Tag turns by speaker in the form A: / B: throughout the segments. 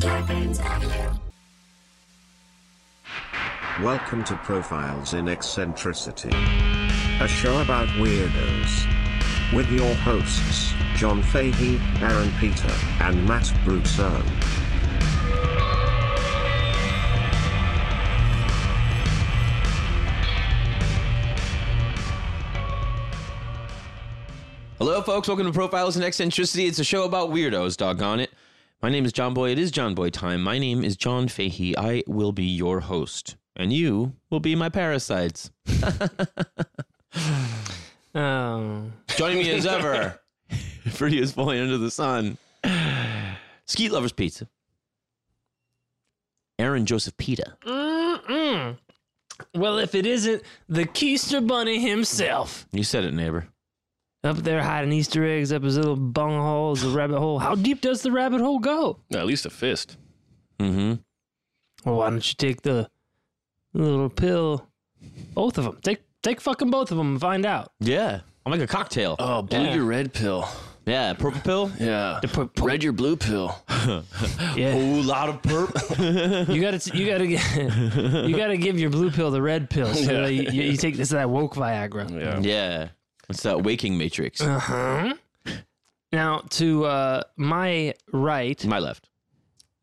A: Scarpins Avenue.
B: Welcome to Profiles in Eccentricity, a show about weirdos. With your hosts, John Fahey, Aaron Peter, and Matt Brousseau.
C: Hello, folks. Welcome to Profiles in Eccentricity. It's a show about weirdos, doggone it. My name is John Boy. It is John Boy time. My name is John Fahey. I will be your host, and you will be my parasites.
D: Oh,
C: Joining me as ever, free as falling under the sun. Skeet Lovers Pizza. Aaron Joseph Pita.
D: well, if it isn't the Keister Bunny himself
C: You said it, neighbor.
D: up there hiding Easter eggs up his little bung hole, the rabbit hole. How deep does the rabbit hole go?
E: No, at least a fist.
C: Mm-hmm.
D: Well, why don't you take the little pill? Both of them. Take take fucking both of them and find out.
C: Yeah. I'll make a cocktail.
E: Oh, blue
D: Yeah.
E: your red pill.
C: yeah, purple pill.
E: Yeah.
D: pu- pu-
E: red your blue pill.
D: Yeah,
C: Ooh, lot of purple.
D: you gotta t- you gotta get, you gotta give your blue pill the red pill so
E: Yeah.
D: that you, you, you take this that woke Viagra.
E: Yeah.
C: yeah. It's that waking matrix.
D: Now to uh, my right,
C: My left.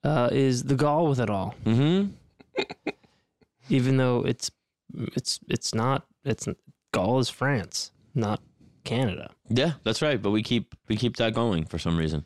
D: uh, is the gall with it all. Mm-hmm. Even though it's it's it's not it's Gaul is France, not Canada.
C: Yeah, that's right. But we keep we keep that going for some reason.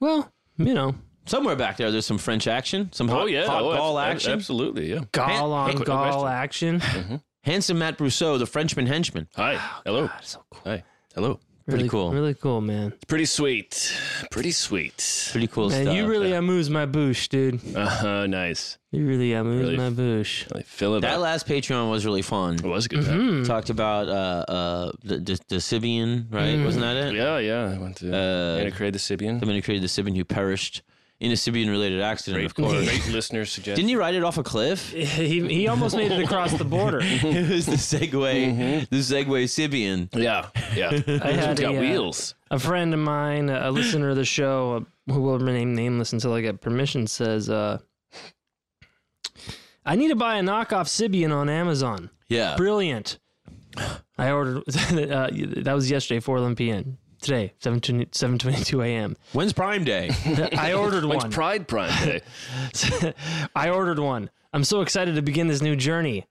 D: Well, you know,
C: Somewhere back there, there's some French action, some hot,
E: Oh yeah.
C: hot
E: oh, ab-
C: ball
E: ab-
C: action.
E: Absolutely. Yeah.
D: Gaul on
C: hey, quick
D: Gaul
E: question.
D: action.
C: Handsome Matt Brousseau, the Frenchman henchman.
E: Hi. Hello.
D: Oh, so cool.
E: Hi. Hello.
C: Pretty
D: really
C: cool.
D: Really cool, man.
E: It's pretty sweet. Pretty sweet.
C: Pretty cool
D: Man,
C: stuff.
D: you really amuse my boosh, dude.
E: Uh huh. Nice.
D: You really amuse
E: Really?
D: my boosh.
E: Really fill it
C: that
E: up.
C: last Patreon was really fun.
E: it was a good
D: Hmm.
E: time.
C: Talked about uh, uh, the, the, the Sibian, right? Wasn't
D: Hmm.
C: that
D: Mm-hmm.
C: it?
E: Yeah. Yeah. I went to
C: Uh,
E: Anacreate the Sibian.
C: The man who created the Sibian who perished in a Sibian related accident, of course.
E: Great listener suggestion.
C: Didn't you ride it off a cliff?
D: He, he almost made it across the border.
C: it was the Segway,
E: Mm-hmm.
C: the Segway Sibian.
E: Yeah. Yeah. This
D: had
E: one's got
D: a, uh,
E: wheels.
D: a friend of mine, a listener of the show, uh, who will remain nameless until I get permission, says, uh, "I need to buy a knockoff Sibian on Amazon.
C: Yeah.
D: Brilliant." I ordered. Uh, that was yesterday, 4 11 p.m. Today, 7:22 a.m.
C: When's Prime Day?
D: I ordered
E: When's
D: one.
E: Pride Prime Day?
D: I ordered one. I'm so excited to begin this new journey.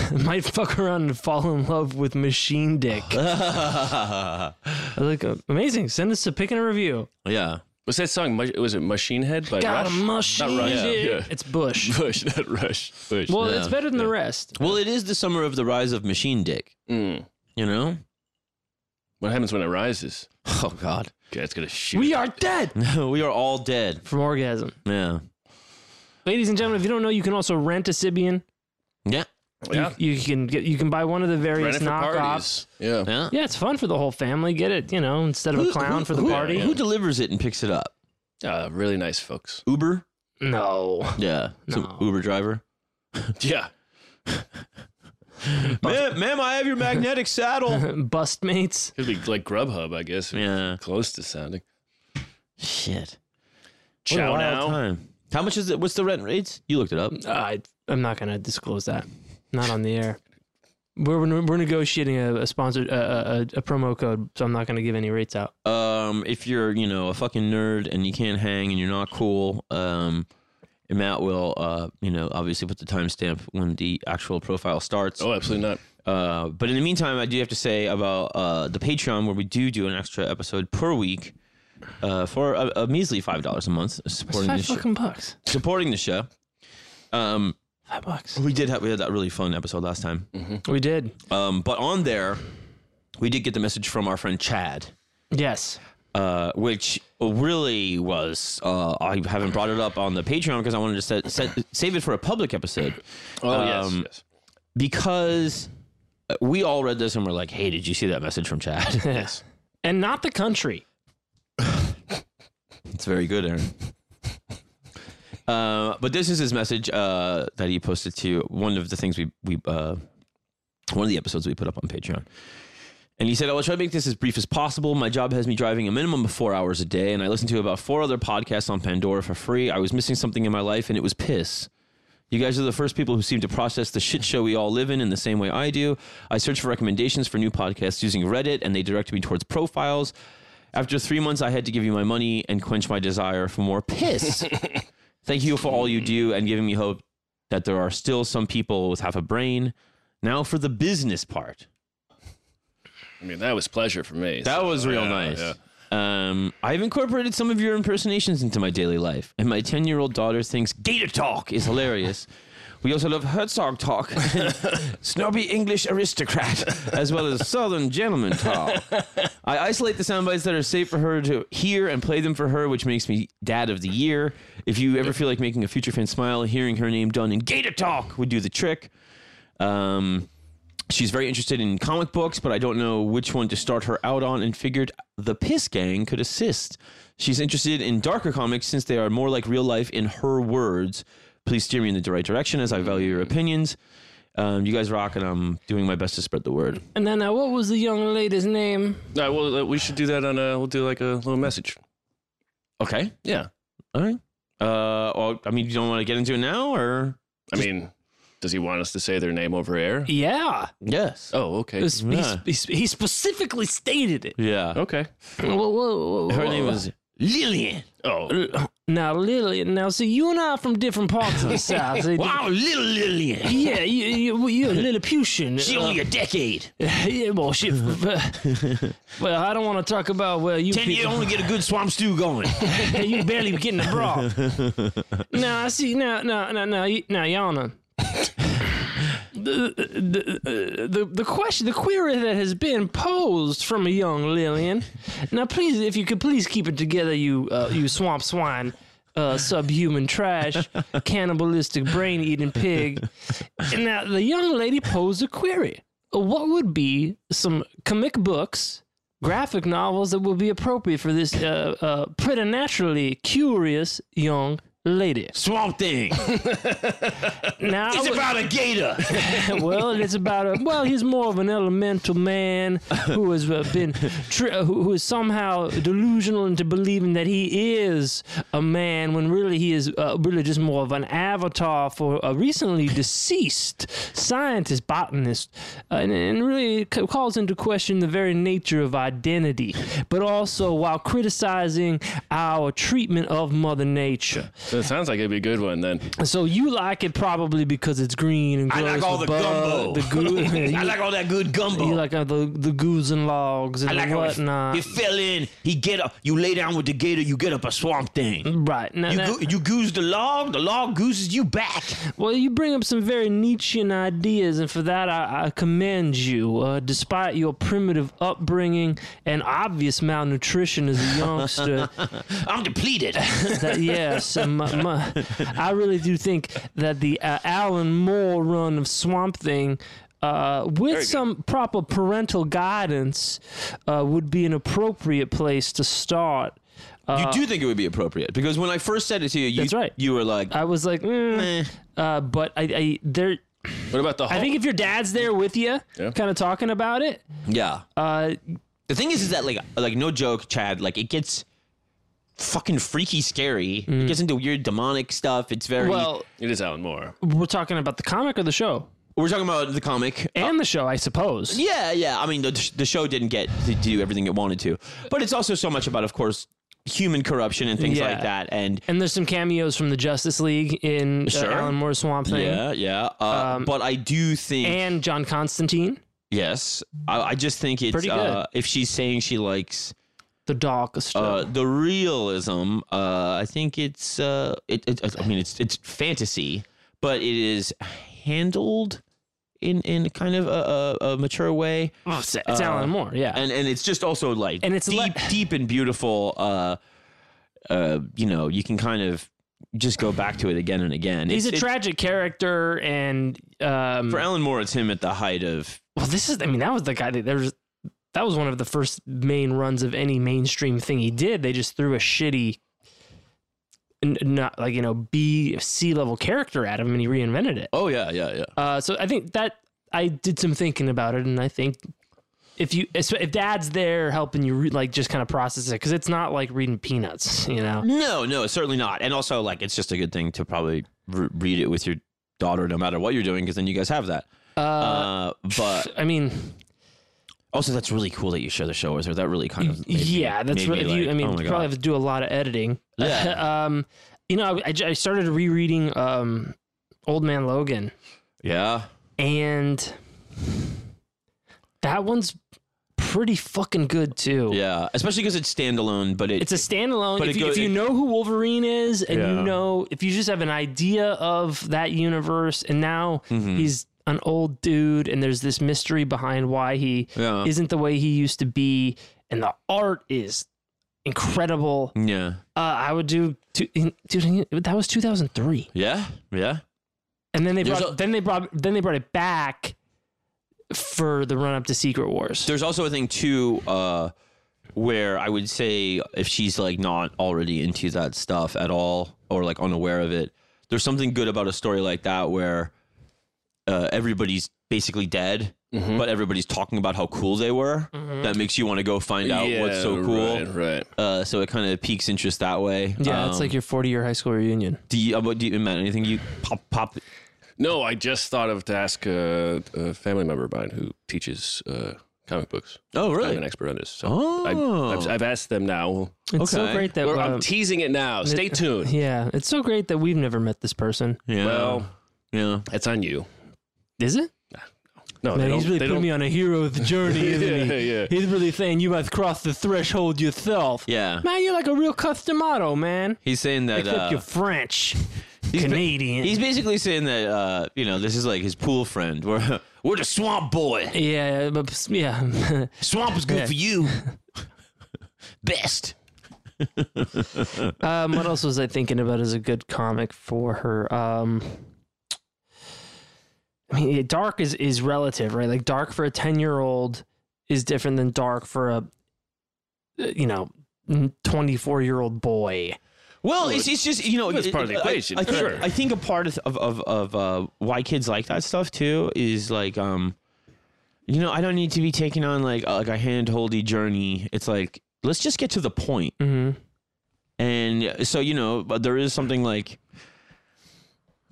D: Might fuck around and fall in love with machine dick. I was like, amazing. Send us a pick and a review.
C: yeah.
E: was that song? Mu- Was it Machine Head by
D: Got
E: Rush?
D: a machine.
E: Not Rush.
D: dick.
E: Yeah.
D: It's Bush.
E: Bush, not Rush. Bush.
D: Well, it's better than the rest.
C: Well, it is the summer of the rise of machine dick.
E: Mm.
C: You know?
E: what happens when it rises?
C: Oh God,
E: Okay, it's gonna shoot.
D: We are dead
C: we are all dead.
D: from orgasm.
C: Yeah,
D: Ladies and gentlemen, if you don't know, you can also rent a Sibian.
C: yeah,
E: yeah.
D: You can get you can buy one of the
E: Rent
D: various
E: it for
D: knockoffs.
E: parties. Yeah.
C: yeah.
D: Yeah, it's fun for the whole family. Get it, you know, instead of a clown for the
C: who-
D: party.
C: Who delivers it and picks it up?
E: Uh, really nice folks.
C: Uber.
D: No.
C: Yeah, some Uber driver.
E: Yeah.
C: Ma'am, ma'am, I have your magnetic saddle.
D: Bust mates.
E: It'd be like Grubhub, I guess.
C: Yeah.
E: Close to sounding.
C: Shit. What a
E: Chow
C: wild
E: now.
C: time. How much is it? What's the rent rates? You looked it up.
D: I I'm not gonna disclose that. Not on the air. We're we're negotiating a, a sponsored a, a, a promo code, so I'm not gonna give any rates out.
C: Um, if you're you know a fucking nerd and you can't hang and you're not cool, um, and Matt will uh you know obviously put the timestamp when the actual profile starts.
E: Oh, absolutely not.
C: Uh, but in the meantime, I do have to say about uh, the Patreon, where we do do an extra episode per week uh, for a, a measly five dollars a month supporting the
D: Five
C: show.
D: fucking bucks.
C: Supporting the show. Um,
D: Five bucks.
C: we did have we had that really fun episode last time.
E: Mm-hmm.
D: We did.
C: Um, but on there, we did get the message from our friend Chad,
D: Yes.
C: uh, which really was uh, I haven't brought it up on the Patreon because I wanted to set, set, save it for a public episode.
E: Oh,
C: Um,
E: yes,
C: because we all read this and we're like, hey, did you see that message from Chad?
E: yes.
D: And not the country.
C: it's very good, Aaron. Uh, but this is his message uh, that he posted to one of the things we we uh, one of the episodes we put up on Patreon, And he said, I will try to make this as brief as possible. My job has me driving a minimum of four hours a day, and I listen to about four other podcasts on Pandora for free. I was missing something in my life, and it was piss. You guys are the first people who seem to process the shit show we all live in in the same way I do. I search for recommendations for new podcasts using Reddit, and they directed me towards profiles. After three months, I had to give you my money and quench my desire for more piss. Thank you for all you do and giving me hope that there are still some people with half a brain. Now for the business part.
E: I mean, that was pleasure for me.
C: That
E: so,
C: was real
E: yeah,
C: nice.
E: yeah.
C: Um, I've incorporated some of your impersonations into my daily life, and my 10 year old daughter thinks Gator Talk is hilarious. We also love Herzog Talk, and snobby English aristocrat, as well as Southern gentleman talk. I isolate the sound bites that are safe for her to hear and play them for her, which makes me dad of the year. If you ever feel like making a future fan smile, hearing her name done in Gator Talk would do the trick. Um, she's very interested in comic books, but I don't know which one to start her out on and figured the Piss Gang could assist. She's interested in darker comics since they are more like real life in her words. Please steer me in the right direction as I value your opinions. Um, you guys rock, and I'm doing my best to spread the word.
D: And then uh, what was the young lady's name?
E: All right, well, uh, we should do that on a. We'll do like a little message.
C: Okay.
E: Yeah.
C: All right. Uh, well, I mean, you don't want to get into it now, or
E: I mean, does he want us to say their name over air?
D: Yeah.
C: yes.
E: Oh, okay.
D: It was- he,
C: Yeah.
D: he, he specifically stated it.
C: Yeah.
E: Okay.
D: Whoa, whoa, whoa, whoa,
C: Her
D: whoa.
C: name was Lillian.
E: Oh,
D: Now, Lillian, now, see, you and I are from different parts of the South.
C: Wow, little Lillian.
D: Yeah, you, you, you're a Lilliputian. Uh,
C: She's only a decade.
D: yeah, well, shit. but- well, I don't want to talk about where you
C: Ten year
D: people,
C: only get a good swamp stew going.
D: you barely getting a bra. now, I see, now, now, now, now, y- now, Yana. The, the, the, the question, the query that has been posed from a young Lillian. Now, please, if you could please keep it together, you, uh, you swamp swine. Uh, subhuman trash, cannibalistic brain eating pig. And Now, the young lady posed a query. What would be some comic books, graphic novels that would be appropriate for this uh, uh, preternaturally curious young lady?
C: Swamp Thing.
D: Now, I would-
C: a gator.
D: well, it's about a well. He's more of an elemental man who has uh, been tri- uh, who, who is somehow delusional into believing that he is a man when really he is uh, really just more of an avatar for a recently deceased scientist botanist, uh, and, and really c- calls into question the very nature of identity, but also while criticizing our treatment of Mother Nature.
E: so it sounds like it'd be a good one then.
D: So you like it probably because it's green and
C: I
D: grows
C: like all the
D: with bug,
C: gumbo.
D: The goo-
C: I like all that good gumbo.
D: You like uh, the the goos and logs and
C: Oh. I like
D: the
C: how he-
D: whatnot.
C: he fell in. He get up. You lay down with the gator. You get up a swamp thing.
D: right. Now,
C: You
D: now-
C: go, you goose the log. The log gooses you back.
D: well, you bring up some very Nietzschean ideas, and for that I, I commend you. Uh, despite your primitive upbringing and obvious malnutrition as a youngster,
C: I'm depleted.
D: that, yes, and my, my, I really do think that the uh, Alan Moore run of Swamp Thing. Uh, with some proper parental guidance, uh, would be an appropriate place to start.
C: you do think it would be appropriate because when I first said it to you, you
D: That's right. Uh,
C: You were like,
D: I was like, mm, uh, but I, I there.
E: What about the Hulk?
D: I think if your dad's there with you, kind of talking about it,
C: yeah.
D: uh,
C: The thing is, is that like, like no joke, Chad. Like it gets fucking freaky, scary. It gets into weird demonic stuff. It's very.
D: Mm. well,
E: it is Alan Moore.
D: we're talking about the comic or the show
C: we're talking about the comic.
D: and the show, I suppose.
C: Yeah, yeah. I mean, the, the show didn't get to do everything it wanted to, but it's also so much about, of course, human corruption and things
D: Yeah.
C: like that. And
D: And there's some cameos from the Justice League in uh,
C: Sure.
D: Alan Moore Swamp Thing
C: yeah, yeah. Uh,
D: Um,
C: but I do think
D: and John Constantine,
C: yes. I, I just think it's
D: Pretty good.
C: Uh, if she's saying she likes
D: the darkest.
C: uh, the realism, uh, I think it's uh, it, it. I mean, it's it's fantasy, but it is handled in in kind of a, a, a mature way. Uh,
D: oh, it's, it's Alan Moore, yeah.
C: and and it's just also like
D: And it's
C: deep,
D: le-
C: deep and beautiful. Uh, uh, you know, you can kind of just go back to it again and again.
D: He's a
C: It's- it's-
D: tragic character, and um,
C: for Alan Moore. It's him at the height of
D: well, this is. I mean, that was the guy that there's. That was one of the first main runs of any mainstream thing he did. They just threw a shitty, n- not like you know B C level character at him, and he reinvented it.
E: Oh yeah, yeah, yeah.
D: Uh, so I think that I did some thinking about it, and I think if you if if dad's there helping you re- like just kind of process it because it's not like reading peanuts, you know.
C: No, no, certainly not. And also, like, it's just a good thing to probably re- read it with your daughter, no matter what you're doing, because then you guys have that. Uh, but
D: I mean,
C: also, that's really cool that you share the show with her. That really kind of made me-
D: yeah, that's
C: made
D: what
C: me
D: if you.
C: like,
D: I mean,
C: oh
D: you
C: my
D: probably
C: God.
D: have to do a lot of editing.
C: Yeah.
D: um, you know, I, I j- I started rereading um, Old Man Logan,
C: yeah.
D: and that one's pretty fucking good too.
C: Yeah, especially because it's standalone, but it,
D: It's a standalone.
C: But
D: if,
C: it
D: you,
C: go-
D: if you
C: it-
D: know who Wolverine is, and
C: Yeah.
D: you know if you just have an idea of that universe, and now
C: Mm-hmm.
D: he's an old dude, and there's this mystery behind why he
C: Yeah.
D: isn't the way he used to be, and the art is incredible.
C: yeah,
D: Uh, I would do, two, in- dude. That was 2003,
C: yeah, yeah.
D: and then they
C: There's
D: brought,
C: a-
D: then they brought, then they brought it back for the run up to Secret Wars.
C: There's also a thing too, uh, where I would say if she's like not already into that stuff at all, or like unaware of it, there's something good about a story like that where uh, everybody's basically dead, but everybody's talking about how cool they were. That makes you want to go find out what's so cool.
E: Right, right.
C: Uh, so it kind of piques interest that way.
D: yeah,
C: um,
D: it's like your 40 year high school reunion.
C: do you, about, do you Matt, anything you pop pop?
E: No, I just thought of to ask a, a family member of mine who teaches uh, comic books.
C: Oh,
E: I'm
C: really?
E: an expert on this. So
C: Oh.
E: I, I've, I've asked them now.
D: It's so
C: Okay.
D: great that
E: Or
D: um,
E: I'm teasing it now. Stay tuned.
D: Yeah, it's so great that we've never met this person.
C: Yeah.
E: Well,
C: yeah.
E: it's on you.
D: Is it?
E: No, they
D: Man,
E: don't,
D: he's really
E: they
D: putting
E: don't,
D: me on a hero of the journey, isn't
E: Yeah,
D: he?
E: yeah.
D: He's really saying you must cross the threshold yourself.
C: Yeah.
D: Man, you're like a real customato, man.
C: He's saying that
D: Except
C: uh,
D: you're French,
C: he's ba-
D: Canadian.
C: He's basically saying that uh, you know this is like his pool friend. We're we're the swamp boy.
D: yeah, but yeah.
C: Swamp is good for you. Best.
D: um, what else was I thinking about as a good comic for her? Um, I mean, dark is is relative, right? Like dark for a ten year old is different than dark for a uh, you know twenty four year old boy.
C: Well, it's, it's just you know
E: That's
C: it-
E: part of the
C: I-
E: equation,
C: I, think,
E: sure.
C: I think a part of of of, of uh, why kids like that stuff too is like um, you know I don't need to be taking on like a- like a handholdy journey. It's like let's just get to the point.
D: Mm-hmm.
C: And uh, so, you know, but there is something like,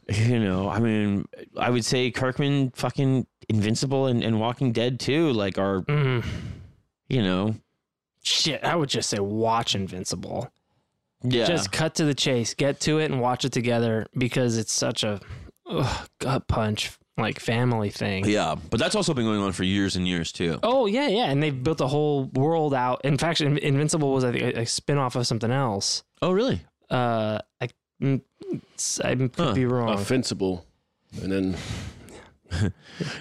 C: you know, I mean, I would say Kirkman, fucking Invincible and, and Walking Dead too, like are, you know,
D: Mm-hmm. Shit, I would just say watch Invincible.
C: yeah.
D: Just cut to the chase, get to it, and watch it together because it's such a ugh, gut punch like family thing.
C: yeah. But that's also been going on for years and years too.
D: Oh yeah, yeah, and they've built a whole world out. In fact, In- Invincible was I think a, a spin off of something else.
C: Oh, really?
D: Uh, I, mm, it's- I could
C: Huh.
D: be wrong.
E: Oh, offensible. And then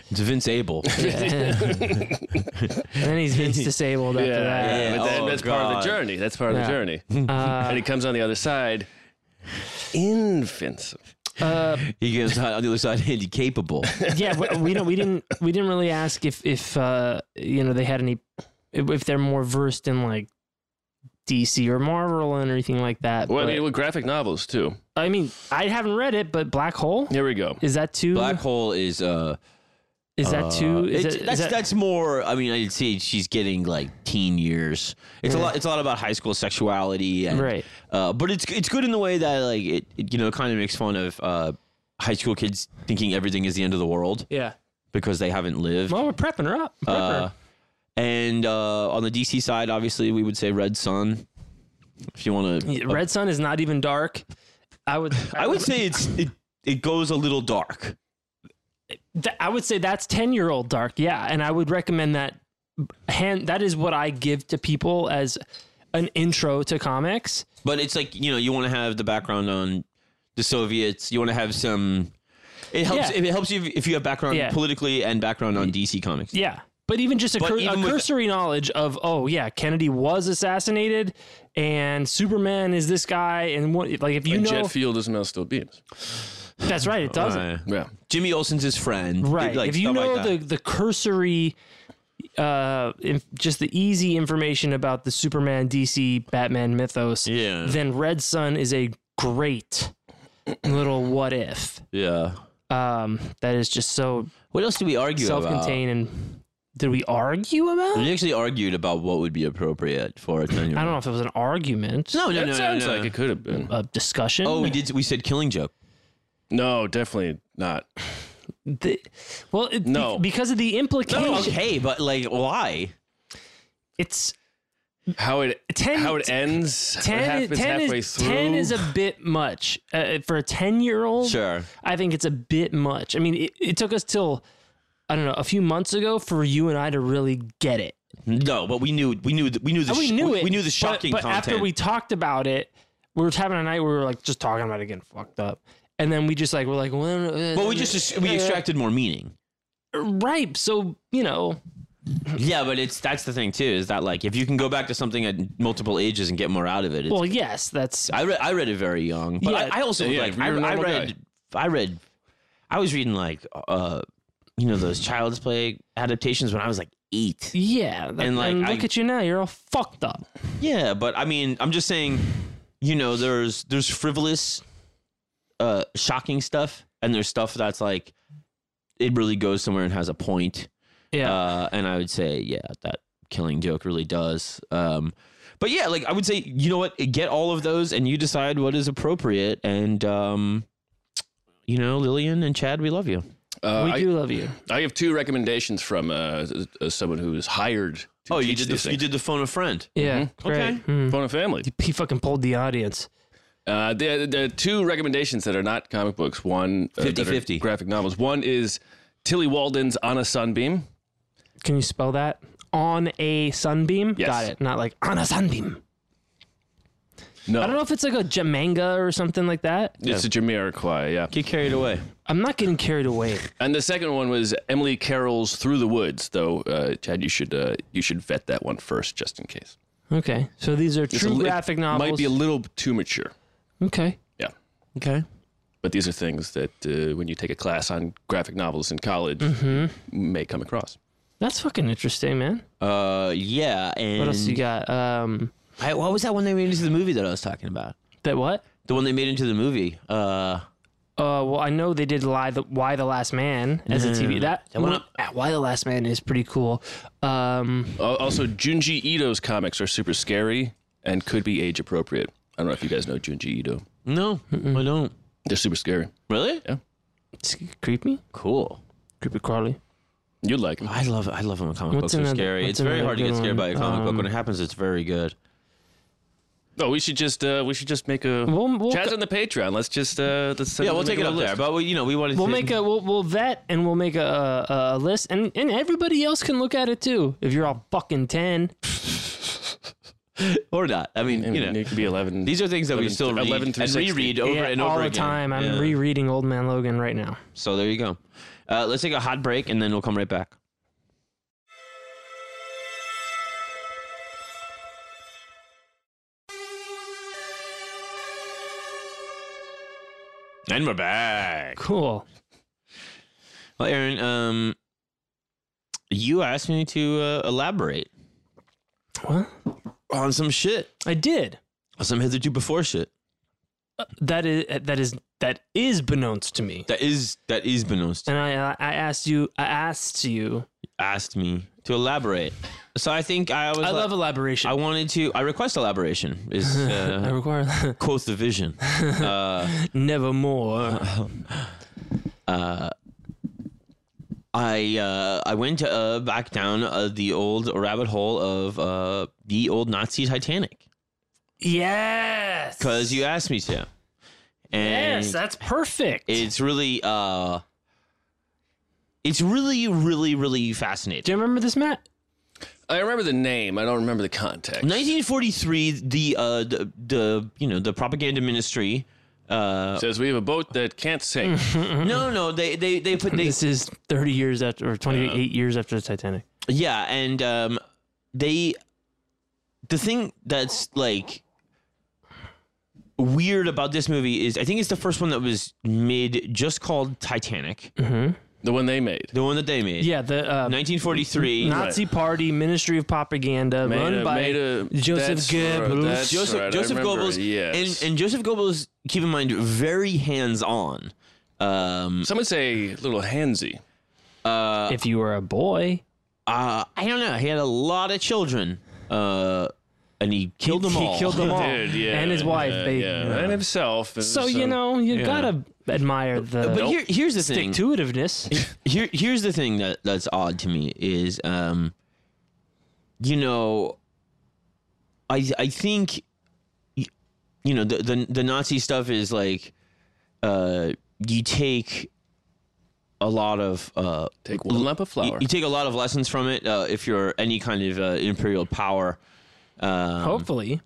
C: It's Vince Abel.
D: and then he's Vince disabled after that.
C: yeah.
E: but then
C: Oh,
E: that's part of
C: God.
E: the journey. That's part of
D: Yeah.
E: the journey.
D: Uh,
E: and he comes on the other side. Invincible.
D: uh,
C: he goes on the other side, incapable.
D: yeah, we, we don't. We didn't. We didn't really ask if if uh, you know they had any if if they're more versed in like DC or Marvel and anything like that.
E: Well, I
D: but-
E: mean, with graphic novels too.
D: I mean, I haven't read it, but Black Hole
E: Here we go.
D: is that too?
C: Black hole is, uh,
D: is that too? Is
C: it's-
D: that- is
C: that's
D: that-
C: that's more. I mean, I'd say she's getting like teen years. It's a lot. It's a lot about high school sexuality, and,
D: Right.
C: Uh, but it's it's good in the way that like it, it you know kind of makes fun of uh, high school kids thinking everything is the end of the world
D: yeah.
C: because they haven't lived.
D: Well, we're prepping her up. Prep her.
C: Uh, and uh, on the DC side, obviously, we would say Red Sun. If you want to,
D: Yeah, Red Sun is not even dark. I would,
C: I would say it's it, it goes a little dark.
D: th- I would say that's ten year old dark. Yeah, and I would recommend that. Hand that is what I give to people as an intro to comics.
C: But it's like you know you want to have the background on the Soviets. You want to have some. It helps.
D: Yeah.
C: It helps you if you have background
D: Yeah.
C: politically and background on DC comics.
D: Yeah, but even just a,
C: But
D: cur-
C: even
D: a
C: with-
D: cursory knowledge of oh yeah, Kennedy was assassinated, and Superman is this guy, and what like if you
E: and
D: know
E: jet fuel doesn't melt steel beams.
D: that's right, it doesn't.
C: Uh,
E: Yeah.
C: Jimmy Olsen's his friend.
D: right
C: Like,
D: if you
C: stuff like
D: know
C: that.
D: the the cursory uh inf- just the easy information about the superman dc batman mythos
C: Yeah.
D: then red sun is a great little what if
C: Yeah.
D: um that is just so
C: What else do we argue about?
D: self-contained and Did we argue about?
C: We actually argued about what would be appropriate for a ten year
D: I
C: old.
D: don't know if it was an argument.
C: No, no,
E: that
C: no, no,
E: sounds
C: no.
E: like it could have been.
D: A discussion.
C: oh, we did. We said killing joke.
E: No, definitely not.
D: The- well, it,
E: No.
D: because of the implication.
C: Oh, okay, but like, why?
D: It's
E: How it
D: Ten-
E: how it ends. what
D: 10,
E: happens
D: 10
E: halfway
D: is,
E: through.
D: 10 is a bit much. Uh, for a 10 year old,
C: Sure.
D: I think it's a bit much. I mean, it, it took us till, I don't know, a few months ago for you and I to really get it.
C: No, but we knew. We knew. th- We knew the.
D: And Oh, we
C: sh-
D: knew
C: we,
D: it.
C: We knew the
D: but-
C: shocking
D: But,
C: content.
D: after we talked about it, we were having a night where we were like just talking about it getting fucked up. And then we just like, we're like, well, uh,
C: but we just we
D: uh,
C: extracted more meaning.
D: Right. So, you know,
C: Yeah, but it's that's the thing too. Is that like if you can go back to something at multiple ages and get more out of it? It's,
D: well, yes, that's.
C: I read I read it very young, but
D: Yeah.
C: I, I also
E: Yeah,
C: like
E: you're
C: I,
E: a
C: I
E: normal
C: read I read I was reading like uh you know those child's play adaptations when I was like eight.
D: Yeah. that-
C: And,
D: and
C: like, I-
D: look at you now. You're all fucked up.
C: Yeah, but I mean, I'm just saying, you know, there's there's frivolous, uh, shocking stuff, and there's stuff that's like, it really goes somewhere and has a point.
D: Yeah.
C: Uh, and I would say, yeah, that killing joke really does. Um, but yeah, like I would say, you know what? Get all of those, and you decide what is appropriate. And um, you know, Lillian and Chad, we love you.
E: Uh,
D: we
E: I,
D: do love you.
E: I have two recommendations from uh, uh, someone who is hired. To teach these things.
C: Oh, did the phone a friend.
D: Yeah. Great.
C: mm-hmm. Okay.
D: Mm.
E: Phone and family.
D: He fucking pulled the audience.
E: Uh, there, there are two recommendations that are not comic books. One uh, that are
C: 50-50.
E: graphic novels. One is Tilly Walden's On a Sunbeam.
D: Can you spell that? On a sunbeam?
E: Yes.
D: Got it. Not like on a sunbeam.
E: No,
D: I don't know if it's like a Jamanga or something like that.
E: it's a Jamiroquai. Yeah,
C: Get carried away.
D: I'm not getting carried away.
E: and the second one was Emily Carroll's Through the Woods. Though, uh, Chad, you should uh, you should vet that one first, just in case.
D: Okay. So these are
E: It's a
D: true
E: li- it
D: graphic novels.
E: might be a little too mature.
D: okay.
E: Yeah,
C: Okay.
E: but these are things that uh, when you take a class on graphic novels in college
D: Mm-hmm.
E: may come across.
D: That's fucking interesting, man.
C: Uh, yeah. And
D: What else you got? Um
C: I, what was that one they made into the movie that I was talking about?
D: that what?
C: The one they made into the movie. Uh,
D: Uh, well, I know they did Lie the, Why the Last Man as a TV. That,
C: That one
D: one- ah, Why the Last Man is pretty cool. Um,
E: Al- Also, Junji Ito's comics are super scary and could be age appropriate. I don't know if you guys know Junji Ito.
C: no, I don't.
E: They're super scary.
C: Really?
D: it's creepy,
C: Cool.
D: creepy crawly.
E: You'd like them.
C: I love I love when comic books
D: What's another-
C: are scary.
D: what's
C: It's very
D: another
C: hard to get
D: good
C: scared
D: one?
C: by a comic book. When
D: Um,
C: it happens, it's very good.
E: No, we should just uh, we should just make a
D: We'll, we'll,
E: Chad's on the Patreon. Let's just uh, let's send
C: Yeah,
E: them
C: we'll
E: to
C: take
E: make
C: it
E: a
C: up
E: list.
C: there. But we, you know, we wanted
D: we'll
C: to
D: make a we'll, we'll vet and we'll make a, a, a list and, and everybody else can look at it too if you're all fucking 10
C: or not. I mean,
E: And
C: you know,
E: it could be eleven.
C: these are things that we
E: 11
C: still read
E: 11 through
C: and
E: 60.
C: reread over
D: Yeah,
C: and
D: all
C: over
D: the
C: again.
D: time i'm
C: Yeah.
D: rereading old man logan right now
C: So there you go. Uh, let's take a hot break and then we'll come right back. And we're back.
D: cool
C: Well, Aaron, um, you asked me to uh, elaborate
D: what
C: on some shit,
D: i did
C: some hitherto before shit
D: that is that is that is beknownst to me
C: that is that is beknownst
D: and i i asked you i asked you
C: asked me to elaborate. So I think I was
D: i
C: like-
D: love elaboration
C: I
D: i,
C: wanted to. I request elaboration. Is uh,
D: require
C: quoth the vision. Uh,
D: nevermore
C: I uh, I went uh, back down uh, the old rabbit hole of uh, the old Nazi Titanic
D: yes
C: because you asked me to, and
D: yes that's perfect
C: it's really uh, it's really really really
D: do
C: fascinating.
D: you remember this matt
E: I remember the name. I don't remember the context.
C: 1943, the uh, the, the you know the propaganda ministry. Uh,
E: says we have a boat that can't sink.
D: Mm-hmm.
C: no, no, they they they put they
D: this is 30 years after or 28 years after the titanic
C: Yeah, and um, they, the thing that's like weird about this movie is I think it's the first one that was made just called Titanic,
E: the one they made.
C: the one that they made.
D: yeah the uh,
C: 1943.
D: Nazi Party Ministry of Propaganda
E: Made
D: run
E: a-
D: by
E: made a-
D: Joseph
E: that's right,
D: Goebbels.
E: that's-
C: Joseph
E: right, I
C: Joseph
E: remember,
C: Goebbels.
E: yes.
C: And and Joseph Goebbels, keep in mind, very hands on. Um,
E: Some would say little handsy.
D: if you were a boy,
C: Uh, I don't know. He had a lot of children, uh, and he killed them
D: he
C: all.
D: killed them all.
E: Dude, yeah,
D: and his wife.
E: yeah,
D: they,
E: yeah. and himself. and
D: So, you know, you
E: yeah.
D: gotta admire the
C: But here, here's the thing.
D: intuitiveness.
C: Here, here's the thing that that's odd to me is, um, you know, I I think, y- you know, the the, the Nazi stuff is like, uh, you take a lot of uh,
E: take one lump of
C: you-
E: flour.
C: You, take a lot of lessons from it uh, if you're any kind of uh, imperial power. Um,
D: Hopefully,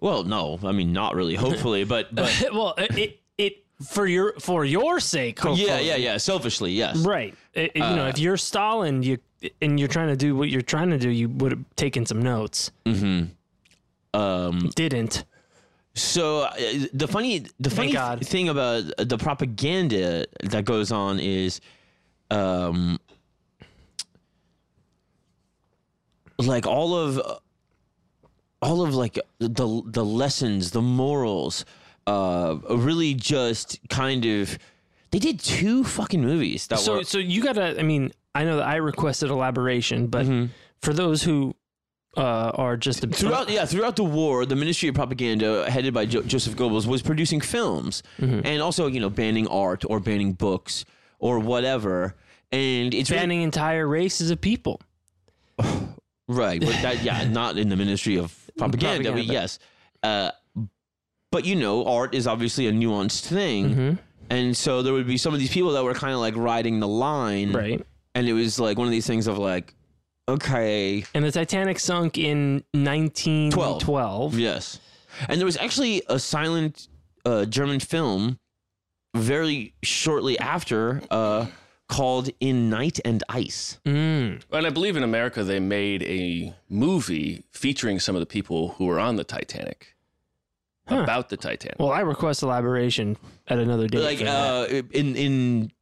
C: Well, no, I mean not really. Hopefully, but but
D: well, it it for your for your sake. Hopefully.
C: yeah, Uh, yeah, yeah. Selfishly, yes.
D: Right. It- it- you know, if you're Stalin, you and you're trying to do what you're trying to do, you would have taken some notes. Mm-hmm. Um, Didn't.
C: So uh, the funny, the funny
D: God.
C: thing about the propaganda that goes on is, um, like all of, all of like the the lessons, the morals, uh, really just kind of. They did two fucking movies that
D: So
C: were
D: so you gotta. I mean, I know that I requested elaboration, but for those who uh, are just a,
C: Mm-hmm. throughout yeah throughout the war the ministry of propaganda headed by jo- joseph goebbels was producing films
D: Mm-hmm.
C: and also you know banning art or banning books or whatever and it's really-
D: banning entire races of people.
C: right but that yeah not in the ministry of propaganda,
D: Propaganda.
C: but yes uh, but you know art is obviously a nuanced thing
D: Mm-hmm.
C: and so there would be some of these people that were kind of like riding the line
D: Right.
C: and it was like one of these things of like okay
D: And the Titanic sunk in 1912.
C: Yes. And there was actually a silent uh, German film very shortly after uh, called In Night and Ice.
D: Mm.
E: and I believe in America they made a movie featuring some of the people who were on the Titanic about the Titanic.
D: Well, I request elaboration at another date.
C: Like
D: for that.
C: uh, in in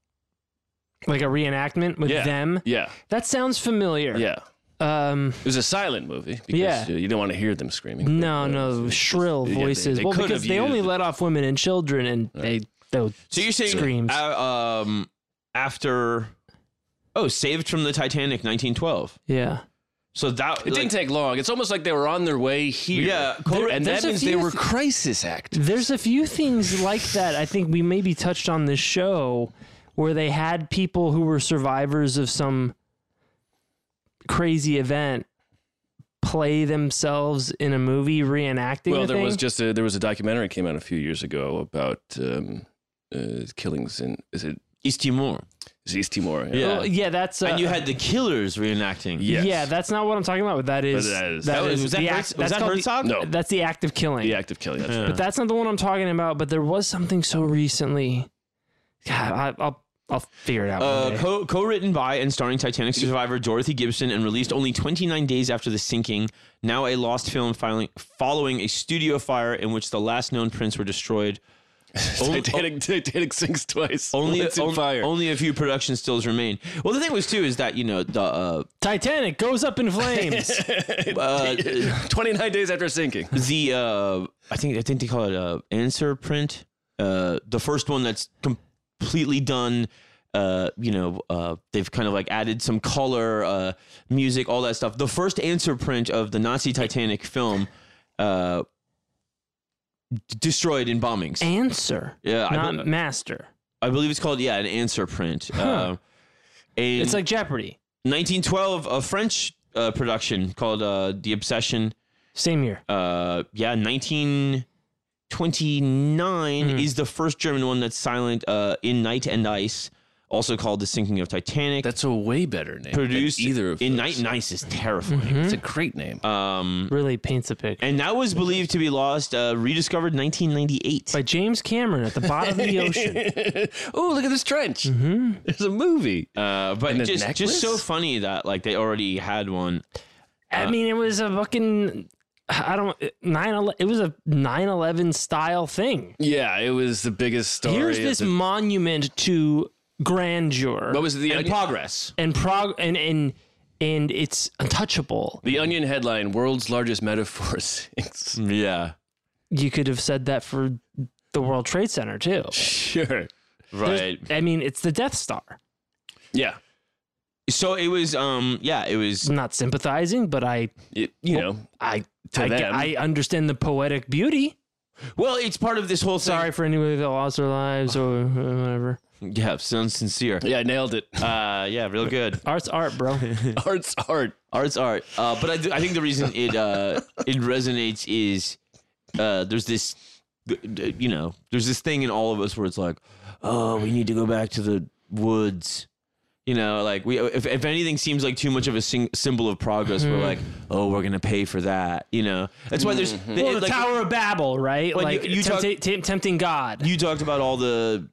D: like a reenactment with
E: yeah,
D: them.
E: Yeah,
D: That sounds familiar.
E: yeah.
D: Um,
E: It was a silent movie because
D: Yeah.
E: uh, you didn't want to hear them screaming.
D: no,
E: uh,
D: no, shrill
E: yeah, they-
D: voices.
E: they
D: well,
E: could
D: because
E: have
D: they only
E: used-
D: let off women and children, and they they
C: so you're saying
D: screams.
C: uh, um after oh Saved from the Titanic 1912.
D: yeah,
C: So that
E: It didn't take long. It's almost like they were on their way here.
C: Yeah, Cobra-
E: and
D: there's
E: that
D: a
E: means they
D: few
E: were
D: th-
E: crisis actors.
D: there's a few things like that. I think we maybe touched on this show where they had people who were survivors of some crazy event play themselves in a movie reenacting.
E: Well,
D: the
E: there
D: thing.
E: was just a, there was a documentary came out a few years ago about um, uh, killings in is it
C: East Timor.
E: is it East Timor?
C: Yeah.
D: Well, yeah, that's uh,
C: and you had the killers reenacting.
E: Yes.
D: Yeah, that's not what I'm talking about. That is
E: that is-
C: That was,
D: is
C: Oh, was that,
D: the
C: Herz-
D: act-
C: was
D: that's
C: that
D: called the-
C: Herzog?
E: No.
D: That's the act of killing.
E: the act of killing. That's
D: But that's not the one I'm talking about. But there was something so recently. God, I, I'll I'll figure it out. one
C: Uh,
D: day.
C: co- co-written by and starring Titanic survivor Dorothy Gibson and released only 29 days after the sinking, now a lost film filing, following a studio fire in which the last known prints were destroyed. Only,
E: Titanic, Titanic sinks twice.
C: only,
E: Once in
C: on-
E: fire.
C: only a few production stills remain. Well, the thing was too is that you know the uh,
D: Titanic goes up in flames.
C: uh,
E: 29 days after sinking.
C: the uh, I think I think they call it uh, answer print, uh, the first one that's completely done. Uh, you know, uh, they've kind of like added some color, uh, music, all that stuff. The first answer print of the Nazi Titanic film, uh, d- destroyed in bombings.
D: Answer,
C: yeah, I,
D: not
C: be-
D: master.
C: I believe it's called yeah an answer print. Uh, and
D: It's like Jeopardy.
C: 1912, a French uh, production called uh, The Obsession
D: Same year.
C: uh yeah 1929
E: Hmm.
C: is the first german one that's silent uh in night and ice also called the sinking of titanic
E: That's a way better name.
C: produced
E: than either of
C: in
E: those.
C: night and ice is terrifying
E: It's a great name.
C: um
D: Really paints a picture.
C: and that was believed to be lost uh rediscovered 1998
D: By James Cameron at the bottom of the ocean.
E: oh, look at this trench. There's a movie.
C: uh but
E: And a
C: just just
E: necklace?
C: so funny that like they already had one Uh.
D: I mean, it was a fucking. I don't nine. ele- It was a 9-11 style thing.
E: yeah, it was the biggest story.
D: Here's
E: of
D: this
E: the-
D: monument to grandeur.
E: what was it? the
C: and
E: onion?
C: progress
D: and prog and and and it's untouchable.
E: The Onion headline: World's largest metaphor sinks.
C: yeah
D: You could have said that for the World Trade Center too.
E: Sure.
C: right
D: I mean, it's the Death Star.
E: Yeah.
C: So it was, um, yeah, it was.
D: I'm not sympathizing, but I
E: It, you know,
D: I
E: To
D: I,
E: them.
D: I understand the poetic beauty.
C: Well, it's part of this whole. thing-
D: Sorry for anybody that lost their lives or uh, whatever.
C: Yeah, sounds sincere.
E: yeah, I nailed it.
C: Uh, yeah, real good.
D: Art's art, bro.
E: Art's art.
C: Art's art. Uh, but I, do- I think the reason it uh, it resonates is uh, there's this, th- th- you know, there's this thing in all of us where it's like, oh, we need to go back to the woods. You know, like we, if, if anything seems like too much of a sing- symbol of progress,
D: Mm-hmm.
C: we're like, oh, we're gonna pay for that. You know, that's why there's the,
D: Mm-hmm. well, the
C: like,
D: Tower of Babel, right?
C: When you-
D: Like
C: you talk-
D: tempta- tem- tempting God,
C: You talked about all the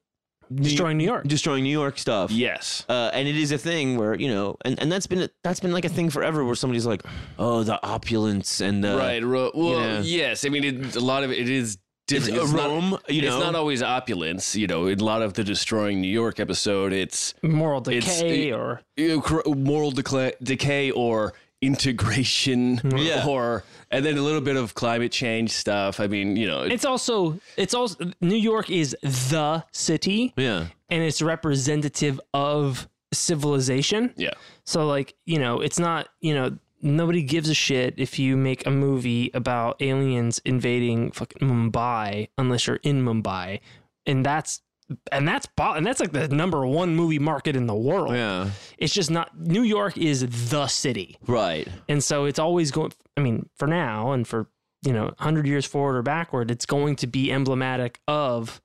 D: destroying New York.
C: destroying New York stuff.
E: Yes.
C: uh, and it is a thing where you know, and, and that's been that's been like a thing forever, where somebody's like, "Oh, the opulence and the
E: right. ro- well,
C: you know.
E: yes. I mean, it, a lot of it is
C: it's,
E: different.
C: uh,
E: It's not-
C: Rome." you know,
E: It's not always opulence, you know. In a lot of the destroying New York episode, it's
D: moral
E: It's-
D: decay
E: it-
D: or
E: you know, cor- moral decla- decay or integration,
C: Yeah.
E: or and then a little bit of climate change stuff. I mean, you know,
D: it's also it's also New York is the city
C: yeah,
D: and it's representative of civilization.
E: yeah,
D: So like, you know, it's not, you know, nobody gives a shit if you make a movie about aliens invading fucking Mumbai unless you're in Mumbai. And that's and that's po- and that's like the number one movie market in the world.
C: yeah,
D: It's just not New York is the city.
C: right,
D: And so it's always going, I mean, for now and for, you know, 100 years forward or backward, it's going to be emblematic of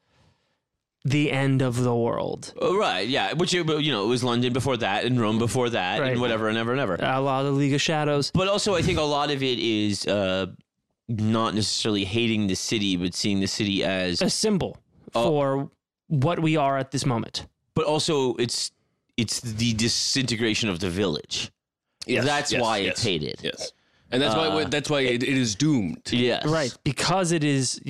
D: the end of the world.
C: Oh, right, yeah. Which you but, you know, it was London before that, and Rome before that,
D: Right.
C: and whatever, and ever, and ever.
D: A lot of the League of Shadows.
C: But also, I think a lot of it is uh, not necessarily hating the city, but seeing the city as,
D: A symbol
C: Oh.
D: for what we are at this moment.
C: but also it's it's the disintegration of the village.
E: Yes,
C: that's
E: yes,
C: why
E: yes,
C: it's hated.
E: Yes, and that's why
C: Uh,
E: that's why it, it is doomed.
C: Yes,
D: Right. Because it is,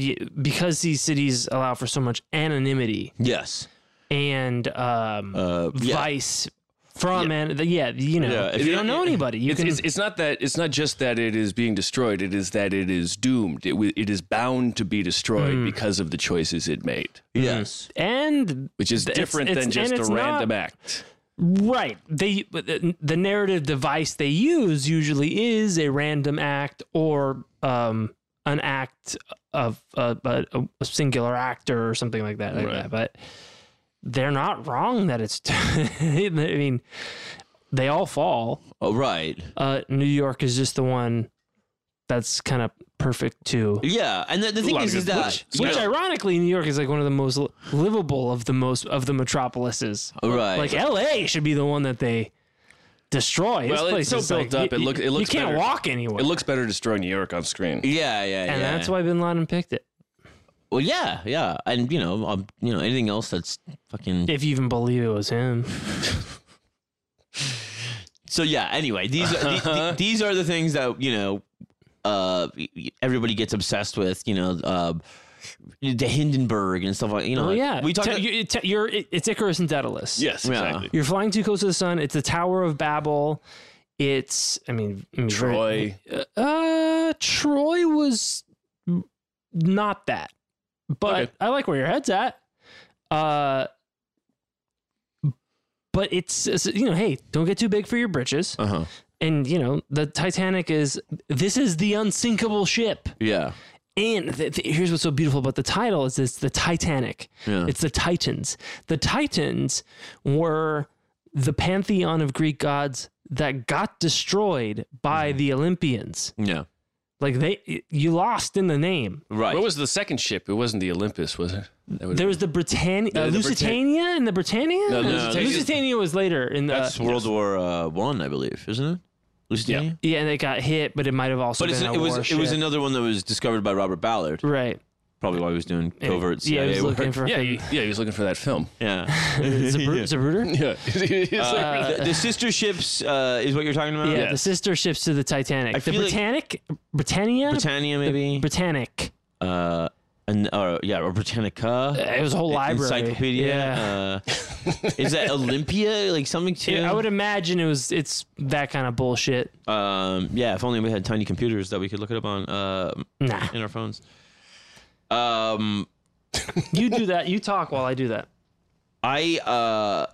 D: because these cities allow for so much anonymity
C: Yes.
D: and um,
C: Uh, yeah.
D: vice from, yeah. and yeah, you know,
C: Yeah,
D: if
C: if
D: you
E: you-
D: don't know anybody, you
E: it's,
D: can.
E: it's, it's not that it's not just that it is being destroyed. It is that it is doomed. It wi- it is bound to be destroyed
C: Hmm.
E: because of the choices it made,
C: Yes.
D: and
E: which is
D: It's-
E: different
D: it's-
E: than just
D: and
E: a
D: it's not-
E: random act.
D: Right. They but the the narrative device they use usually is a random act or um, an act of a, a, a singular actor or something like that. like that. But they're not wrong that it's. I mean, they all fall.
C: Oh, right.
D: Uh, New York is just the one that's kind of perfect too.
C: Yeah, and the, the thing is, is that
D: Which ironically, New York is like one of the most li- livable of the most of the metropolises.
C: right,
D: Like L.A. should be the one that they destroy.
E: Well,
D: this
E: it's
D: place
E: so
D: is
E: built
D: like,
E: up, it
D: you-
E: look- it
D: you-
E: looks
D: You can't
E: better.
D: walk anywhere.
E: It looks better destroying New York on screen.
C: yeah, yeah, yeah,
D: and that's why Bin Laden picked it.
C: Well, yeah, yeah, and you know, um, you know, anything else that's fucking.
D: If you even believe it was him,
C: So yeah. Anyway, these are, the- the- these are the things that you know, uh, everybody gets obsessed with. You know, uh, the Hindenburg and stuff like you know.
D: oh
C: like,
D: yeah,
C: we talked.
D: Te-
C: about-
D: you, te- you're it- it's Icarus and Daedalus.
E: Yes,
C: Yeah.
E: exactly.
D: you're flying too close to the sun. It's the Tower of Babel. It's I mean, I mean,
E: Troy.
D: very- Uh, Troy was not that, but
E: Okay.
D: I like where your head's at. Uh, but it's it's, you know, hey, don't get too big for your britches.
C: uh-huh.
D: and you know the titanic is this is the unsinkable ship
C: Yeah.
D: and th- th- here's what's so beautiful about the title is it's the titanic
C: Yeah.
D: it's the titans the titans were the pantheon of greek gods that got destroyed by the olympians
C: Yeah.
D: like they you lost in the name
C: Right.
E: What was the second ship? It wasn't the Olympus, was it? That would-
D: there was the Britannia, uh,
E: the Britan-
D: Lusitania, and the Britannia.
E: No, no,
D: Lusitania.
E: Lusitania-
D: was later in the
C: That's World War uh, One, I believe, isn't it? Lusitania.
D: yeah, and it got hit, but it might have also
C: But it's,
D: been a
C: it was
D: warship.
C: it was another one that was discovered by Robert Ballard.
D: right.
C: Probably while he was doing covert
D: yeah,
C: CIA
D: it was
C: work.
D: looking for
E: yeah,
D: fucking-
E: he, yeah, he was looking for that film.
C: yeah.
D: Zabru- Zabruder?
E: Yeah, It's like-
C: the, the sister ships uh, is what you're talking about.
D: Yeah, the
E: Yes.
D: sister ships to the Titanic. the
C: feel like-
D: Britannic, Britannia,
C: Britannia, maybe.
D: Britannic.
C: uh, and or yeah, or Britannica.
D: It was a whole library.
C: Encyclopedia.
D: Yeah.
C: Uh, is that Olympia? Like something too?
D: I would imagine it was. It's that kind of bullshit.
C: Um, yeah, if only we had tiny computers that we could look it up on uh,
D: Nah,
C: in our phones. Um,
D: you do that. You talk while I do that.
C: I uh,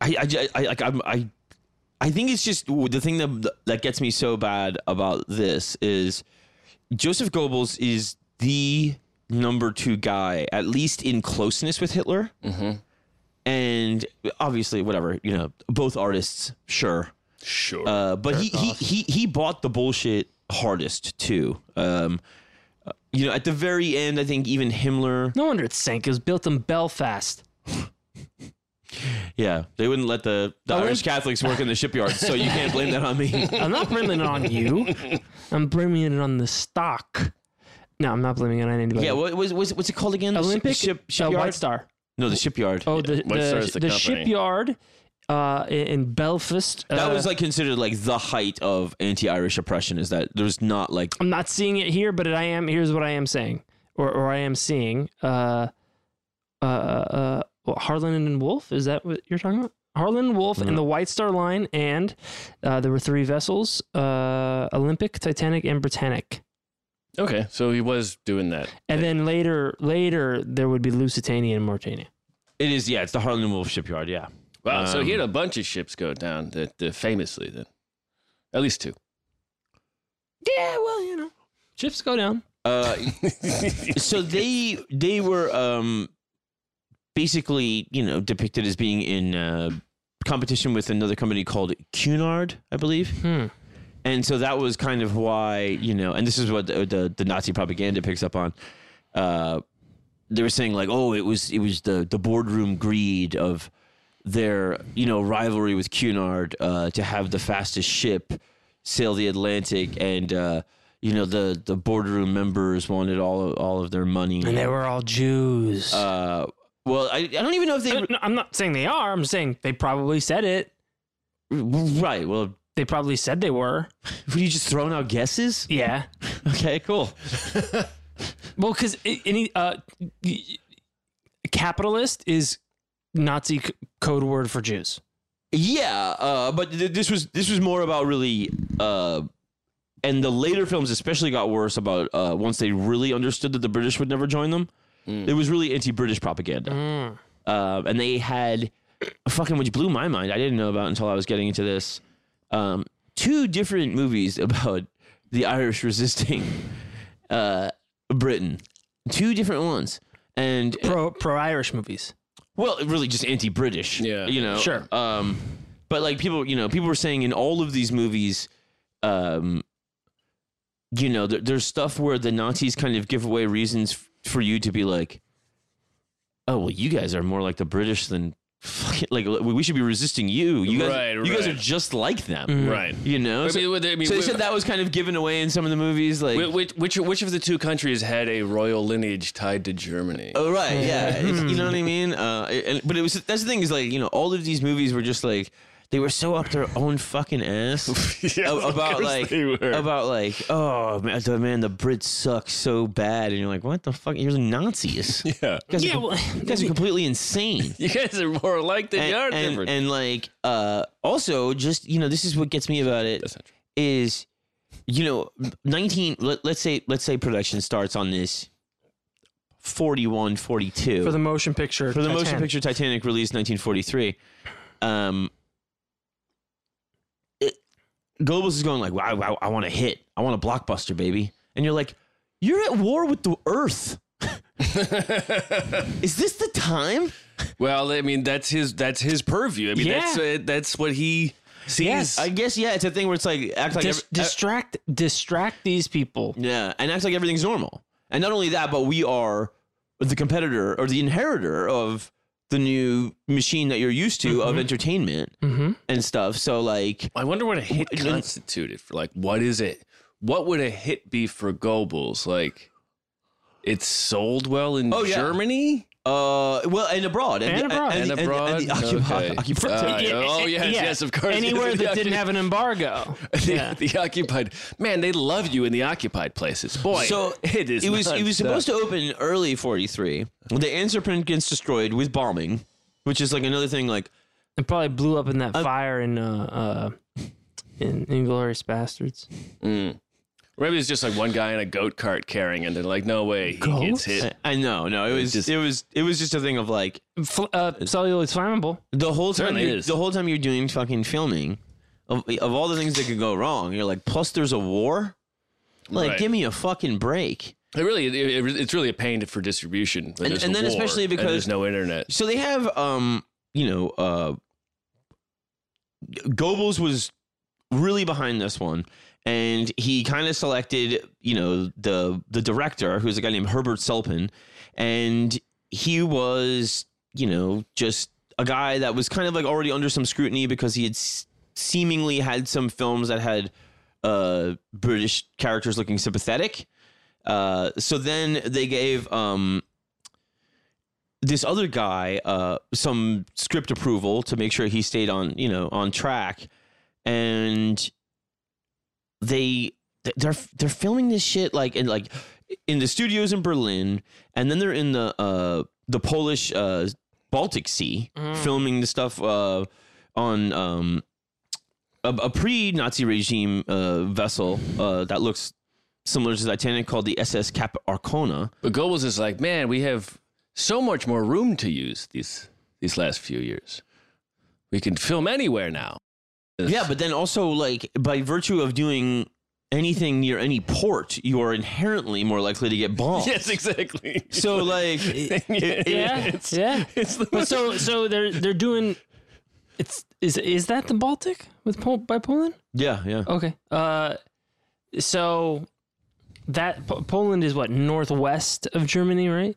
C: I, I, ju- I like I'm, I, I think it's just ooh, the thing that that gets me so bad about this is Joseph Goebbels is the number two guy, at least in closeness with Hitler, and obviously, whatever you know, both artists, sure,
E: Sure.
C: uh, but he, he he he bought the bullshit hardest too. Um, uh, you know, at the very end, I think even Himmler.
D: No wonder it sank. It was built in Belfast.
C: Yeah, they wouldn't let the, the
D: I
C: Irish
D: wouldn't-
C: Catholics work in the shipyards, so you can't blame that on me.
D: I'm not blaming it on you. I'm blaming it on the stock. No, I'm not blaming it on anybody.
C: yeah, what was, was what's it called again? The shi-
D: Olympic
C: ship,
D: uh,
C: shipyard.
D: White Star.
C: no, the shipyard.
D: Oh, the
E: White Star is
D: the,
E: the
D: the
E: company.
D: shipyard uh, in- in Belfast.
C: that
D: uh,
C: was like considered like the height of anti-Irish oppression. Is that there's not like
D: I'm not seeing it here, but it, I am. Here's what I am saying, or or I am seeing. Uh, uh, uh, what, Harlan and Wolf. Is that what you're talking about? Harlan and Wolf and the White Star Line, and uh, there were three vessels: uh, Olympic, Titanic, and Britannic.
E: okay, so he was doing that.
D: And then later, later there would be Lusitania and Mauritania.
C: it is. Yeah, it's the Harlan Wolf shipyard. Yeah,
E: Wow. so he
C: Um,
E: had a bunch of ships go down that uh, famously then, at least two.
D: Yeah, well, you know, ships go down.
C: Uh, so they they were um, basically you know depicted as being in uh, competition with another company called Cunard, I believe.
D: Hmm.
C: and so that was kind of why you know and this is what the the, the nazi propaganda picks up on uh they were saying like oh it was it was the the boardroom greed of their you know rivalry with cunard uh to have the fastest ship sail the atlantic and uh you know the the boardroom members wanted all all of their money
D: And they were all Jews.
C: uh well i, I don't even know if
D: I-
C: they
D: no, I'm not saying they are. I'm saying they probably said it.
C: right well
D: They probably said they were.
C: were you just throwing out guesses
D: Yeah.
C: okay cool
D: Well, because any uh, y- capitalist is Nazi c- code word for Jews.
C: Yeah, uh, but th- this was this was more about really, uh, and the later films especially got worse about uh, once they really understood that the British would never join them. It was really anti-British propaganda,
D: Mm-hmm.
E: Hmm.
C: uh, and they had fucking which blew my mind. I didn't know about until I was getting into this. Um, two different movies about the Irish resisting uh, Britain, two different ones, and
D: Pro pro Irish movies.
C: well, really just anti-British.
E: Yeah.
C: you know.
D: Sure.
C: Um, but like people, you know, people were saying in all of these movies, um, you know, there, there's stuff where the Nazis kind of give away reasons f- for you to be like, oh well, you guys are more like the British than fucking like we we should be resisting you. You guys,
E: Right,
C: you guys are
E: right.
C: just like them.
E: Right.
C: You know.
E: I
C: So,
E: mean, what they- I mean,
C: so they
E: we-
C: said that was kind of given away in some of the movies, like.
E: Wh- Which, which which of the two countries had a royal lineage tied to Germany?
C: Oh right, yeah, It's- you know what I mean. Uh, and, but it was that's the thing is like you know all of these movies were just like they were so up their own fucking ass
E: Yeah,
C: a-
E: of
C: about
E: course
C: like
E: they were.
C: about like oh man the, man the Brits suck so bad and you're like what the fuck you're the Nazis you
E: yeah.
C: guys, are,
D: Yeah,
C: com-
D: well-
C: you guys are completely insane
E: You guys are more alike than
C: and,
E: you are
C: and-
E: different.
C: and, like uh also just you know this is what gets me about it
E: That's not true.
C: is you know 19 let, let's say let's say production starts on this 41 42
D: For the motion picture.
C: for the motion
D: Titan-
C: picture Titanic released 1943. Um, it- Goebbels is going like, wow, wow, I want a hit. I want a blockbuster, baby. And you're like, you're at war with the earth. is this the time?
E: well, I mean, that's his that's his purview. I mean,
D: Yeah.
E: that's uh, that's what he sees.
D: Yes.
C: I guess, yeah, it's a thing where it's like, act like,
D: Dis-
C: every- uh, e,
D: distract distract these people.
C: yeah, and act like everything's normal. And not only that, but we are the competitor or the inheritor of the new machine that you're used to
D: Mm-hmm.
C: of entertainment and stuff. So, like,
E: I wonder what a hit constituted for. Like, what is it? What would a hit be for Goebbels? Like, it sold well in
C: Oh, yeah.
E: Germany.
C: Uh, well, and abroad, and,
D: And
C: the-
D: abroad.
C: and, the- and, the- and the
E: abroad?
C: occupi-
E: Okay.
C: occupied-
E: Uh, yeah. Oh, yes, yes, of course.
D: Anywhere that didn't have an embargo.
E: The,
D: Yeah.
E: the occupied man, they love you in the occupied places. Boy,
C: So
E: it is.
C: It was it was
E: nonstop.
C: supposed to open early '43. The answer print gets destroyed with bombing, which is like another thing. Like,
D: It probably blew up in uh, that fire in uh, uh in Inglorious Bastards.
E: Or maybe it's just like one guy in a goat cart carrying, and they're like, "No way, he
D: Goats?
E: gets hit."
C: I know, no, it was
E: just-
C: it was it was just a thing of like
D: Fl- uh, celluloid's flammable.
C: the whole time
E: Certainly
C: you're,
E: is.
C: the whole time you're doing fucking filming of, of all the things that could go wrong. You're like, plus there's a war. Like,
E: Right.
C: give me a fucking break.
E: It really, it, it- it's really a pain to- for distribution. when
C: And-
E: there's
C: and
E: a
C: then
E: war
C: especially
E: and
C: because-
E: there's no internet.
C: So they have, um, you know, uh, Goebbels was really behind this one, and he kind of selected, you know, the the director, who's a guy named Herbert Sulpin, and he was, you know, just a guy that was kind of like already under some scrutiny because he had s- seemingly had some films that had uh, British characters looking sympathetic. Uh, so then they gave um, this other guy uh, some script approval to make sure he stayed on you know on track, and they they're they're filming this shit like in like in the studios in Berlin, and then they're in the uh, the Polish uh, Baltic Sea filming the stuff uh, on. Um, a, a pre-Nazi regime uh, vessel uh, that looks similar to Titanic called the SS Cap Arcona.
E: But Goebbels is like, "Man, we have so much more room to use these these last few years. We can film anywhere now."
C: Yeah, but then also like by virtue of doing anything near any port, you are inherently more likely to get bombed.
E: yes, exactly.
C: So like
D: Yeah,
E: it's,
D: yeah.
E: it's the
D: But so so they're they're doing. It's is is that the Baltic with Pol- by Poland?
C: yeah, yeah.
D: Okay. Uh, so that Po Poland is what northwest of Germany, right?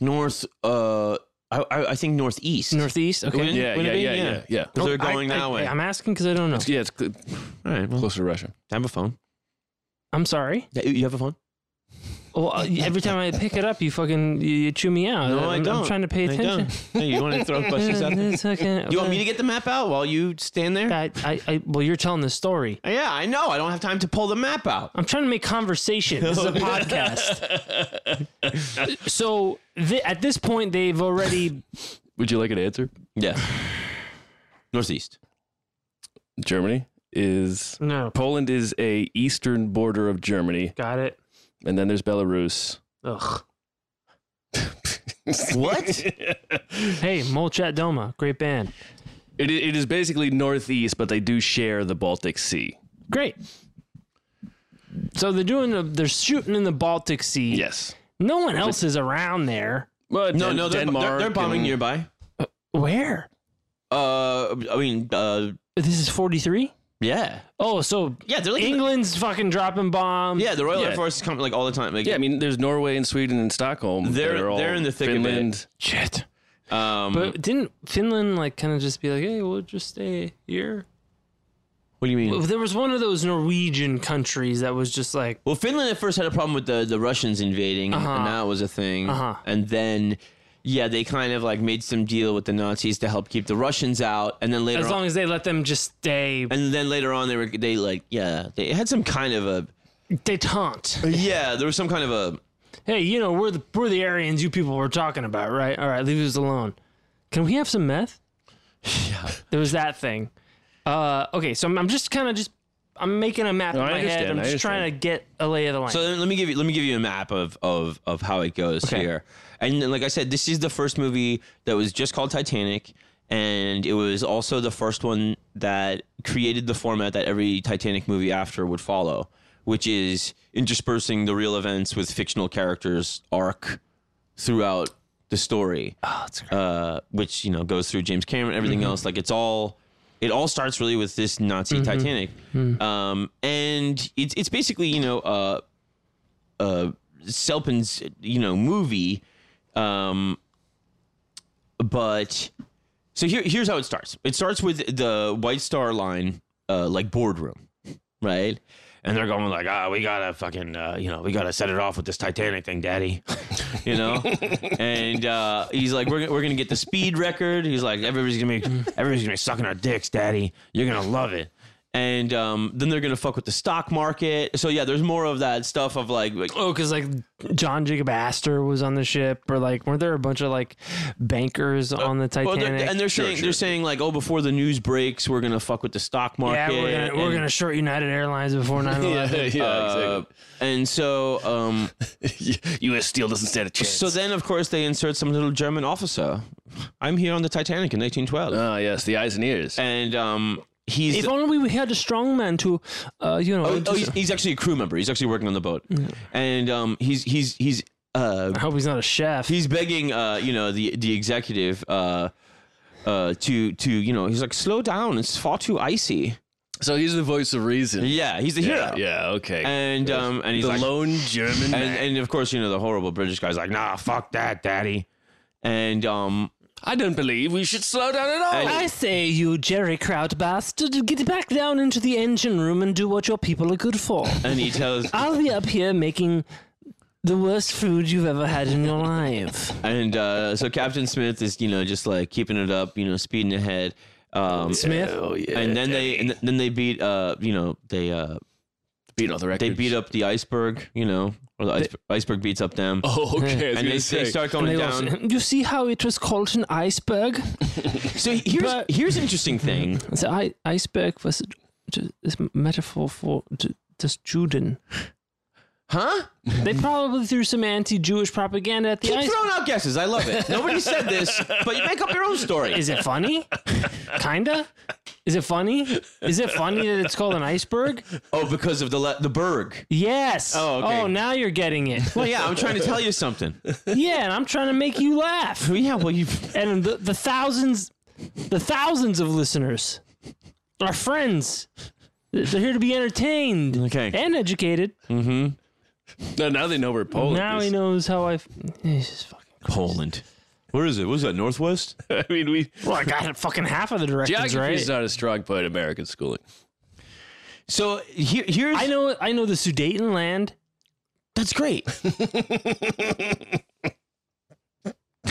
C: North uh I I I think northeast.
D: Northeast. Okay.
C: Wouldn't-
E: yeah, yeah,
C: wouldn't it be?
E: yeah, yeah, yeah.
C: So they're
D: Oh, I-
C: going
D: I,
C: that way.
D: I, am asking because I don't know.
E: Yeah, it's cl-
C: All right, well,
E: close to Russia.
C: have a phone.
D: I'm sorry.
C: Yeah, you- you have a phone?
D: Well, uh, every time I pick it up, you fucking you, you chew me out.
C: No,
D: I'm,
C: I
D: I'm
C: don't.
D: trying to pay
C: I
D: attention.
C: don't. Hey, you want to throw questions out there?
D: It's okay.
C: You want me to get the map out while you stand there?
D: I, I, I, well, you're telling the story.
C: Yeah, I know. I don't have time to pull the map out.
D: I'm trying to make conversation. This is a podcast. so th- at this point, they've already.
E: Would you like an answer?
C: Yeah. Northeast.
E: Germany is
D: No.
E: Poland is a eastern border of Germany,
D: Got it.
E: and then there's Belarus.
D: Ugh.
C: What?
D: Hey, Molchat Doma, great band.
E: It, i- it is basically northeast, but they do share the Baltic Sea.
D: Great. So they're doing the, they're shooting in the Baltic Sea.
E: Yes.
D: No one else is around there.
E: Well,
C: No,
E: Den-
C: no, they're,
E: Denmark.
C: they're, they're bombing
E: and-
C: nearby.
D: Where?
C: Uh, I mean, uh,
D: This is 43?
C: yeah,
D: Oh, so
C: yeah, they're like
D: England's fucking dropping bombs.
C: yeah, the Royal Air
E: Yeah.
C: Force is coming like all the time. Like,
E: Yeah, I mean, there's Norway and Sweden and Stockholm.
C: They're-
E: all
C: they're in the thick of it.
E: Finland.
D: Shit.
C: um,
D: But didn't Finland like kind of just be like, hey, we'll just stay here?
C: what do you mean?
D: There was one of those Norwegian countries that was just like,
C: Well, Finland at first had a problem with the the Russians invading, and that was a thing.
D: Uh-huh.
C: And then, yeah, they kind of like made some deal with the Nazis to help keep the Russians out, and then later,
D: as
C: on,
D: long as they let them just stay
C: and then later on, they were they like yeah, they had some kind of a
D: detente.
C: yeah, there was some kind of a
D: Hey, you know, we're the, we're the Aryans you people were talking about, right? All right, leave us alone. Can we have some meth? Yeah. There was that thing. Uh, okay, so I'm, I'm just kind of just, I'm making a map in
E: I
D: my head.
E: understand,
D: I'm
E: I
D: just trying to get a lay of the land.
C: So then let me give you let me give you a map of of of how it goes
D: Okay.
C: here. And then, like I said, this is the first movie that was just called Titanic, and it was also the first one that created the format that every Titanic movie after would follow, which is interspersing the real events with fictional characters' arc throughout the story
D: oh, that's great.
C: uh, which you know goes through James Cameron, everything else. Like it's all, it all starts really with this Nazi Titanic, um, and it's it's basically you know uh, uh, Selpin's you know movie, um, but so here here's how it starts. It starts with the White Star Line uh, like boardroom, right? And they're going like, ah, we gotta fucking, uh, you know, we gotta set it off with this Titanic thing, Daddy you know? and uh, he's like, we're, gonna- we're gonna get the speed record. He's like, everybody's gonna be, everybody's gonna be sucking our dicks, daddy. You're gonna love it. and um, then they're gonna fuck with the stock market. So yeah, there's more of that stuff of like, like
D: Oh, because like John Jacob Astor was on the ship, or like weren't there a bunch of like bankers on the
C: well,
D: Titanic?
C: oh, they're- and they're
E: Sure,
C: saying
E: sure.
C: they're saying like, oh, before the news breaks, we're gonna fuck with the stock
D: yeah,
C: market.
D: we're gonna, we're
C: and,
D: gonna short United Airlines before 9-11.
E: yeah,
C: uh, and so um,
E: exactly. U.S. Steel doesn't stand a chance.
C: so then of course they insert some little German officer. I'm here on the Titanic in 1912,
E: Ah, yes, the eyes and ears.
C: and um, he's
D: If only we had a strong man to, uh, you know.
C: Oh,
D: to-
C: oh, he's, he's actually a crew member. He's actually working on the boat, and um, he's he's he's uh,
D: I hope he's not a chef.
C: he's begging uh, you know the the executive uh, uh, to to you know he's like slow down. It's far too icy.
E: So he's the voice of reason.
C: Yeah, he's the hero.
E: Yeah, yeah, okay.
C: and um, and he's
E: the
C: like,
E: lone German
C: and,
E: man.
C: and of course you know the horrible British guy's like, nah, fuck that, daddy, and um,
E: I don't believe we should slow down at all.
C: And-
D: I say, you Jerry Kraut bastard, get back down into the engine room and do what your people are good for.
C: and he tells
D: I'll be up here making the worst food you've ever had in your life.
C: and uh, so Captain Smith is you know just like keeping it up, you know, speeding ahead. Um,
D: Smith?
E: oh yeah.
C: and then they and then they beat uh you know they uh
E: beat all the
C: they
E: records.
C: beat up the iceberg, you know, or the iceberg, iceberg beats up them.
E: Oh, okay. I
C: and
E: was
C: they,
E: gonna
C: they
E: say.
C: start going
D: And they
C: down.
D: also- you see how it was called an iceberg?
C: So here's
D: But-
C: here's an interesting thing.
D: The I- iceberg was ju- this metaphor for ju- just Juden.
C: Huh?
D: They probably threw some anti-Jewish propaganda at the
C: Keep
D: iceberg.
C: throwing out guesses. I love it. Nobody said this, but you make up your own story.
D: Is it funny? Kinda. Is it funny? Is it funny that it's called an iceberg?
C: oh, because of the le- the berg.
D: Yes.
C: Oh, okay.
D: Oh, now you're getting it.
C: Well, yeah, I'm trying to tell you something.
D: Yeah, and I'm trying to make you laugh.
C: Yeah, well, you
D: And the, the thousands, the thousands of listeners, our friends, they're here to be entertained
C: Okay.
D: and educated.
E: No, now they know where Poland
D: now
E: is.
D: he knows how I. Jesus fucking.
C: Poland. Where is it? Was that Northwest?
E: I mean, we
D: Well, I got fucking half of the directions
E: geography
D: right.
E: is not a strong point in American schooling.
C: So here, here's
D: I know. I know the Sudetenland.
C: that's great.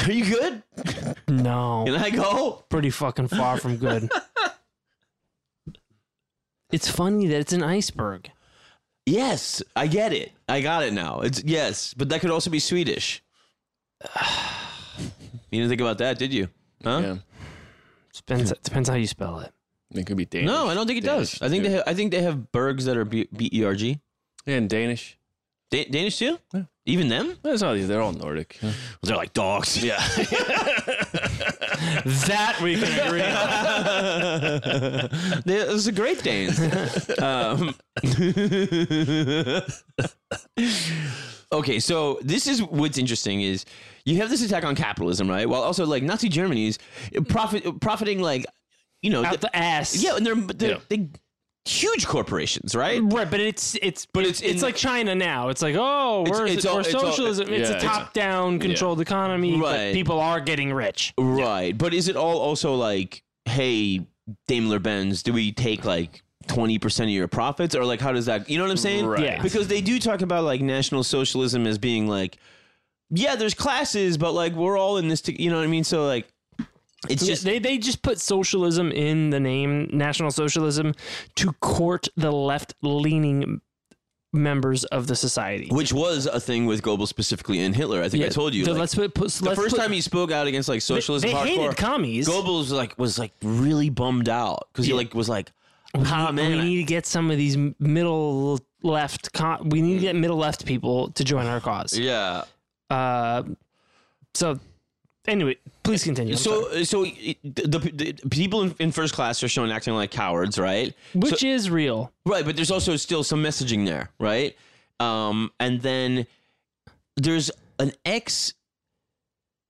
C: Are you good?
D: No,
C: Can I go?
D: pretty fucking far from good. it's funny that it's an iceberg.
C: Yes, I get it. I got it now. It's yes, but that could also be Swedish. you didn't think about that, did you? Huh?
E: Yeah,
D: Depends. depends how you spell it.
E: it could be Danish.
C: No, I don't think it does.
E: Danish,
C: I think
E: too.
C: they have, I think they have bergs that are B B E R G.
E: Yeah, and Danish.
C: Da- Danish too? Even them?
E: That's all. They're all Nordic. you know.
C: They're like dogs. Yeah.
D: That we can agree. on.
C: They- Those are great Danes. um, okay, so this is what's interesting is you have this attack on capitalism, right? While also like Nazi Germany's profit profiting like you know
D: Out
C: the-
D: the ass.
C: yeah, and they're, they're,
E: Yeah.
C: they huge corporations, right?
D: Right, but it's it's but
C: it's in-
D: like China now. It's like oh, we're,
C: it's all-
D: we're
C: it's all-
D: socialism. it's
E: yeah,
D: a
E: it's-
D: top-down controlled economy,
C: Right.
D: but people are getting rich.
E: Mm-hmm.
C: Right, but is it all also like, hey, Daimler Benz, do we take like? 20% of your profits or like how does that you know what i'm saying
E: Right.
D: Yeah.
C: because they do talk about like national socialism as being like yeah there's classes but like we're all in this to, you know what i mean so like it's just
D: they they just put socialism in the name National Socialism to court the left-leaning members of the society.
C: which was a thing with Goebbels specifically and Hitler I think I told you
D: The,
C: like,
D: let's put, put
C: the first time he spoke out against like socialism
D: they
C: hardcore,
D: hated commies.
C: Goebbels was like was like really bummed out because he like was like ah
D: we
C: man I-
D: need to get some of these middle left. Com- we need to get middle left people to join our cause.
C: yeah
D: Uh, so anyway, please continue. I'm sorry.
C: So, so the, the, the people in, in first class are shown acting like cowards, right?
D: which is real.
C: Right, but there's also still some messaging there, right? Um, and then there's an ex,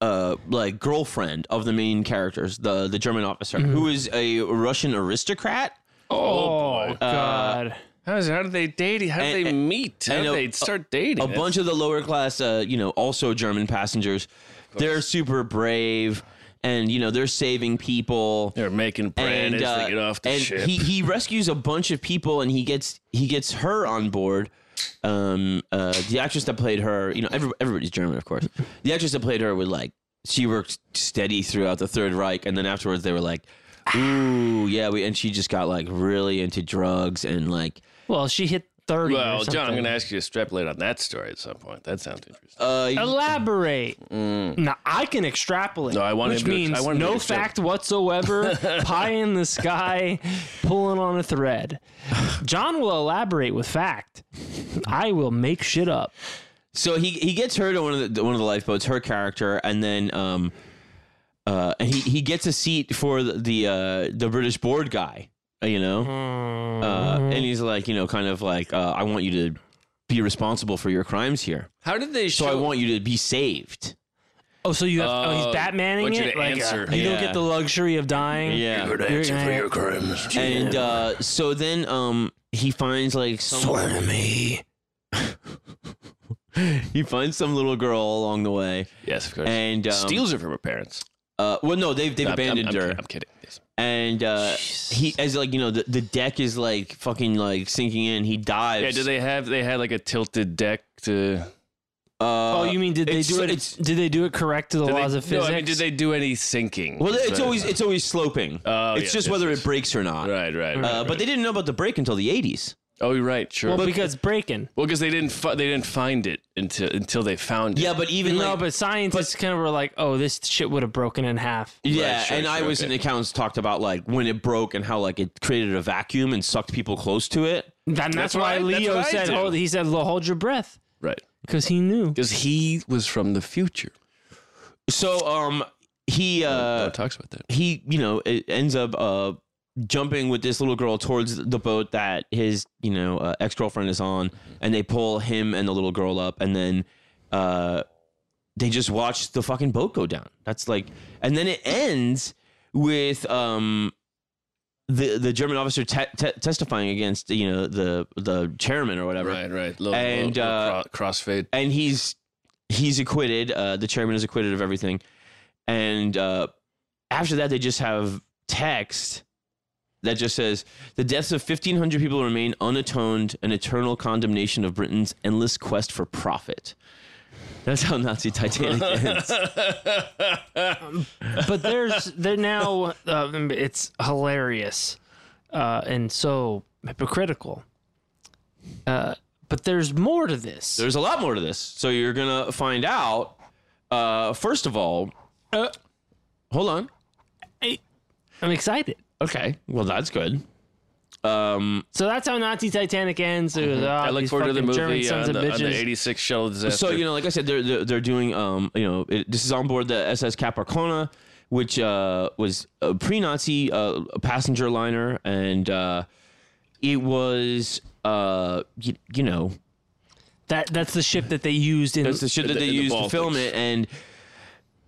C: uh, like girlfriend of the main characters, the the German officer,
D: Mm-hmm.
C: who is a Russian aristocrat.
D: Oh,
E: Uh,
D: God.
E: How, is, how do they date? How do
C: And-
E: they
C: and-
E: meet? How
C: and
E: do
C: a-
E: they start dating?
C: a
E: That's-
C: bunch of the lower class, uh, you know, also German passengers. They're super brave, and you know they're saving people.
E: They're making bread
C: and
E: as
C: uh,
E: they get off the
C: and
E: ship.
C: he he rescues a bunch of people, and he gets he gets her on board. Um, uh, the actress that played her, you know, every, everybody's German, of course. The actress that played her would like she worked steady throughout the Third Reich, and then afterwards they were like, Ooh, yeah. We, and she just got like really into drugs and like,
D: Well, she hit 30. or
E: Well, John, I'm
D: something.
E: going to ask you to extrapolate on that story at some point. That sounds interesting.
C: uh,
D: Elaborate. Now I can extrapolate.
E: Mm. No, I want
D: which
E: him to-
D: means
E: I want him to
D: no
E: extrap-
D: fact whatsoever. pie in the sky, pulling on a thread. John will elaborate with fact. I will make shit up.
C: so he, he gets her to one of the, one of the lifeboats, her character. And then, um, uh, and he, he gets a seat for the, the, uh, the British board guy, uh, you know? Uh, and he's like, you know, kind of like, uh, I want you to be responsible for your crimes here.
E: How did they
C: So I want you to be saved.
D: Oh, so you have? oh, he's
E: Uh,
D: Batmaning
E: want you
D: it.
E: to
D: Like, uh,
E: answer.
D: you don't
C: Yeah.
D: get the luxury of dying.
C: Yeah.
D: answer for your
E: crimes.
C: And uh, so then um, he finds like some
D: Swear to me.
C: he finds some little girl along the way,
E: Yes, of course.
C: and um,
E: Steals her from her parents.
C: Uh, well, no, they've they've
E: I'm- I'm-
C: abandoned
E: I'm,
C: her,
E: I'm kidding. Yes.
C: and uh, he as like you know the, the deck is like fucking like sinking in. He dives.
E: Yeah, do they have? They had like a tilted deck to. Did
C: Uh,
D: oh, you mean did they
C: it's-
D: do it?
C: it's-
D: did they do it correct to the
E: they,
D: laws of physics?
E: No, I mean, did they do any sinking?
C: well,
E: Is
C: it's
E: that-
C: always it's always sloping.
E: Oh,
C: it's
E: yes,
C: just
E: yes,
C: whether
E: yes.
C: it breaks or not.
E: right, right. right,
C: Uh, But
E: right.
C: they didn't know about the break until the '80s.
E: Oh, you're right. Sure.
D: well,
E: Well, because
D: because breaking.
E: they didn't fi- they didn't find it until until they found it.
C: Yeah, but even
D: No,
C: like,
D: but scientists kind of were like, "Oh, this shit would have broken in half."
C: Yeah,
E: Right, sure,
C: and I
E: sure,
C: was
E: okay.
C: in accounts talked about like when it broke and how like it created a vacuum and sucked people close to it.
D: Then that's,
E: That's
D: why
E: what I-
D: Leo
E: that's what I
D: said,
E: do.
D: "Hold." He said, "Well, "Hold your breath,"
E: right.
D: because he knew.
E: Because he was from the future.
C: So um he
E: No
C: uh
E: one talks about that.
C: he you know it ends up uh jumping with this little girl towards the boat that his you know uh, ex-girlfriend is on and they pull him and the little girl up and then uh they just watch the fucking boat go down. That's like and then it ends with um the the German officer te- te- testifying against you know the the chairman or whatever.
E: Right, right. Little,
C: And,
E: little
C: uh,
E: cro- crossfade.
C: and he's he's acquitted. Uh, the chairman is acquitted of everything, and uh, after that, they just have text that just says the deaths of fifteen hundred people remain unatoned, an eternal condemnation of Britain's endless quest for profit. That's how Nazi Titanic ends.
D: But there's they're now. Uh, it's hilarious, uh, and so hypocritical. Uh, but there's more to this.
C: There's a lot more to this, so you're gonna find out. Uh, first of all,
D: Uh,
C: hold on.
D: I'm excited.
C: Okay, well that's good. Um,
D: So that's how Nazi Titanic ends. It was, oh,
E: Mm-hmm. I look
D: these
E: forward to the
D: fucking German
E: movie
D: sons
E: on
D: of
E: the, on the
D: bitches.
E: 86 shuttle disaster.
C: So you know, like I said, they're they're, they're doing um, you know, it, this is on board the SS Capricorna, which uh, was a pre-Nazi uh, passenger liner, and uh, it was uh, you, you know,
D: that that's the ship that they used in
C: it's the shit that
E: In the-
C: they
E: in the
C: used to
E: Baltics.
C: film it, and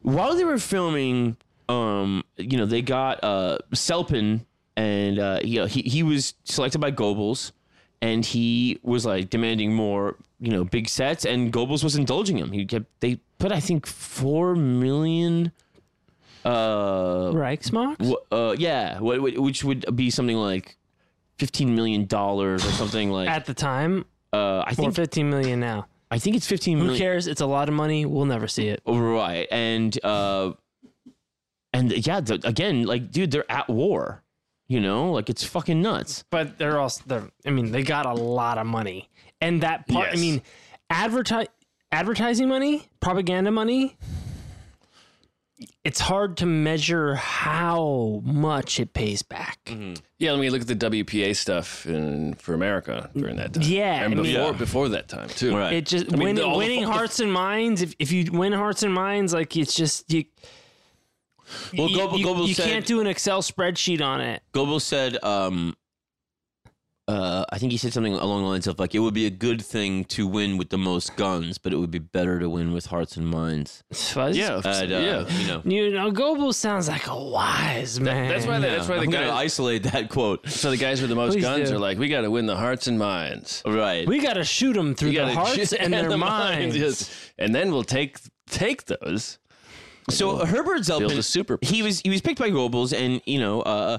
C: while they were filming, um, you know, they got uh, Selpin, and uh, you know, he he was selected by Goebbels. And he was like demanding more, you know, big sets, and Goebbels was indulging him. He kept they put, I think, four million, uh,
D: Reichsmark.
C: wh- uh, yeah, wh- wh- which would be something like fifteen million dollars or something like.
D: at the time
C: uh, I
D: or
C: think
D: 15 million now.
C: I think it's fifteen million.
D: Who cares? It's a lot of money. We'll never see it.
C: right and uh and yeah the, again like dude they're at war you know like it's fucking nuts
D: But they're also they're, I mean, they got a lot of money. And that part I
E: Yes.
D: mean, advertise advertising money, propaganda money. It's hard to measure how much it pays back.
E: yeah, I mean, look at the WPA stuff in, for America during that time.
D: Yeah,
E: and
D: I
E: before
D: mean-
C: Yeah.
E: before that time too.
C: Right.
D: It just
E: mean,
D: winning,
E: all the-
D: winning hearts and minds. If, if you win hearts and minds, like it's just you.
C: Well,
D: you,
C: Goebbels-
D: you-
C: Goebbels
D: you
C: said-
D: can't do an Excel spreadsheet on it.
C: goebbels said um uh i think he said something along the lines of like it would be a good thing to win with the most guns but it would be better to win with hearts and minds
D: Fuzz.
E: Yeah,
C: and, uh,
E: yeah.
C: you know
D: You know, Goebbels sounds like a wise man.
E: That's why. They, that's why the
C: Uh, i'm gonna
E: guys.
C: isolate that quote
E: So the guys with the most
D: Please
E: guns
D: do.
E: are like, we got to win the hearts and minds.
C: right
D: We gotta shoot them through
E: We
D: their
E: gotta
D: hearts
E: shoot-
D: and their
E: the
D: minds.
E: yes. and then we'll take take those.
C: So Herbert
E: build
C: Zelpin,
E: a super-
C: he was he was picked by Goebbels, and you know, uh,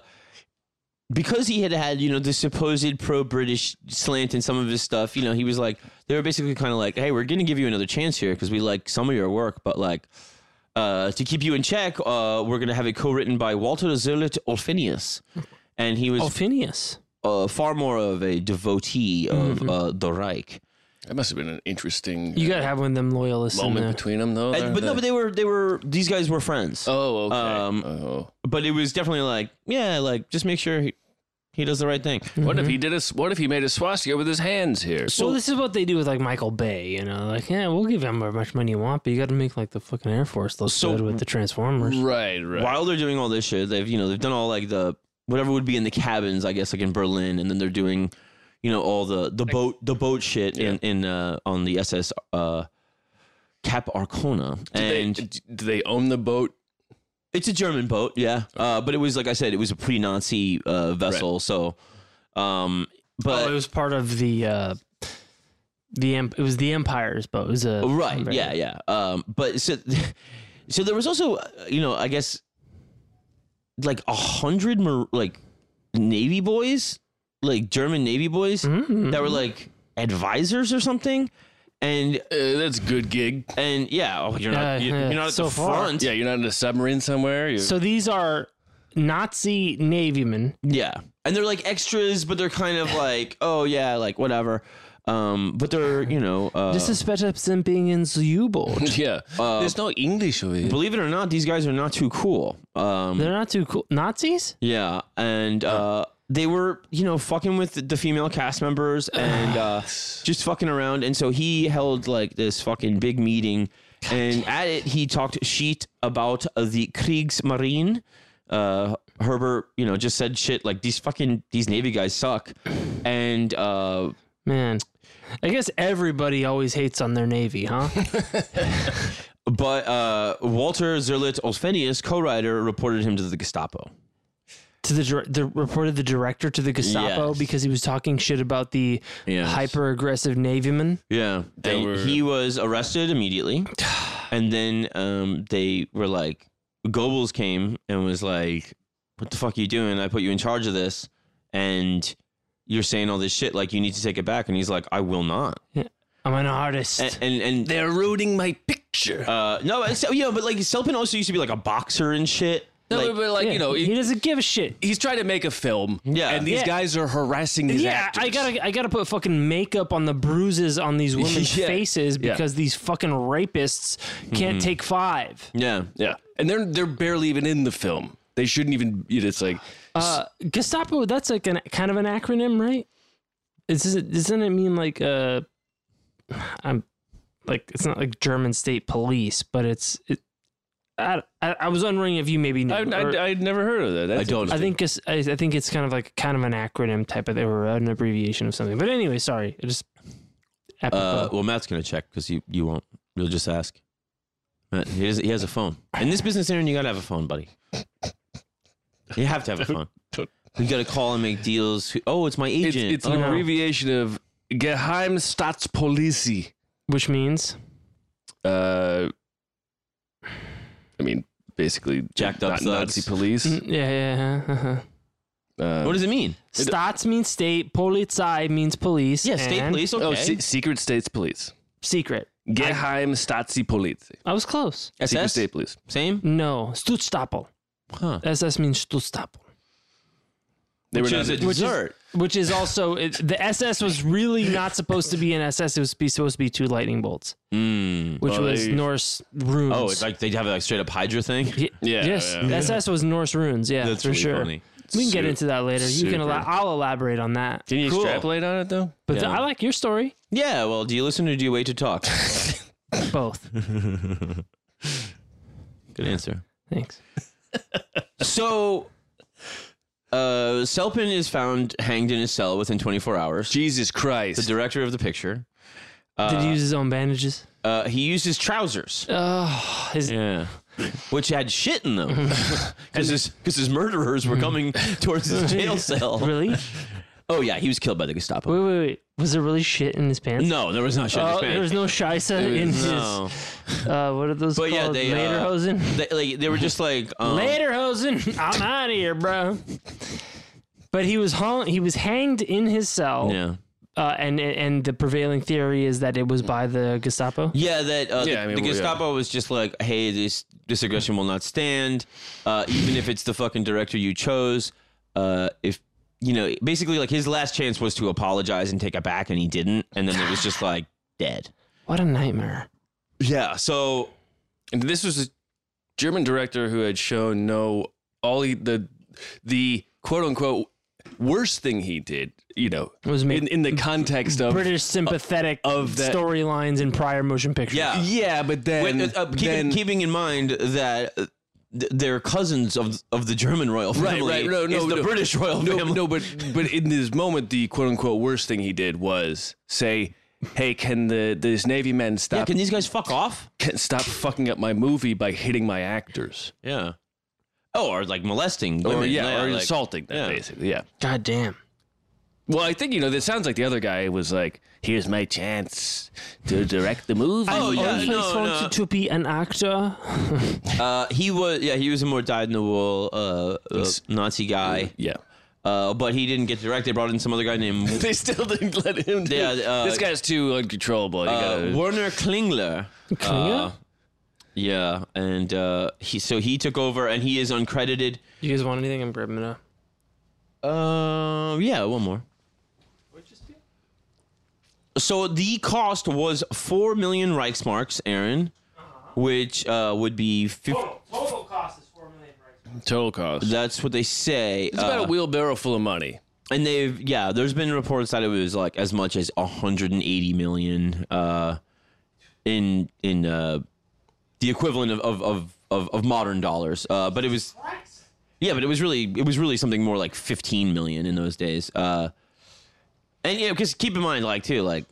C: because he had had you know the supposed pro-British slant in some of his stuff, you know, he was like they were basically kind of like, hey, we're going to give you another chance here because we like some of your work, but like. Uh, to keep you in check, uh, we're going to have it co-written by Walter Zerlet Olfinius, and he was
D: Oh, Alphinius.
C: uh, far more of a devotee of uh, the Reich.
E: That must have been an interesting
D: You gotta have one of them loyalists in
E: moment
D: there.
E: between them, though.
C: And-
E: there.
C: but no,
E: The-
C: but they were they were these guys were friends.
E: oh, okay.
C: um,
E: oh.
C: But it was definitely like, yeah, like just make sure he, he does the right thing.
E: What if he did a? s- What if he made a swastika with his hands here?
D: well, this is what they do with like Michael Bay, you know, like yeah, we'll give him as much money you want, but you got to make like the fucking Air Force look
C: So-
D: good with the Transformers.
E: Right, right.
C: While they're doing all this shit, they've you know they've done all like the whatever would be in the cabins, I guess, like in Berlin, and then they're doing, you know, all the the boat the boat shit in in uh, on the SS uh, Cap Arcona,
E: They-
C: and
E: d- do they own the boat?
C: It's a German boat, yeah. Uh, but it was like I said, it was a pre-Nazi uh, vessel. So, um,
D: Oh,
C: but
D: it was part of the uh the em- it was the Empire's boat. It was a
C: Oh, right, yeah, yeah. Um, but so, so there was also, uh, you know, I guess, like a hundred mar- like Navy boys, like German Navy boys
D: Mm-hmm.
C: that were like advisors or something, and
E: Uh, that's a good gig.
C: and yeah, oh, you're not
D: Yeah,
C: you're,
D: yeah,
C: you're not at
D: so
C: the
D: far.
C: front,
E: Yeah, you're not in a submarine somewhere. You're,
D: So these are Nazi navymen.
C: Yeah. And they're like extras, but they're kind of like, oh yeah, like whatever. Um, but they're, you know, uh,
D: This is better than being in the U-boat.
E: yeah, there's no English over here.
C: believe it or not, these guys are not too cool. Um,
D: They're not too cool. Nazis?
C: yeah. And, uh, they were, you know, fucking with the female cast members and, uh, just fucking around. And so he held like this fucking big meeting and at it, he talked shit about uh, the Kriegsmarine, uh, Herbert, you know, just said shit like these fucking these Navy guys suck, and uh,
D: Man. I guess everybody always hates on their navy, huh?
C: But uh, Walter Zerlit Olfenius, co-writer, reported him to the Gestapo.
D: to the, dir- the reported the director to the Gestapo
C: Yes.
D: because he was talking shit about the
C: Yes.
D: hyper aggressive navymen.
C: Yeah, and
E: were-
C: he was arrested immediately, and then um, they were like, Goebbels came and was like, "What the fuck are you doing? I put you in charge of this, and you're saying all this shit. Like you need to take it back." And he's like, "I will not."
D: I'm an artist.
C: And and, and
E: They're ruining my picture.
C: uh, no, it's, you know, but like Selpin also used to be like a boxer and shit.
E: no,
C: like,
E: but, but, like
D: Yeah,
E: you know,
D: he
E: he-
D: doesn't give a shit.
E: he's trying to make a film.
C: Yeah.
E: and these
D: Yeah.
E: guys are harassing these
D: Yeah,
E: actors.
D: I gotta, I gotta put fucking makeup on the bruises on these women's
C: Yeah.
D: faces because these fucking rapists
E: Mm-hmm.
D: can't take five.
C: yeah,
E: Yeah, and they're they're barely even in the film. They shouldn't even. You know, it's like
D: Uh, Gestapo, that's like an kind of an acronym, right? It's, isn't doesn't it mean like uh, I'm like it's not like German state police, but it's it, I, I I was wondering if you maybe knew.
E: I,
D: or-
E: I, would never heard of that. That's
C: I don't.
D: I think it's, I, I think it's kind of like kind of an acronym type of or an abbreviation of something. But anyway, sorry, it just
C: Uh,
E: Uh,
D: apropos.
C: well, Matt's gonna check because you you won't. You'll just ask. Matt, he, has, he has a phone. In this business, Aaron, you gotta have a phone, buddy. You have to have a phone. You gotta call and make deals. Oh, it's my
E: It's,
C: agent.
E: it's an
D: Oh.
E: abbreviation of Geheimstaatspolizei.
D: which means
E: Uh, I mean, basically,
C: Jacked up
E: not
C: thugs.
E: Nazi police.
D: Mm, yeah, yeah. yeah, Uh-huh.
E: Uh,
C: Oh, what does it mean?
D: Stats means state. Polizei means police.
C: Yeah, state
D: and
C: police. Okay.
E: Oh, se- secret states police.
D: Secret.
E: Geheimstaatspolizei.
D: I was close.
E: Secret
C: SS.
E: state police.
C: Same.
D: No, Stutzstapel.
C: Huh.
D: SS means Stutzstapel.
E: They
C: Which
E: were
C: is
E: not.
C: a dessert.
D: Which is also it, the SS was really not supposed to be an SS. It was be, supposed to be two lightning bolts,
C: Mm.
D: which
E: Oh,
D: was
E: they-
D: Norse runes.
C: Oh, it's like they have a straight up Hydra thing.
D: Y-
E: Yeah,
D: yes,
E: yeah.
D: SS was Norse runes. Yeah,
C: That's
D: for
C: really
D: sure.
C: funny.
D: We can get
E: Su-
D: into that later. You can.
E: super.
D: Elab- I'll elaborate on that.
E: Can you
C: Cool.
E: extrapolate on it though?
D: But
C: Yeah.
D: I like your story.
C: Yeah. Well, do you listen or do you wait to talk?
D: Both.
C: Good answer.
D: Thanks.
C: So, uh, Selpin is found hanged in his cell within 24 hours.
E: Jesus
C: the
E: Christ!
C: director of the picture.
D: Did he use his own bandages?
C: Uh, he used his trousers,
D: Oh, his,
C: uh, yeah, which had shit in them, because his because his murderers were coming towards his jail cell.
D: really? Wait,
C: Oh yeah, he was killed by the Gestapo.
D: wait, wait. Was there really shit in his pants?
C: No, there was not shit in his
D: Oh,
C: pants.
D: there was no shisa in
C: No.
D: his. Uh, what are those
C: But yeah,
D: called?
C: they, uh,
D: Lederhosen.
C: They, like they were just like um,
D: Lederhosen. I'm out of here, bro. But he was hung. He was hanged in his cell.
C: Yeah,
D: Uh, and and the prevailing theory is that it was by the Gestapo.
C: Yeah, that uh,
E: Yeah,
C: the,
E: I mean,
C: the
E: well, yeah.
C: Gestapo was just like, hey, this this aggression will not stand, uh, even if it's the fucking director you chose. Uh, if you know, basically, like his last chance was to apologize and take it back, and he didn't, and then it was just like dead.
D: What a nightmare!
C: Yeah. So
E: And this was a German director who had shown no all he, the the quote unquote worst thing he did, you know,
D: It was made
E: in, in the context of
D: British sympathetic
E: of that-
D: storylines in prior motion pictures.
C: yeah,
E: Yeah, but then,
C: Wait, uh, uh, keep-
E: then
C: keeping in mind that. uh, th- They're cousins of of the German royal
E: Right,
C: family.
E: right, no, no,
C: is the
E: no.
C: British royal
E: no,
C: family.
E: no, but but in this moment, the quote unquote worst thing he did was say, "Hey, can the these Navy men
C: yeah,
E: stop
C: can these guys fuck off?
E: can stop fucking up my movie by hitting my actors
C: Yeah. Oh, or like molesting women.
E: or yeah, or
C: like-
E: insulting them
C: yeah.
E: basically?" Yeah.
D: God damn.
E: Well, I think you know. That sounds like the other guy was like, "Here's my chance to direct the movie."
C: Oh, yeah,
D: Always
C: no,
D: wanted
C: no.
D: to be an actor.
C: Uh, he was yeah, he was a more dyed in the wool uh, uh,
E: Yes.
C: Nazi guy,
E: yeah.
C: uh, but he didn't get to direct. They brought in some other guy named
E: They still didn't let him. Do
C: Yeah, uh,
E: this guy's too uncontrollable. You
C: uh,
E: gotta-
C: Werner Klingler. Uh,
D: Klinger?
C: Yeah, and uh, he so he took over, and he is uncredited.
D: you guys want anything? I'm grabbing it up.
C: Uh, yeah, one more. So the cost was four million Reichsmarks, Aaron, which uh, would be fif-
D: Total cost is four million.
E: total cost.
C: that's what they say.
E: it's about
C: uh,
E: a wheelbarrow full of money.
C: and they've yeah there's been reports that it was like as much as 180 million uh in in uh the equivalent of of of, of, of modern dollars uh but it was yeah but it was really it was really something more like 15 million in those days uh and yeah because keep in mind like too like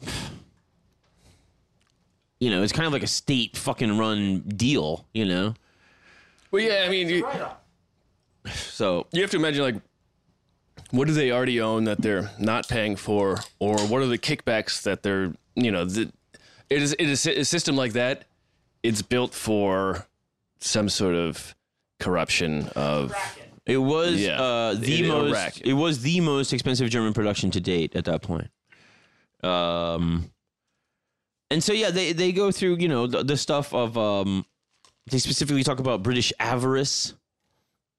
C: you know it's kind of like a state fucking run deal you know
E: Well, yeah, I mean, you,
C: so
E: you have to imagine like, what do they already own that they're not paying for, or what are the kickbacks that they're, you know, the, it is it is a system like that. It's built for some sort of corruption of.
C: it was
E: Yeah.
C: uh the
E: It- a
C: most
E: racket.
C: it was the most expensive german production to date at that point um and so yeah they they go through you know the, the stuff of um they specifically talk about british avarice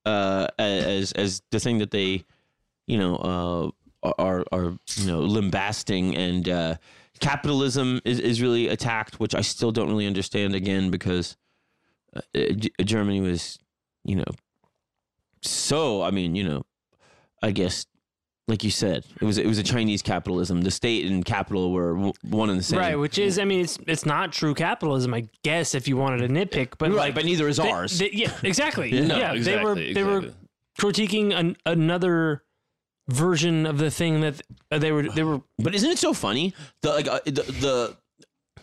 C: uh as as the thing that they you know uh are are you know lambasting and uh capitalism is is really attacked which i still don't really understand again because uh, G- germany was you know so i mean you know i guess like you said it was it was a chinese capitalism the state and capital were w- one and the same
D: Right, which is, I mean, it's it's not true capitalism, I guess, if you wanted to nitpick, but
C: right
D: like,
C: but neither is
D: they-
C: ours
D: they- yeah, exactly.
E: No,
D: yeah, they were
E: exactly,
D: they were
E: exactly.
D: critiquing an, another version of the thing that uh, they were they were
C: But isn't it so funny? The like uh, the the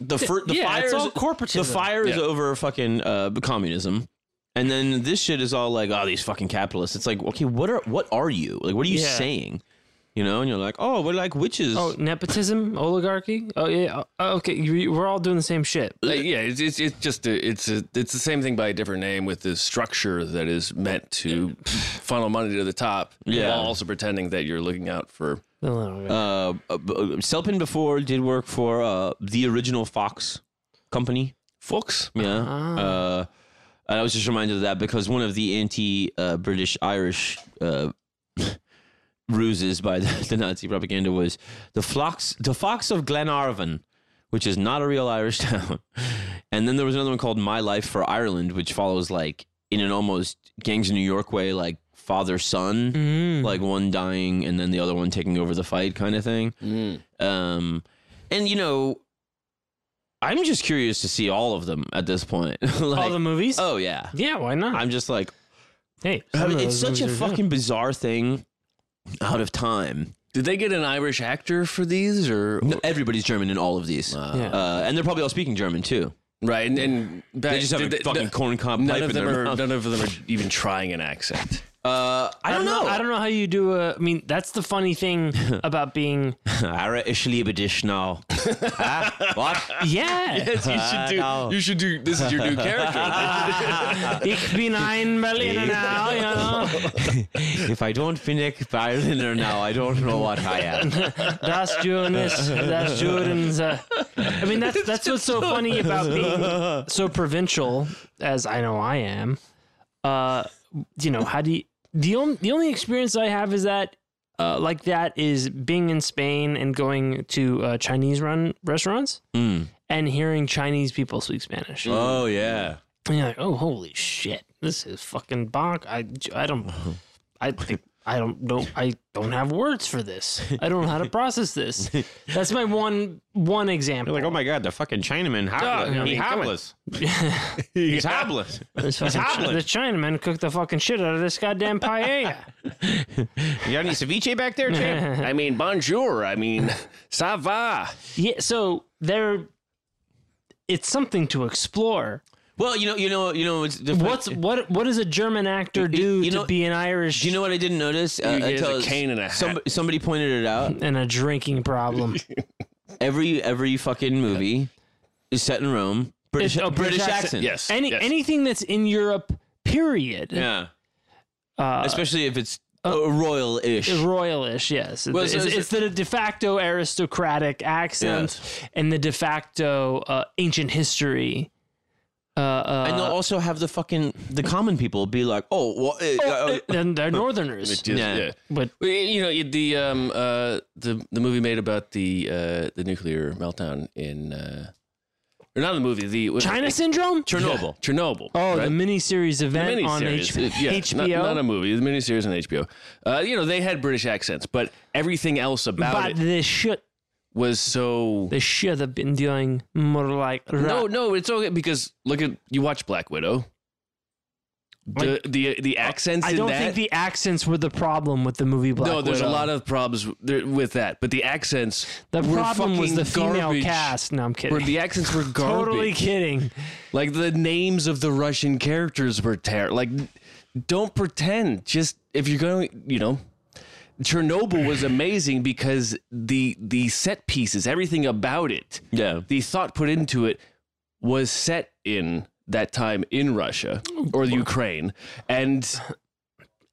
C: the, fir- the
D: yeah,
C: fire
D: it's
C: is-
D: all
C: the
D: corporatism.
C: fire is
E: Yeah.
C: over fucking uh, communism, and then this shit is all like, oh, these fucking capitalists. It's like, okay, what are what are you like? What are you
D: Yeah.
C: saying? You know, and you're like, oh, we're like witches.
D: oh nepotism oligarchy. Oh yeah, oh, okay, you, we're all doing the same shit.
C: Uh,
E: Like, yeah, it's, it's it's just a, it's a, it's the same thing by a different name with this structure that is meant to funnel money to the top,
C: Yeah.
E: while also pretending that you're looking out for.
D: Oh,
C: Uh, uh, b- uh, Selpin before did work for uh, the original Fox company.
E: Folks,
C: Yeah. Uh, and I was just reminded of that because one of the anti uh, British Irish uh, ruses by the, the Nazi propaganda was the Fox, the Fox of Glenarvan, which is not a real Irish town. And then there was another one called My Life for Ireland, which follows like in an almost Gangs of New York way, like father
D: Mm.
C: son,
D: Mm-hmm.
C: like one dying and then the other one taking over the fight kind of thing. Um, and you know, I'm just curious to see all of them at this point.
D: all
C: like,
D: the movies.
C: oh yeah,
D: yeah, why not?
C: I'm just like,
D: hey,
C: I
D: some
C: mean,
D: of
C: it's
D: those
C: such a
D: movies are good.
C: fucking bizarre thing out of time.
E: did they get an Irish actor for these or
C: Everybody's German in all of these,
D: Yeah.
C: uh, and they're probably all speaking German too.
E: right? And, and back,
C: They just have a
E: did
C: fucking corn cob
E: None
C: pipe
E: of
C: in
E: them
C: their
E: are
C: mouth.
E: none of them are even trying an accent.
C: Uh, I don't know.
D: I don't know how you do a. I mean, that's the funny thing about being.
C: Ara, ich liebe dich now. Huh? What?
D: Yeah,
E: you should do.
D: Ah,
C: no.
E: You should do. This is your new character.
D: ich bin ein Berliner now. You know,
C: If I don't finish Berliner now, I don't know what I am.
D: das Juden ist, das Juden. ist, uh, I mean, that's that's what's so funny about being so provincial, as I know I am. Uh, you know, how do you? The only the only experience I have is that. Uh, like that is being in Spain and going to uh, Chinese run restaurants and hearing Chinese people speak Spanish.
C: Oh yeah.
D: And you're like, oh, holy shit, this is fucking bonk. I, I don't,
C: Uh-huh.
D: I think. I don't don't I don't have words for this. I don't know how to process this. That's my one one example.
C: Like oh my god, the fucking Chinaman.
E: Ah,
D: Yeah, I
C: Hobble- he
D: mean, come on.
C: hobbless. He's hobbless.
D: This fucking
C: Tablet.
D: the Chinaman cooked the fucking shit out of this goddamn paella.
C: You got any ceviche back there, champ?
E: I mean, bonjour. I mean, ça va.
D: yeah, so there, it's something to explore.
C: well, you know, you know, you know. It's the
D: What's what what does a German actor do
C: you know-
D: to be an Irish
C: Do you know what I didn't notice? Uh,
E: get a cane and a hat.
C: somebody, somebody pointed it out.
D: and a drinking problem?
C: Every every fucking movie is set in Rome. British,
D: It's- oh,
C: British,
D: British
C: accent.
D: accent.
E: Yes.
D: Any
E: yes.
D: anything that's in Europe, period.
C: Yeah.
D: Uh,
C: Especially if it's uh, royal-ish.
D: royalish yes
C: Well,
D: it's,
C: so is
D: it's the de facto aristocratic accent and the de facto uh, ancient history uh, uh,
C: and they'll also have the fucking the common people be like, oh, well, uh, uh,
D: and they're northerners
E: Just-
C: Yeah.
D: but
E: Well, You know it- the um uh the the movie made about the uh the nuclear meltdown in uh or not the movie the was it-
D: china syndrome
E: Chernobyl Chernobyl
D: oh
E: right?
D: the miniseries event on H-
E: miniseries. Uh, Yeah,
D: hbo
E: Not, not a movie. The miniseries on HBO. Uh, you know, they had British accents, but everything else about
D: but
E: it
D: they should
E: was so.
D: they should have been doing more like
E: No,
D: ra-
E: no, it's okay because look at you watch Black Widow. The the the accents.
D: i
E: in
D: don't
E: that,
D: think the accents were the problem with the movie black
E: no, there's a
D: Widow.
E: lot of problems there, with that, but the accents.
D: the
E: were
D: problem was
E: fucking
D: the female
E: garbage.
D: cast no i'm kidding
E: Where the accents were garbage.
D: totally kidding
E: Like the names of the Russian characters were terrible. Like, don't pretend. Just if you're going, you know, Chernobyl was amazing because the the set pieces, everything about it,
C: yeah.
E: the thought put into it, was set in that time in Russia or the Ukraine, and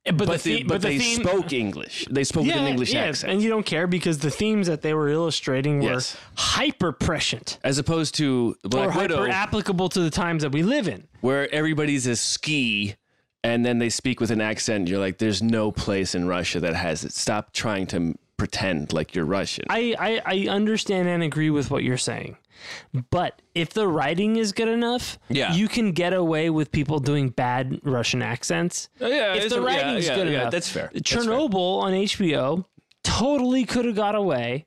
D: but, the,
E: but, they,
D: theme-
E: but,
D: but the
E: they
D: theme-
E: spoke English. They spoke with an English accent.
D: And you don't care because the themes that they were illustrating were
E: Yes.
D: hyper prescient
E: as opposed to
D: or
E: Black
D: hyper
E: Widow,
D: applicable to the times that we live in.
E: where everybody's a ski and then they speak with an accent you're like there's no place in russia that has it stop trying to m- pretend like you're russian
D: I, I, I understand and agree with what you're saying. But if the writing is good enough,
C: Yeah.
D: you can get away with people doing bad Russian accents.
E: Oh, yeah,
D: if the writing's good enough.
E: that's fair
D: Chernobyl on HBO totally could have got away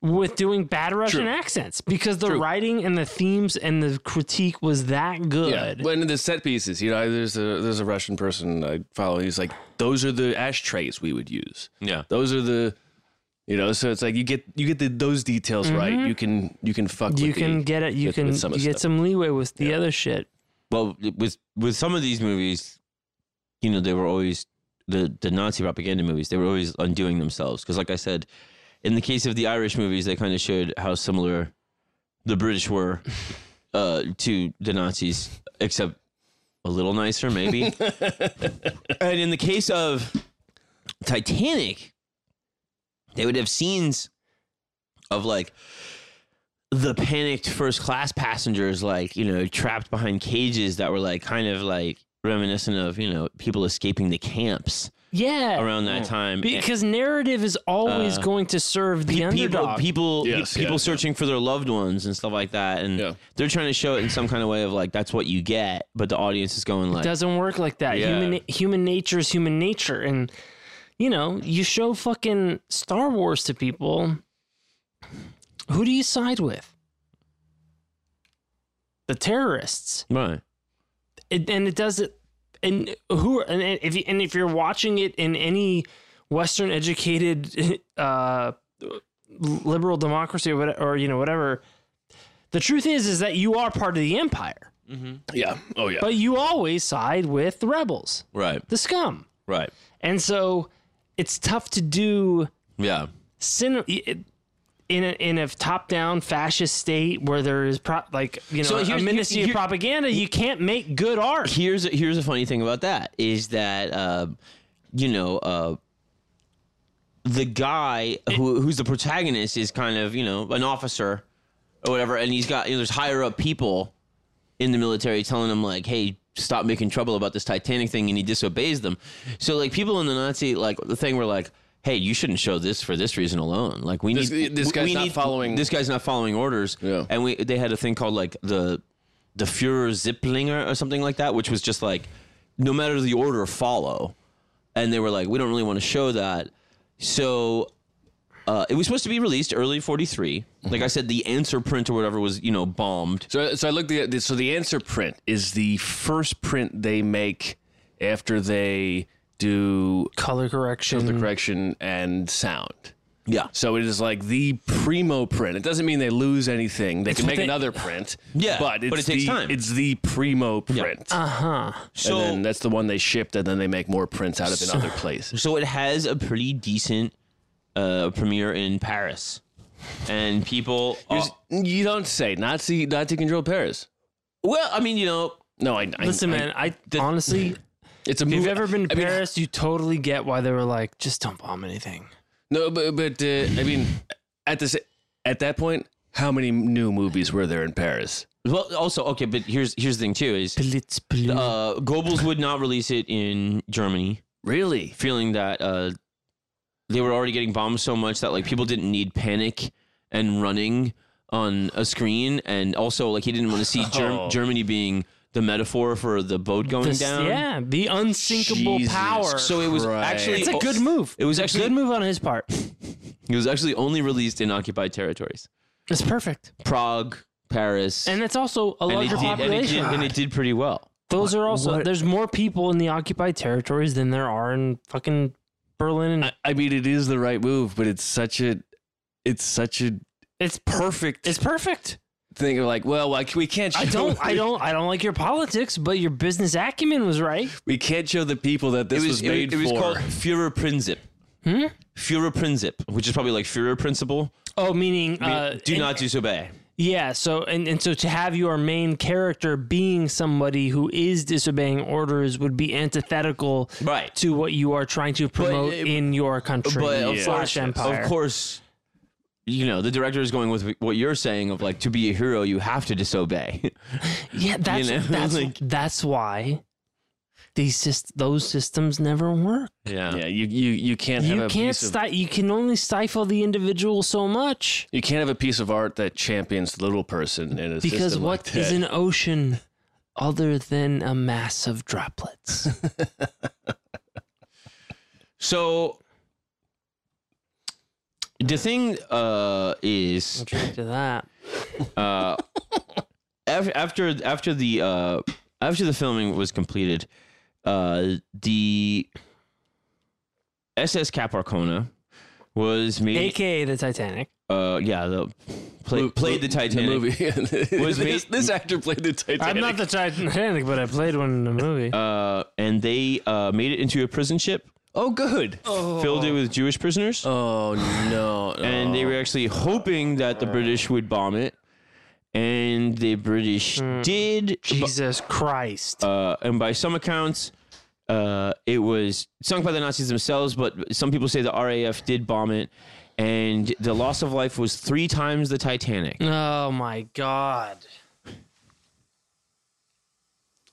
D: with doing bad Russian
E: True.
D: accents because the
E: True.
D: writing and the themes and the critique was that good.
E: yeah when the set pieces you know there's a there's a russian person i follow he's like those are the ashtrays we would use
C: Yeah.
E: those are the you know so it's like you get you get the, those details right you can you can fuck
D: Mm-hmm. you
E: with the-
D: can get it. You
E: with-
D: can
E: with some of
D: you
E: the
D: get
E: stuff.
D: some leeway with the other shit.
C: Well, with with some of these movies, you know, they were always the the Nazi propaganda movies. They were always undoing themselves because, like I said, in the case of the Irish movies, they kind of showed how similar the British were uh, to the Nazis, except a little nicer, maybe. and in the case of Titanic, they would have scenes of like the panicked first class passengers, like, you know, trapped behind cages that were like kind of like reminiscent of, you know, people escaping the camps
D: Yeah,
C: around that time.
D: because narrative is always
C: Uh,
D: going to serve the
C: Pe- people,
D: underdog.
C: people, pe-
E: Yes,
C: people
E: yeah,
C: searching for their loved ones and stuff like that, and
E: Yeah.
C: they're trying to show it in some kind of way of like that's what you get, but the audience is going like,
D: Doesn't work like that.
C: Yeah.
D: Human human nature is human nature, and you know you show fucking Star Wars to people. Who do you side with? The terrorists.
C: right,
D: it, and it does it and who and if you, and if you're watching it in any western educated uh liberal democracy or whatever, or you know whatever the truth is is that you are part of the empire
E: yeah oh yeah
D: but you always side with the rebels
C: right,
D: the scum
C: Right.
D: And so it's tough to do
C: Yeah.
D: cin- in a, in a top down fascist state where there is pro- like you know
C: So
D: a
C: here's-
D: ministry
C: here-
D: of propaganda. You can't make good art.
C: here's here's a funny thing about that is that uh, you know uh, the guy who who's the protagonist is kind of you know an officer or whatever, and he's got you know, there's higher up people in the military telling him like, hey. Stop making trouble about this Titanic thing, and he disobeys them. So, like, people in the Nazi like the thing were like, "Hey, you shouldn't show this for this reason alone." Like, we
E: This-
C: need
E: this
C: we-
E: guy's
C: we
E: not
C: need-
E: following-
C: This guy's not following orders.
E: Yeah.
C: And we they had a thing called like the the Führer Ziplinger or something like that, which was just like no matter the order, follow. And they were like, we don't really want to show that. So uh, it was supposed to be released early '43. Like I said, the answer print or whatever was you know bombed.
E: So, so I looked at the, so the answer print is the first print they make after they do
D: Color correction.
C: Mm.
E: the correction and sound.
C: Yeah,
E: So it is like the primo print. It doesn't mean they lose anything. They can
D: what
E: make
D: they-
E: another print.
C: Yeah,
E: but it's
C: but it takes
E: the,
C: time.
E: It's the primo print,
D: Uh huh.
E: and
C: so
E: then that's the one they shipped, and then they make more prints out of in other places.
C: so it has a pretty decent uh, premiere in Paris, and people. Are,
E: You don't say Nazi Nazi controlled Paris.
C: well, I mean, you know,
E: No, I, I
D: Listen,
E: I-
D: man. I honestly,
E: It's a
D: if
E: movie.
D: you've ever been to
E: I mean,
D: Paris, you totally get why they were like, just don't bomb anything.
E: No, but but uh, I mean, at this at that point, how many new movies were there in Paris?
C: well, also okay, but here's here's the thing too is
D: Blitz, blue.
C: uh, Goebbels would not release it in Germany,
E: Really?
C: feeling that uh, they were already getting bombed so much that like people didn't need panic and running on a screen, and also like he didn't want to see Ger-
E: Oh.
C: Germany being the metaphor for the boat going
D: This-
C: down.
D: yeah, the unsinkable
E: Jesus
D: power.
C: So it was
E: Christ.
C: actually
D: it's a good move.
C: It was
D: It's a
C: actually
D: good move on his part.
C: it was actually only released in occupied territories,
D: It's perfect,
C: Prague, Paris,
D: and it's also a
C: and it
D: larger
C: did, and it
D: population.
C: did and it did pretty well.
D: Those are also there's more people in the occupied territories than there are in fucking Berlin. And
E: I, I mean, it is the right move, but it's such a it's such a
D: it's
E: perfect
D: it's perfect.
E: thing. Of like, well, like we can't. Show,
D: I don't I don't I don't like your politics, but your business acumen was right.
E: We can't show the people that this
C: it
E: was,
C: was,
E: made
C: it, was- it
E: for.
C: was called Führerprinzip. Führerprinzip, which is probably like Führer principle.
D: Oh, meaning
C: I
D: uh,
C: mean, do
D: and-
C: not disobey.
D: Yeah. So and and so to have your main character being somebody who is disobeying orders would be antithetical
C: Right.
D: to what you are trying to promote
C: it-
D: in your country
C: But of
D: slash
C: course,
D: empire.
C: of course, you know the director is going with what you're saying of like to be a hero, you have to disobey.
D: Yeah, that's
C: know,
D: that's
C: like-
D: that's why these syst- those systems never work.
E: yeah, you you you can't have
D: you
E: a
D: can't
E: piece of,
D: sti- you can only stifle the individual so much
E: you can't have a piece of art that champions the little person in a
D: because
E: system
D: what is
E: like that.
D: an ocean other than a mass of droplets?
C: So the thing uh, is,
D: Drink to that.
C: uh, af- after after the uh, after the filming was completed, uh, the SS Capricorna was made.
D: AKA the Titanic.
C: uh, yeah, the play,
E: Mo-
C: played the
E: mo-
C: Titanic.
E: movie
C: Was
E: this,
C: made-
E: this actor played the Titanic.
D: I'm not the Titanic, but I played one in the movie.
C: Uh, and they uh, made it into a prison ship,
E: oh, good.
C: filled it with Jewish prisoners,
E: Oh no.
C: and they were actually hoping that the British would bomb it, and the British did.
D: Jesus Christ.
C: uh, and by some accounts, uh, it was sunk by the Nazis themselves. But some people say the RAF did bomb it, and the loss of life was three times the Titanic.
D: oh my God.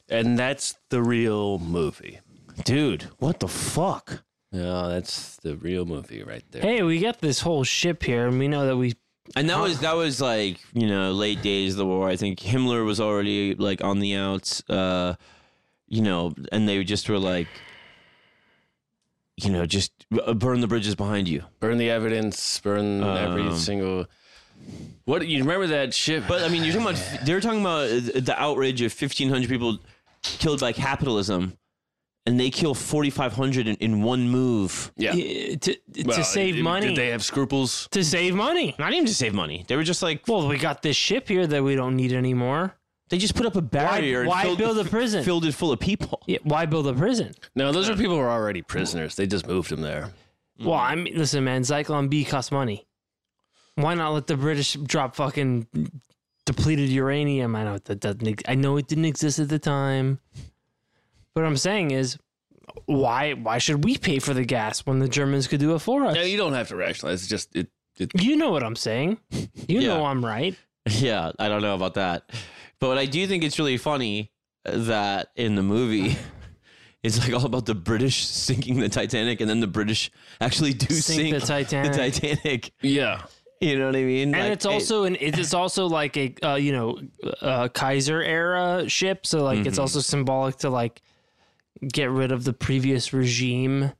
E: and that's the real movie.
C: Dude, what the fuck?
E: No, Oh, that's the real movie right there.
D: Hey, we got this whole ship here, and we know that we
C: And that was that was like you know late days of the war. I think Himmler was already like on the outs, uh, you know, and they just were like, you know, just uh, burn the bridges behind you.
E: Burn the evidence. Burn every
C: Um,
E: single. What you remember that shit?
C: But I mean, you're talking about they're talking about uh, the outrage of 1,500 people killed by capitalism, and they kill 4,500 in, in one move.
E: yeah.
D: eh, to,
E: Well,
D: to save
E: did-
D: money.
E: Did they have scruples?
D: to save money.
C: Not even to save money. They were just like
D: Well, we got this ship here that we don't need anymore.
C: They just put up a barrier. and
D: why
C: filled,
D: build a prison?
C: Filled it full of people.
D: Yeah, why build a prison?
E: No, those are people who are already prisoners. They just moved them there.
D: Well, I mean, listen, man, Zyklon B costs money. Why not let the British drop fucking depleted uranium? I know that doesn't. ex- I know it didn't exist at the time. But what I'm saying is, why? Why should we pay for the gas when the Germans could do it for us?
E: No, you don't have to rationalize. It's just it. it
D: You know what I'm saying. You
C: Yeah.
D: know I'm right.
C: Yeah, I don't know about that. But I do think it's really funny uh, that in the movie, it's like all about the British sinking the Titanic and then the British actually do
D: Sink
C: sink,
D: the Titanic.
C: The Titanic.
E: yeah,
C: You know what I mean?
D: and
C: Like,
D: it's
C: it-
D: also an it is also like a uh, you know uh, Kaiser era ship, so like it's also symbolic to like get rid of the previous regime.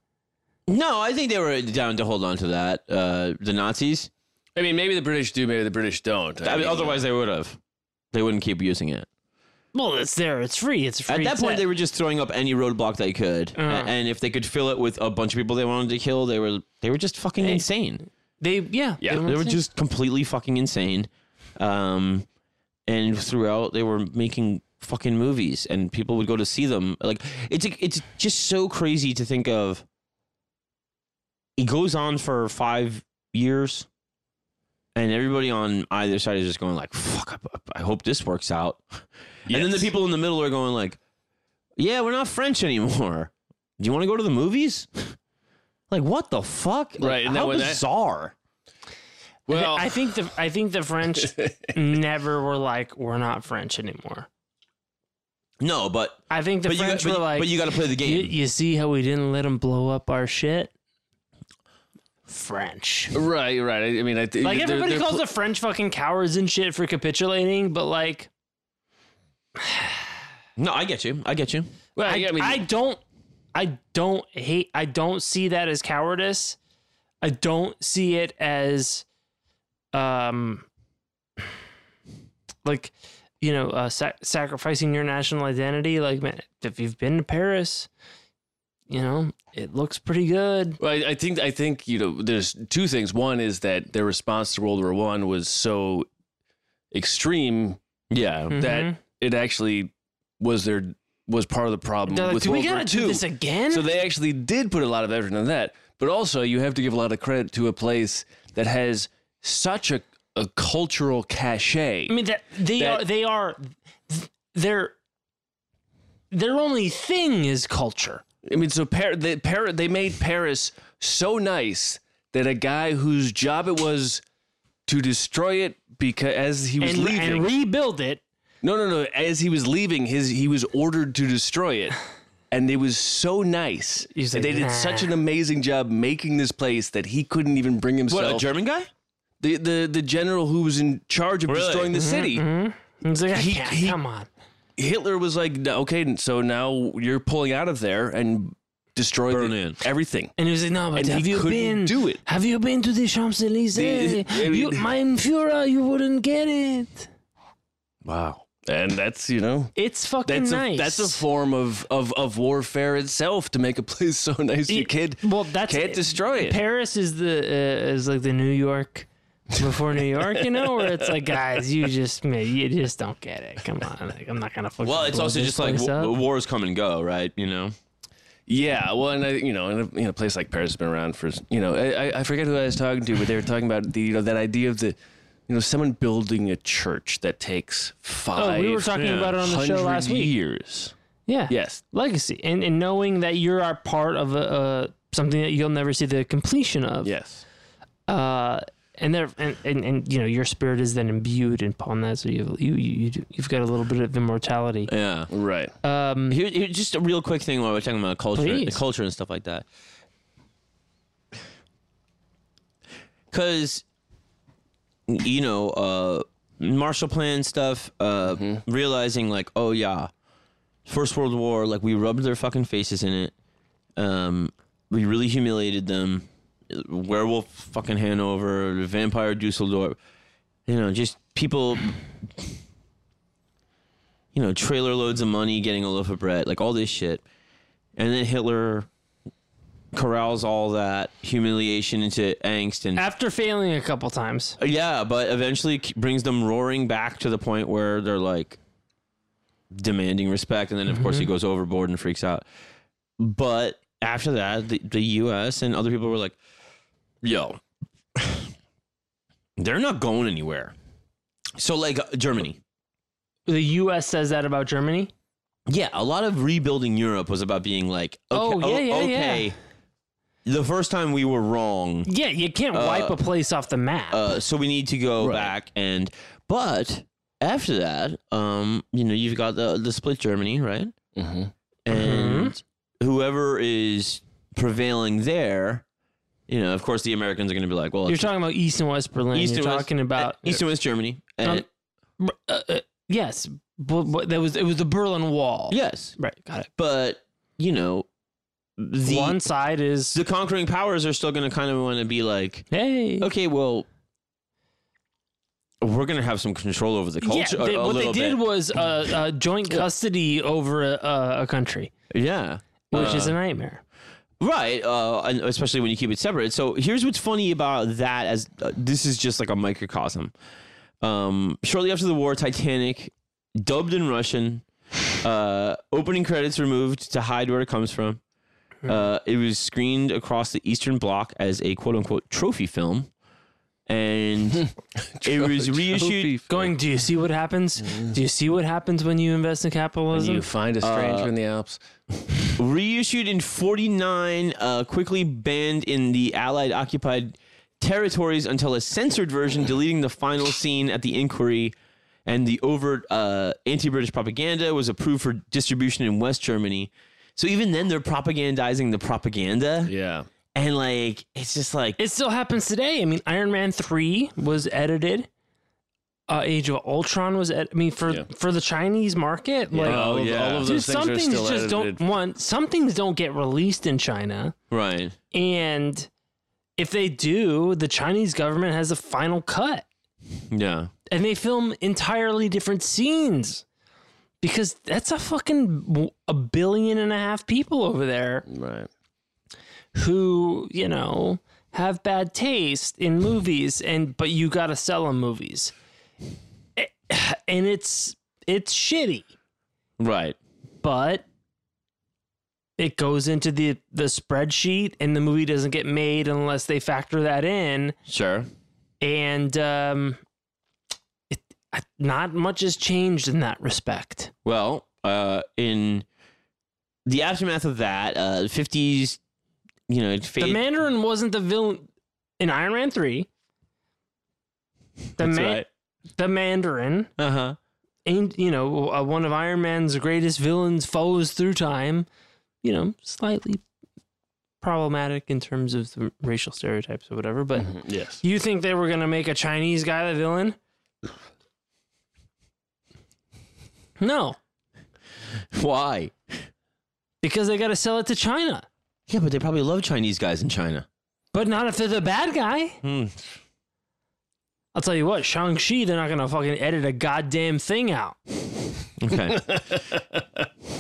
C: no, I think they were down to hold on to that. Uh, the Nazis.
E: I mean, maybe the British do, maybe the British don't.
C: I mean, otherwise, they would have. They wouldn't keep using it.
D: Well, it's there, it's free, it's free.
C: At that
D: it's
C: point,
D: it.
C: they were just throwing up any roadblock they could, A- and if they could fill it with a bunch of people they wanted to kill, they were they were just fucking insane.
D: they yeah
E: Yeah,
C: They were
D: to-
C: just completely fucking insane. Um, and throughout, they were making fucking movies, and people would go to see them. Like it's it's just so crazy to think of. It goes on for five years, and everybody on either side is just going like, "Fuck! I, I hope this works out." And then the
E: Yes.
C: people in the middle are going like, "Yeah, we're not French anymore. Do you want to go to the movies?" Like what the fuck? Like,
E: Right, and then
C: how
E: when that-
C: bizarre.
E: well,
D: I think the I think the French never were like we're not French anymore.
C: No, but
D: I think the
C: but you,
D: French
C: got, but,
D: were like
C: but you got to play the
D: you,
C: game.
D: you see how we didn't let them blow up our shit. French.
E: right, right. I- I mean, I th-
D: Like
E: they're-
D: everybody
E: they're
D: calls
E: pl-
D: the French fucking cowards and shit for capitulating, but like
C: no, I get you. I get you.
E: Well,
D: I,
E: yeah, I mean,
D: I don't I don't hate I don't see that as cowardice. I don't see it as um like you know uh, sac- sacrificing your national identity like man, if you've been to Paris you know it looks pretty good
E: Well, I, I think I think you know. There's two things. One is that their response to World War One was so extreme
C: Yeah.
D: Mm-hmm.
E: that it actually was their was part of the problem
D: They're like,
E: with
D: do we
E: World War
D: gotta do
E: Two.
D: this again?
E: So they actually did put a lot of effort into that. But also, you have to give a lot of credit to a place that has such a, a cultural cachet.
D: I mean that they
E: That-
D: are they are their their only thing is culture.
E: I mean, so Par- they, Par- they made Paris so nice that a guy whose job it was to destroy it because as he was
D: and,
E: leaving,
D: and rebuild it.
E: No, no, no. As he was leaving, his he was ordered to destroy it, and it was so nice.
D: He's
E: And
D: like,
E: they did
D: "Nah."
E: such an amazing job making this place that he couldn't even bring himself.
C: German guy?
E: the, the the general who was in charge of
C: Really?
E: destroying
D: Mm-hmm,
E: the city.
D: And He's like, I
E: He-
D: can't,
E: he-
D: come on.
E: Hitler was like, "No, "Okay, so now you're pulling out of there and destroy the-
C: Berlin.
E: everything."
D: And he was like, no, but
E: And he
D: have you
E: couldn't
D: been?
E: do it.
D: Have you been to the Champs Elysees?
E: The- I mean-
D: you, mein Führer, you wouldn't get it.
E: Wow. And that's you know
D: It's fucking
E: that's
D: nice.
E: a that's a form of, of of warfare itself to make a place so nice you
D: It-
E: can't
D: well, that's
E: can't destroy it.
D: Paris is the uh, is like the New York before New York, you know, where it's like, guys, you just man, you just don't get it. Come on, like, I'm not gonna fucking.
C: Well, it's
D: blow
C: also
D: this
C: just like
D: place up.
C: w- wars come and go, right? You know.
E: Yeah, well, and I, you know, in a, in a place like Paris has been around for, you know, I, I- I forget who I was talking to, but they were talking about the, you know, that idea of the, you know, someone building a church that takes
D: Oh,
E: five.
D: we were talking about it on the show last week.
E: Years.
D: Yeah.
E: Yes.
D: Legacy. And and knowing that you're a part of a, a something that you'll never see the completion of.
E: Yes.
D: Uh and there and, and, and you know, your spirit is then imbued upon that so you've you you you- you've got a little bit of immortality.
C: Yeah.
E: Right.
D: Um
C: Here, here, just a real quick thing while we're talking about culture,
D: Please.
C: culture and stuff like that. Because, you know, uh, Marshall Plan stuff, uh, realizing like, oh yeah, First World War, like we rubbed their fucking faces in it. Um, we really humiliated them. Werewolf fucking Hanover, Vampire Dusseldorf. You know, just people you know, trailer loads of money, getting a loaf of bread, like all this shit. And then Hitler corrals all that humiliation into angst and
D: after failing a couple times.
C: yeah, but eventually k- brings them roaring back to the point where they're like, demanding respect, and then of course he
D: Mm-hmm.
C: goes overboard and freaks out. But after that, the, the U.S. and other people were like, "Yo, they're not going anywhere." So like uh, Germany,
D: The U.S. says that about Germany.
C: yeah, a lot of rebuilding Europe was about being like,
D: Oh,
C: "Okay,
D: yeah, yeah, yeah.
C: okay, the first time we were wrong."
D: Yeah, you can't wipe a place off the map.
C: uh, so we need to go
E: Right.
C: back and but after that um you know you've got the the split germany right
D: Mm-hmm.
E: Mhm.
C: and whoever is prevailing there you know of course the americans are going to be like well
D: You're
C: it's
D: talking about East and West Berlin.
C: East
D: You're
C: and West-
D: talking about
C: east and west germany and
D: Um, uh, uh, yes, but, but that was it was the Berlin Wall.
C: yes
D: right. Got it.
C: but you know the
D: One side is
C: the conquering powers are still going to kind of want to be like
D: hey.
C: okay well we're going to have some control over the culture
D: yeah, they-
C: a, a
D: what they
C: little
D: did
C: bit.
D: was uh, uh, joint custody over a, a, a country,
C: yeah
D: which is
C: Uh,
D: a nightmare.
C: Right, uh, and especially when you keep it separate. So here's what's funny about that: as uh, this is just like a microcosm. Um, shortly after the war, Titanic, dubbed in Russian, uh, opening credits removed to hide where it comes from. Uh, it was screened across the Eastern Bloc as a quote-unquote trophy film, and it was reissued.
D: Going, do you see what happens? Do you see what happens when you invest in capitalism?
E: Mm-hmm. You find a
D: Uh,
E: stranger in the Alps.
C: reissued in 49 uh, quickly banned in the allied occupied territories until a censored version deleting the final scene at the inquiry and the overt uh, anti-british propaganda was approved for distribution in west germany so even then they're propagandizing the propaganda
E: Yeah.
C: and like it's just like
D: it still happens today. I mean, Iron Man three was edited. Uh, Age of Ultron was. Ed- I mean, for
E: Yeah.
D: for the Chinese market, like
E: all, of-
C: yeah.
E: all of
D: Oh, dude,
E: those
D: some
E: things are
D: things
E: still
D: just
E: edited.
D: don't want. Some things don't get released in China,
C: right
D: and if they do, the Chinese government has a final cut,
C: yeah
D: and they film entirely different scenes because that's a fucking w- a billion and a half people over there
E: right.
D: who you know have bad taste in movies and but you gotta sell them movies Eh, and it's it's shitty
C: right
D: but it goes into the the spreadsheet and the movie doesn't get made unless they factor that in
C: sure
D: and um it, I- not much has changed in that respect
C: Well, uh, in the aftermath of that, uh, 50s, you know,
D: the
C: fade,
D: mandarin wasn't the villain in iron man 3 the,
C: that's
D: Ma-
C: right.
D: the mandarin
C: Uh huh.
D: ain't you know uh, one of Iron Man's greatest villains foes through time, you know, slightly problematic in terms of the racial stereotypes or whatever. But
E: Yes.
D: you think they were gonna make a Chinese guy the villain? No,
C: Why?
D: because they got to sell it to China,
C: Yeah, but they probably love Chinese guys in China.
D: but not if they're the bad guy.
C: Hmm.
D: I'll tell you what, Shang Chi, they're not gonna fucking edit a goddamn thing out.
C: Okay.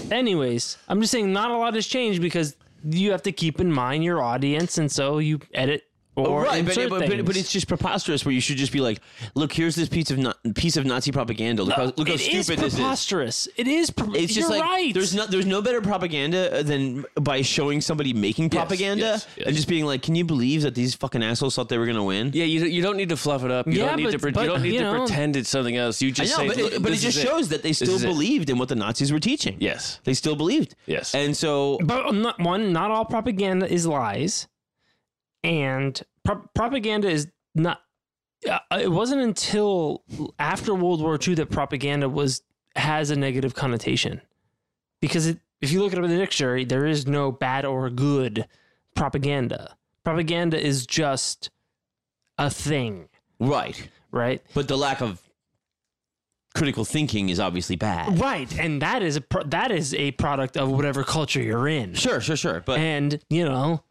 D: Anyways, I'm just saying not a lot has changed because you have to keep in mind your audience, and so you edit or
C: Oh, right, but,
D: insert
C: but, but, but
D: things.
C: it's just preposterous. Where you should just be like, look, here's this piece of na- piece of Nazi propaganda. Look how, look how
D: It
C: stupid
D: is
C: this is.
D: preposterous. It is. Pre-
C: It's just
D: You're
C: like
D: right.
C: there's no there's no better propaganda uh, than by showing somebody making propaganda
E: yes, yes.
C: and just being like, can you believe that these fucking assholes thought they were gonna win?
E: Yeah, you, you don't need to fluff it up. You
D: Yeah,
E: don't need
D: but-
E: to pre-
D: but,
E: you don't need
D: you
E: to
D: know-
E: pretend it's something else. You
C: I
E: just
C: know,
E: say,
C: but it,
E: "Look,
C: but it
E: this
C: just
E: is
C: shows that they still
E: is it.
C: believed in what the Nazis were teaching.
E: Yes.
C: They still believed.
E: Yes.
C: And so,
D: But not, one, not all propaganda is lies, and pro- propaganda is not. Uh, it wasn't until after World War II that propaganda was has a negative connotation, because it, if you look it up in the dictionary, there is no bad or good propaganda. Propaganda is just a thing,
C: right.
D: right?
C: But the lack of critical thinking is obviously bad.
D: Right, and that is a pro- that is a product of whatever culture you're in.
C: Sure, sure, sure. But
D: and you know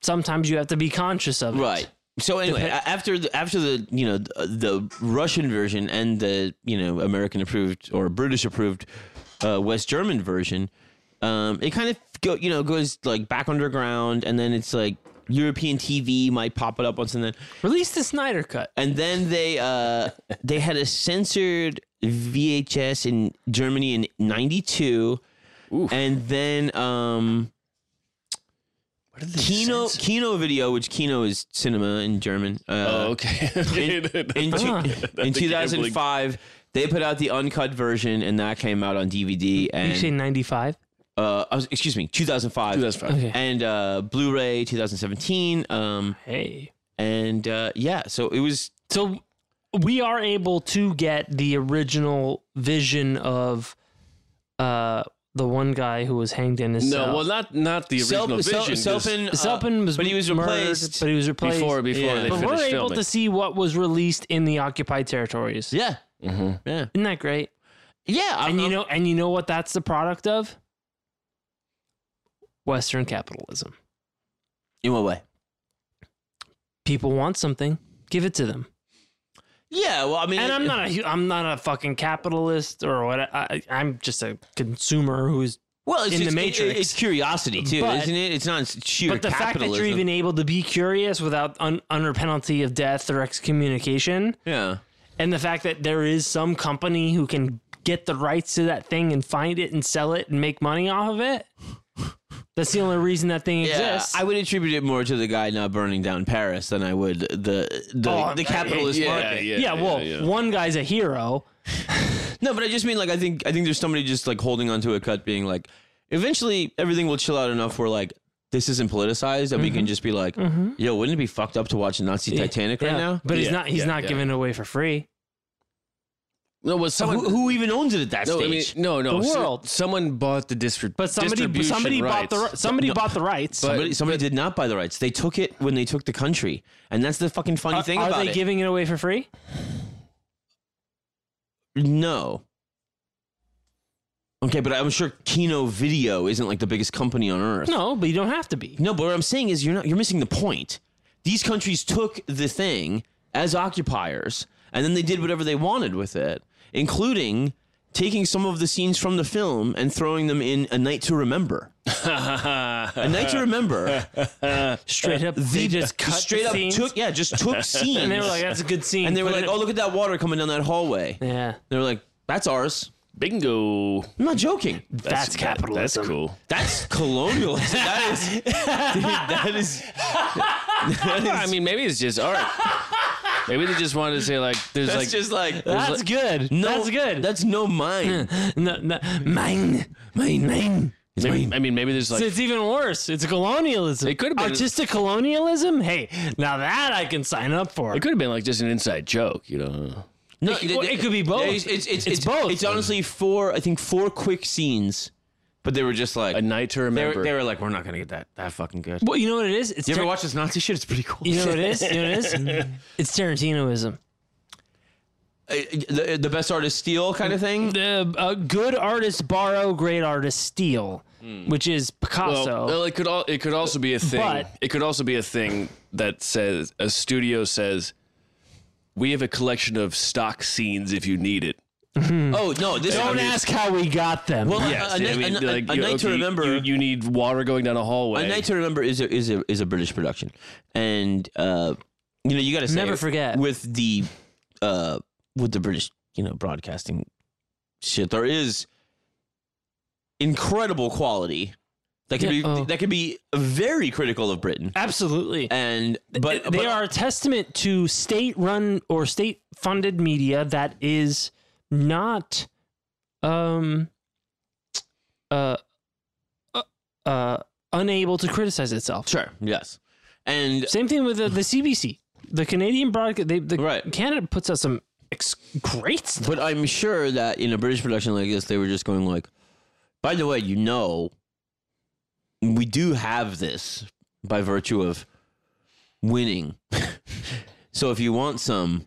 D: sometimes you have to be conscious of it
C: right. So anyway, a- after the, after the you know the, the Russian version and the you know American approved or British approved uh, West German version, um, it kind of go you know goes like back underground, and then it's like European TV might pop it up once and then.
D: Release the Snyder cut.
C: And then they uh, they had a censored VHS in Germany in '92,
E: Oof.
C: and then um,
E: What did they
C: Kino
E: censor?
C: Kino video, which Kino is cinema in German. Uh,
E: Oh, okay.
C: in, in, two-
D: Ah.
C: in
E: gambling.
C: 2005 they put out the uncut version and that came out on dvd
D: Did you say
C: and
D: ninety five?
C: uh, I was- excuse me 2005
E: 2005.
D: Okay.
C: and uh, blu-ray 2017 um,
D: Hey.
C: and uh, yeah so it was
D: So we are able to get the original vision of uh the one guy who was hanged in his
E: No,
D: cell.
E: well, not not the
C: Self-
E: original
C: Sel-
E: vision. just
C: Selpin, uh,
D: Selpin was
C: but he was
D: murdered,
C: replaced
D: but he was replaced
E: before before
C: Yeah.
E: they
D: But we're
E: finished
D: able
E: filming.
D: to see what was released in the occupied territories.
C: yeah yeah
D: Isn't that great?
C: yeah I'm-
D: Mm-hmm. And you
C: I'm-
D: know, and you know what that's the product of? Western capitalism.
C: in what way
D: People want something, give it to them.
C: yeah well i mean
D: And I'm not a hu- I'm not a fucking capitalist or what. I, I, am just a consumer who's.
C: well it's
D: in the
C: it's- it-
D: Matrix.
C: it's curiosity too
D: But-
C: isn't it it's not sheer
D: But the fact that
C: capitalism
D: you're even able to be curious without un, under penalty of death or excommunication,
C: yeah
D: and the fact that there is some company who can get the rights to that thing and find it and sell it and make money off of it. That's the only reason that thing exists.
C: I would attribute it more to the guy not burning down Paris than I would the the,
D: Oh,
C: the
D: I-
C: capitalist market.
E: yeah,
D: yeah, well,
E: yeah.
D: one guy's a hero.
C: No, but I just mean like I think I think there's somebody just like holding onto a cut, being like, eventually everything will chill out enough where like this isn't politicized and we can just be like, yo, wouldn't it be fucked up to watch Nazi Titanic right
D: Mm-hmm. Yeah.
C: now?
D: But he's
E: Yeah,
D: not he's
E: yeah,
D: not
E: yeah.
D: giving it away for free.
E: No, well,
C: So
E: someone
C: who, who even owns it at that
E: No, I mean,
C: stage?
E: no, no.
D: The
E: so-
D: world.
E: someone bought the district.
D: But somebody somebody bought the ri- somebody bought the rights.
C: somebody somebody did not buy the rights. They took it when they took the country, and that's the fucking funny
D: Are-
C: thing
D: are
C: about
D: they
C: it.
D: giving it away for free?
C: No. Okay, but I'm sure Kino Video isn't like the biggest company on earth.
D: No, but you don't have to be.
C: No, but what I'm saying is you're not you're missing the point. These countries took the thing as occupiers and then they did whatever they wanted with it, including taking some of the scenes from the film and throwing them in A Night to Remember. a Night to Remember.
D: Straight up, they just cut
C: Uh, straight
D: the
C: up
D: scenes,
C: took yeah, just took scenes.
D: and they were like, "That's a good scene."
C: and they were
D: put
C: like,
D: it-
C: "Oh, look at that water coming down that hallway."
D: yeah,
C: They were like, "That's ours."
E: bingo.
C: I'm not joking.
D: that's, capitalism."
E: That's cool.
C: That's colonialism. That is, dude, that is.
E: I mean, maybe it's just all right. Maybe they just wanted to say like, there's
C: That's
E: like,
C: just like
D: That's good.
C: no,
D: that's good.
C: That's no mine.
D: no, no, mine, mine, mine.
C: It's
E: maybe,
C: mine.
E: I mean, maybe there's
D: So
E: like,
D: it's even worse. It's colonialism.
E: It could've been-
D: artistic colonialism. Hey, now that I can sign up for.
E: it could have been like just an inside joke, you know?
C: No,
D: it- well, it could be both.
C: It's, it's, it's,
D: It's both.
C: It's honestly four. I think four quick scenes, but they were just like
E: A night to
C: they,
E: remember.
C: were, they were like we're not gonna get that that fucking good.
D: well, you know what it is? It's
C: You ever
D: Tar-
C: watch this Nazi shit? It's pretty cool.
D: you know what it is? You know what it is? it's Tarantinoism.
C: Uh, the, the best artist steal kind of thing.
D: The uh, good artists borrow, great artists steal,
C: Hmm.
D: which is
E: well,
D: Picasso.
C: uh,
E: well, it could all it could also be a thing.
D: But-
E: it could also be a thing that says a studio says, we have a collection of stock scenes if you need it.
C: Oh no, this
D: Mm. Don't ask how we got them.
C: Well,
E: Yes,
C: a,
E: I
C: Night-
E: mean,
C: a- a-
E: like,
C: a
E: you-
C: night to
E: okay,
C: remember.
E: You, you need water going down a hallway.
C: A Night to Remember is a is a is a British production, and uh, you know you got to
D: Never forget.
C: with the uh with the British you know broadcasting shit there is incredible quality that can
D: Yeah,
C: be
D: oh.
C: that can be very critical of Britain
D: Absolutely.
C: and but
D: they
C: but-
D: are a testament to state run or state funded media that is not um uh uh, uh unable to criticize itself.
C: sure yes and
D: Same thing with the, the CBC. The Canadian broadcast they the
C: Right.
D: Canada puts out some ex- great stuff.
C: But I'm sure that in a British production like this, they were just going like, "By the way, you know, we do have this by virtue of winning. so if you want some,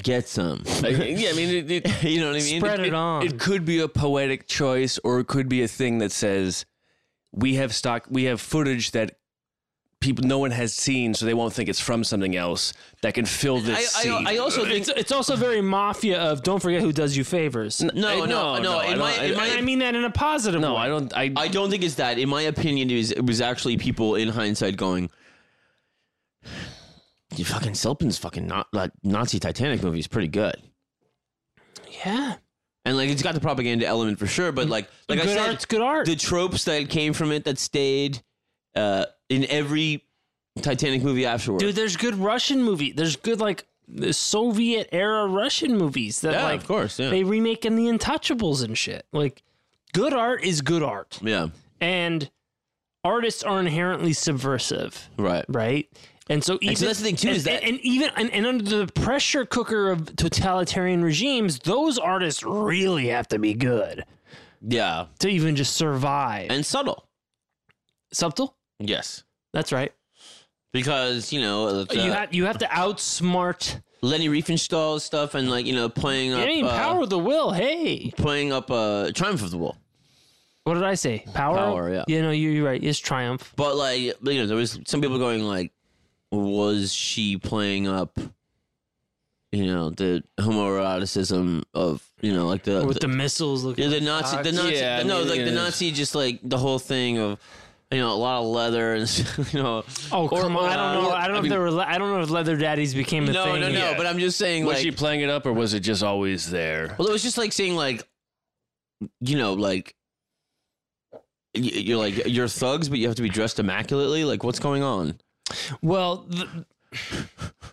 C: get some.
E: Like, yeah, I mean, it, it,
C: you know what I mean?
D: Spread it, on.
E: It could be a poetic choice, or it could be a thing that says we have stock, we have footage that people no one has seen, so they won't think it's from something else that can fill
C: I,
E: this scene.
C: I, I also think
D: it's, it's also very mafia of don't forget who does you favors.
C: no, no,
E: I-
C: no,
E: no, no, I
C: In
E: don't-
C: my, in
E: I-
C: my,
D: and I mean that in a positive
E: no,
D: way.
E: I don't. I,
C: I don't think it's that. In my opinion, it was, it was actually people in hindsight going, you fucking Silpin's fucking not like Nazi Titanic movie is pretty good.
D: Yeah.
C: And like it's got the propaganda element for sure, but like like I
D: Mm-hmm. good
C: said,
D: art's good art.
C: the tropes that came from it that stayed uh, in every Titanic movie afterwards.
D: Dude, there's good Russian movie. There's good like Soviet era Russian movies that
C: yeah,
D: like
C: of course, yeah,
D: they remake in the Untouchables and shit. Like good art is good art.
C: yeah,
D: And artists are inherently subversive,
C: right.
D: right? And so even
C: so that's the thing, too,
D: and,
C: is that-
D: and even and, and under the pressure cooker of totalitarian regimes, those artists really have to be good
C: Yeah,
D: to even just survive.
C: and subtle.
D: Subtle?
C: Yes,
D: That's right.
C: because you know it's, uh,
D: you have you have to outsmart
C: Lenny Riefenstahl stuff, and like you know playing up
D: getting
C: uh,
D: power of the will. Hey.
C: playing up uh, Triumph of the Will.
D: What did I say? Power?
C: Power, yeah.
D: You know, you're, you're right. It's triumph.
C: But like you know, there was some people going like, was she playing up? You know the homoeroticism of you know like the,
D: With
C: Uh, the
D: the missiles looking
C: Yeah, the
D: like
C: Nazi, the
D: cocks.
C: Nazi,
E: uh, Yeah, I
C: no,
E: mean,
C: like
E: yeah,
C: the
E: it
C: Nazi, just like the whole thing of, you know, a lot of leather and you know.
D: Oh,
C: or-
D: come on. I don't know.
C: or-
D: I don't know
C: I
D: if
C: mean-
D: there were. le- I don't know if leather daddies became a
C: No,
D: thing.
C: no, no.
E: Yeah.
C: But I'm just saying,
E: Was
C: like,
E: she playing it up, or was it just always there?
C: well, it was just like saying, like, you know, like, y- you're like you're thugs, but you have to be dressed immaculately. Like, what's going on?
D: Well, th-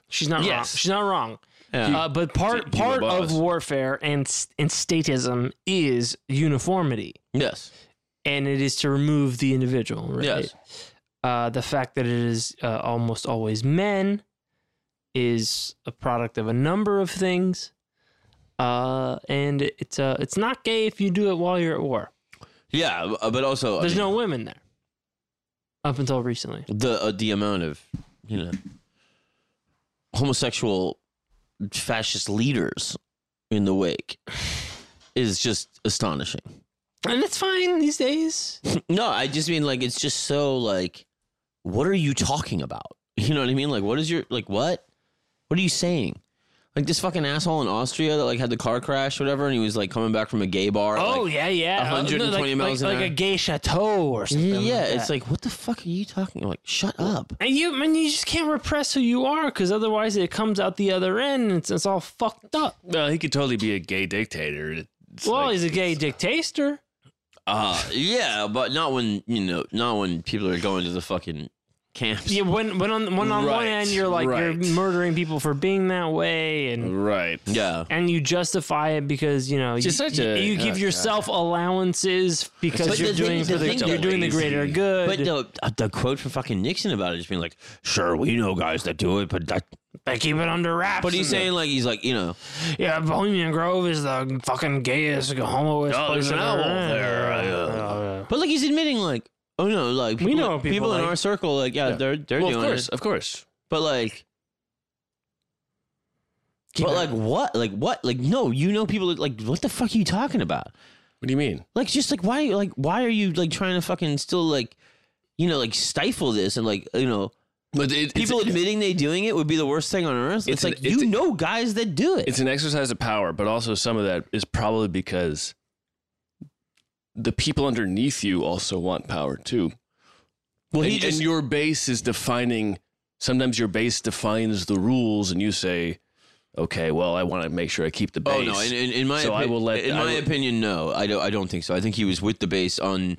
D: she's not wrong.
E: Yes.
D: She's not wrong.
C: Yeah.
D: Uh, but part
E: Hugo
D: part
E: Boss.
D: of warfare and s- and statism is uniformity,
C: Yes,
D: and it is to remove the individual. Right?
C: yes,
D: Uh, the fact that it is uh, almost always men is a product of a number of things, uh, and it's uh, it's not gay if you do it while you're at war.
C: yeah. b- uh, But also, I
D: There's
C: mean,
D: no women there. Up until recently,
C: the uh, the amount of you know homosexual fascist leaders in the wake is just astonishing.
D: and it's fine these days.
C: No, I just mean like it's just so like what are you talking about? You know what I mean? Like what is your like what? What are you saying? Like this fucking asshole in Austria that like had the car crash or whatever and he was like coming back from a gay bar. at,
D: Oh
C: like-
D: yeah, yeah, Uh, no,
C: 120
D: like,
C: miles
D: like,
C: an
D: like
C: hour.
D: a gay chateau or something.
C: yeah,
D: like
C: it's
D: that.
C: like what the fuck are you talking? Like shut up.
D: and you, man, you just can't repress who you are because otherwise it comes out the other end and it's, it's all fucked up.
E: Well, he could totally be a gay dictator. It's
D: well,
E: like-
D: he's a gay dictator.
C: Uh yeah, but not when, you know, not when people are going to the fucking camps.
D: Yeah, when when on when on one
E: Right,
D: end you're like
E: right.
D: you're murdering people for being that way and
E: right.
C: Yeah.
D: and you justify it because you know you,
E: just such
D: you-
E: a-
D: you give
E: oh,
D: yourself allowances because
C: But
D: you're
C: the thing-
D: doing
C: the
D: for the,
C: thing
D: you're
C: that-
D: doing the greater
E: Lazy.
D: good.
C: But the, the quote from fucking Nixon about it just being like, sure, we know guys that do it, but that.
D: They keep it under wraps.
C: But he's
D: and
C: saying, like, he's like, you know,
D: the- yeah, Bohemian Grove is the fucking gayest, homoest.
E: Oh, there's
D: place
E: an
D: I've ever
E: owl
D: been.
E: there. I, uh,
D: Yeah.
C: But like he's admitting, like, oh no, like
D: We know people,
C: in
D: like-
C: our circle, like yeah, they're they're
E: Well, of
C: doing
E: course,
C: it.
E: of course.
C: But like,
D: Keep
C: but
D: it-
C: like what? Like what? Like no, you know people. that- Like what the fuck are you talking about?
E: What do you mean?
C: Like just like why? Like why are you like trying to fucking still like, you know, like stifle this and like you know
E: But it,
C: people
E: it's,
C: admitting they doing it would be the worst thing on earth. It's,
E: It's an-
C: like
E: it's
C: you
E: a-
C: know guys that do it.
E: it's an exercise of power, but also some of that is probably because the people underneath you also want power too.
C: well,
E: and, and your base is defining. Sometimes your base defines the rules, and you say, "Okay, well, I want to make sure I keep the
C: Oh
E: base."
C: no! In, in, in my
E: So I
C: opi-
E: will let-
C: in
E: I
C: my
E: will-
C: opinion, no. I don't. I don't think so. I think he was with the base on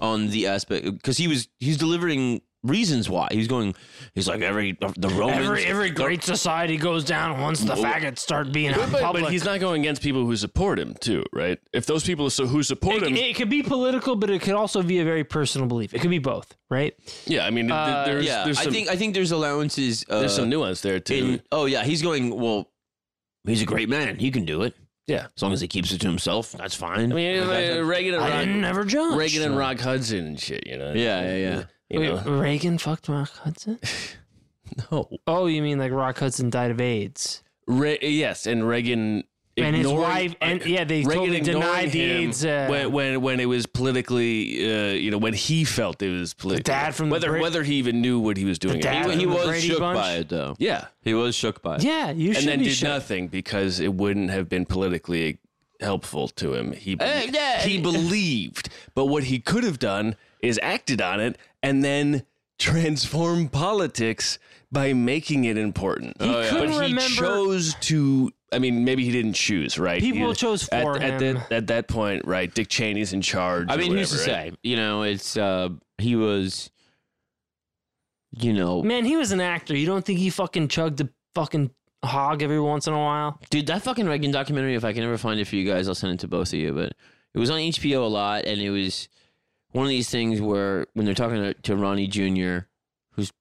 C: on the aspect because he was he's delivering reasons why he was going. He's like every the Romans.
D: Every every great society goes down once the faggots start being out in
E: but,
D: public.
E: but he's not going against people who support him too, right? If those people so who support
D: it,
E: him,
D: it could be political, but it could also be a very personal belief. It could be both, right?
E: yeah, I mean, th- there's,
C: yeah,
E: there's
C: I
E: some,
C: think I think there's allowances. Uh,
E: there's some nuance there too.
C: in- oh yeah, he's going. Well, he's a great man. He can do it
E: yeah,
C: as long as he keeps it to himself. That's fine.
E: I mean, like, Reagan and
D: I
E: Ron-
D: didn't never judge.
E: Reagan and Rock Hudson and shit, you know?
C: Yeah, yeah, yeah.
E: You
D: Wait,
E: know?
D: Reagan fucked Rock Hudson.
E: No.
D: Oh, you mean like Rock Hudson died of AIDS,
E: Re- yes, and Reagan
D: and his
E: ignoring-
D: wife, and yeah, they
E: Reagan
D: totally
E: ignoring
D: denied the
E: him
D: AIDS. Uh,
E: when, when when it was politically, uh, you know, when he felt it was political.
D: dad from the
E: whether
D: Brit-
E: whether he even knew what he was doing.
D: The
E: at
D: dad-
C: He,
E: the time.
C: he
D: the
C: was
D: Brady
C: shook
D: Bunch?
C: by it though.
E: yeah,
C: He was shook by it.
D: yeah, you should
E: and then
D: be
E: did
D: shocked.
E: nothing because it wouldn't have been politically helpful to him. He be-
C: Eh, yeah.
E: he believed, but what he could have done is acted on it and then transform politics by making it important.
D: He Oh, yeah. couldn't
E: But he
D: remember-
E: chose to. I mean, maybe he didn't choose, right?
D: People
E: He-
D: chose
E: at,
D: for
E: at
D: him.
E: that, at that point, right? Dick Cheney's in charge.
C: I
E: or
C: mean, who's to
E: whatever, right?
C: say? You know, it's uh, he was, you know,
D: Man, he was an actor. You don't think he fucking chugged a fucking hog every once in a while?
C: dude, that fucking Reagan documentary. If I can ever find it for you guys, I'll send it to both of you. But it was on HBO a lot, and it was one of these things where when they're talking to, to Ronnie Jr., who's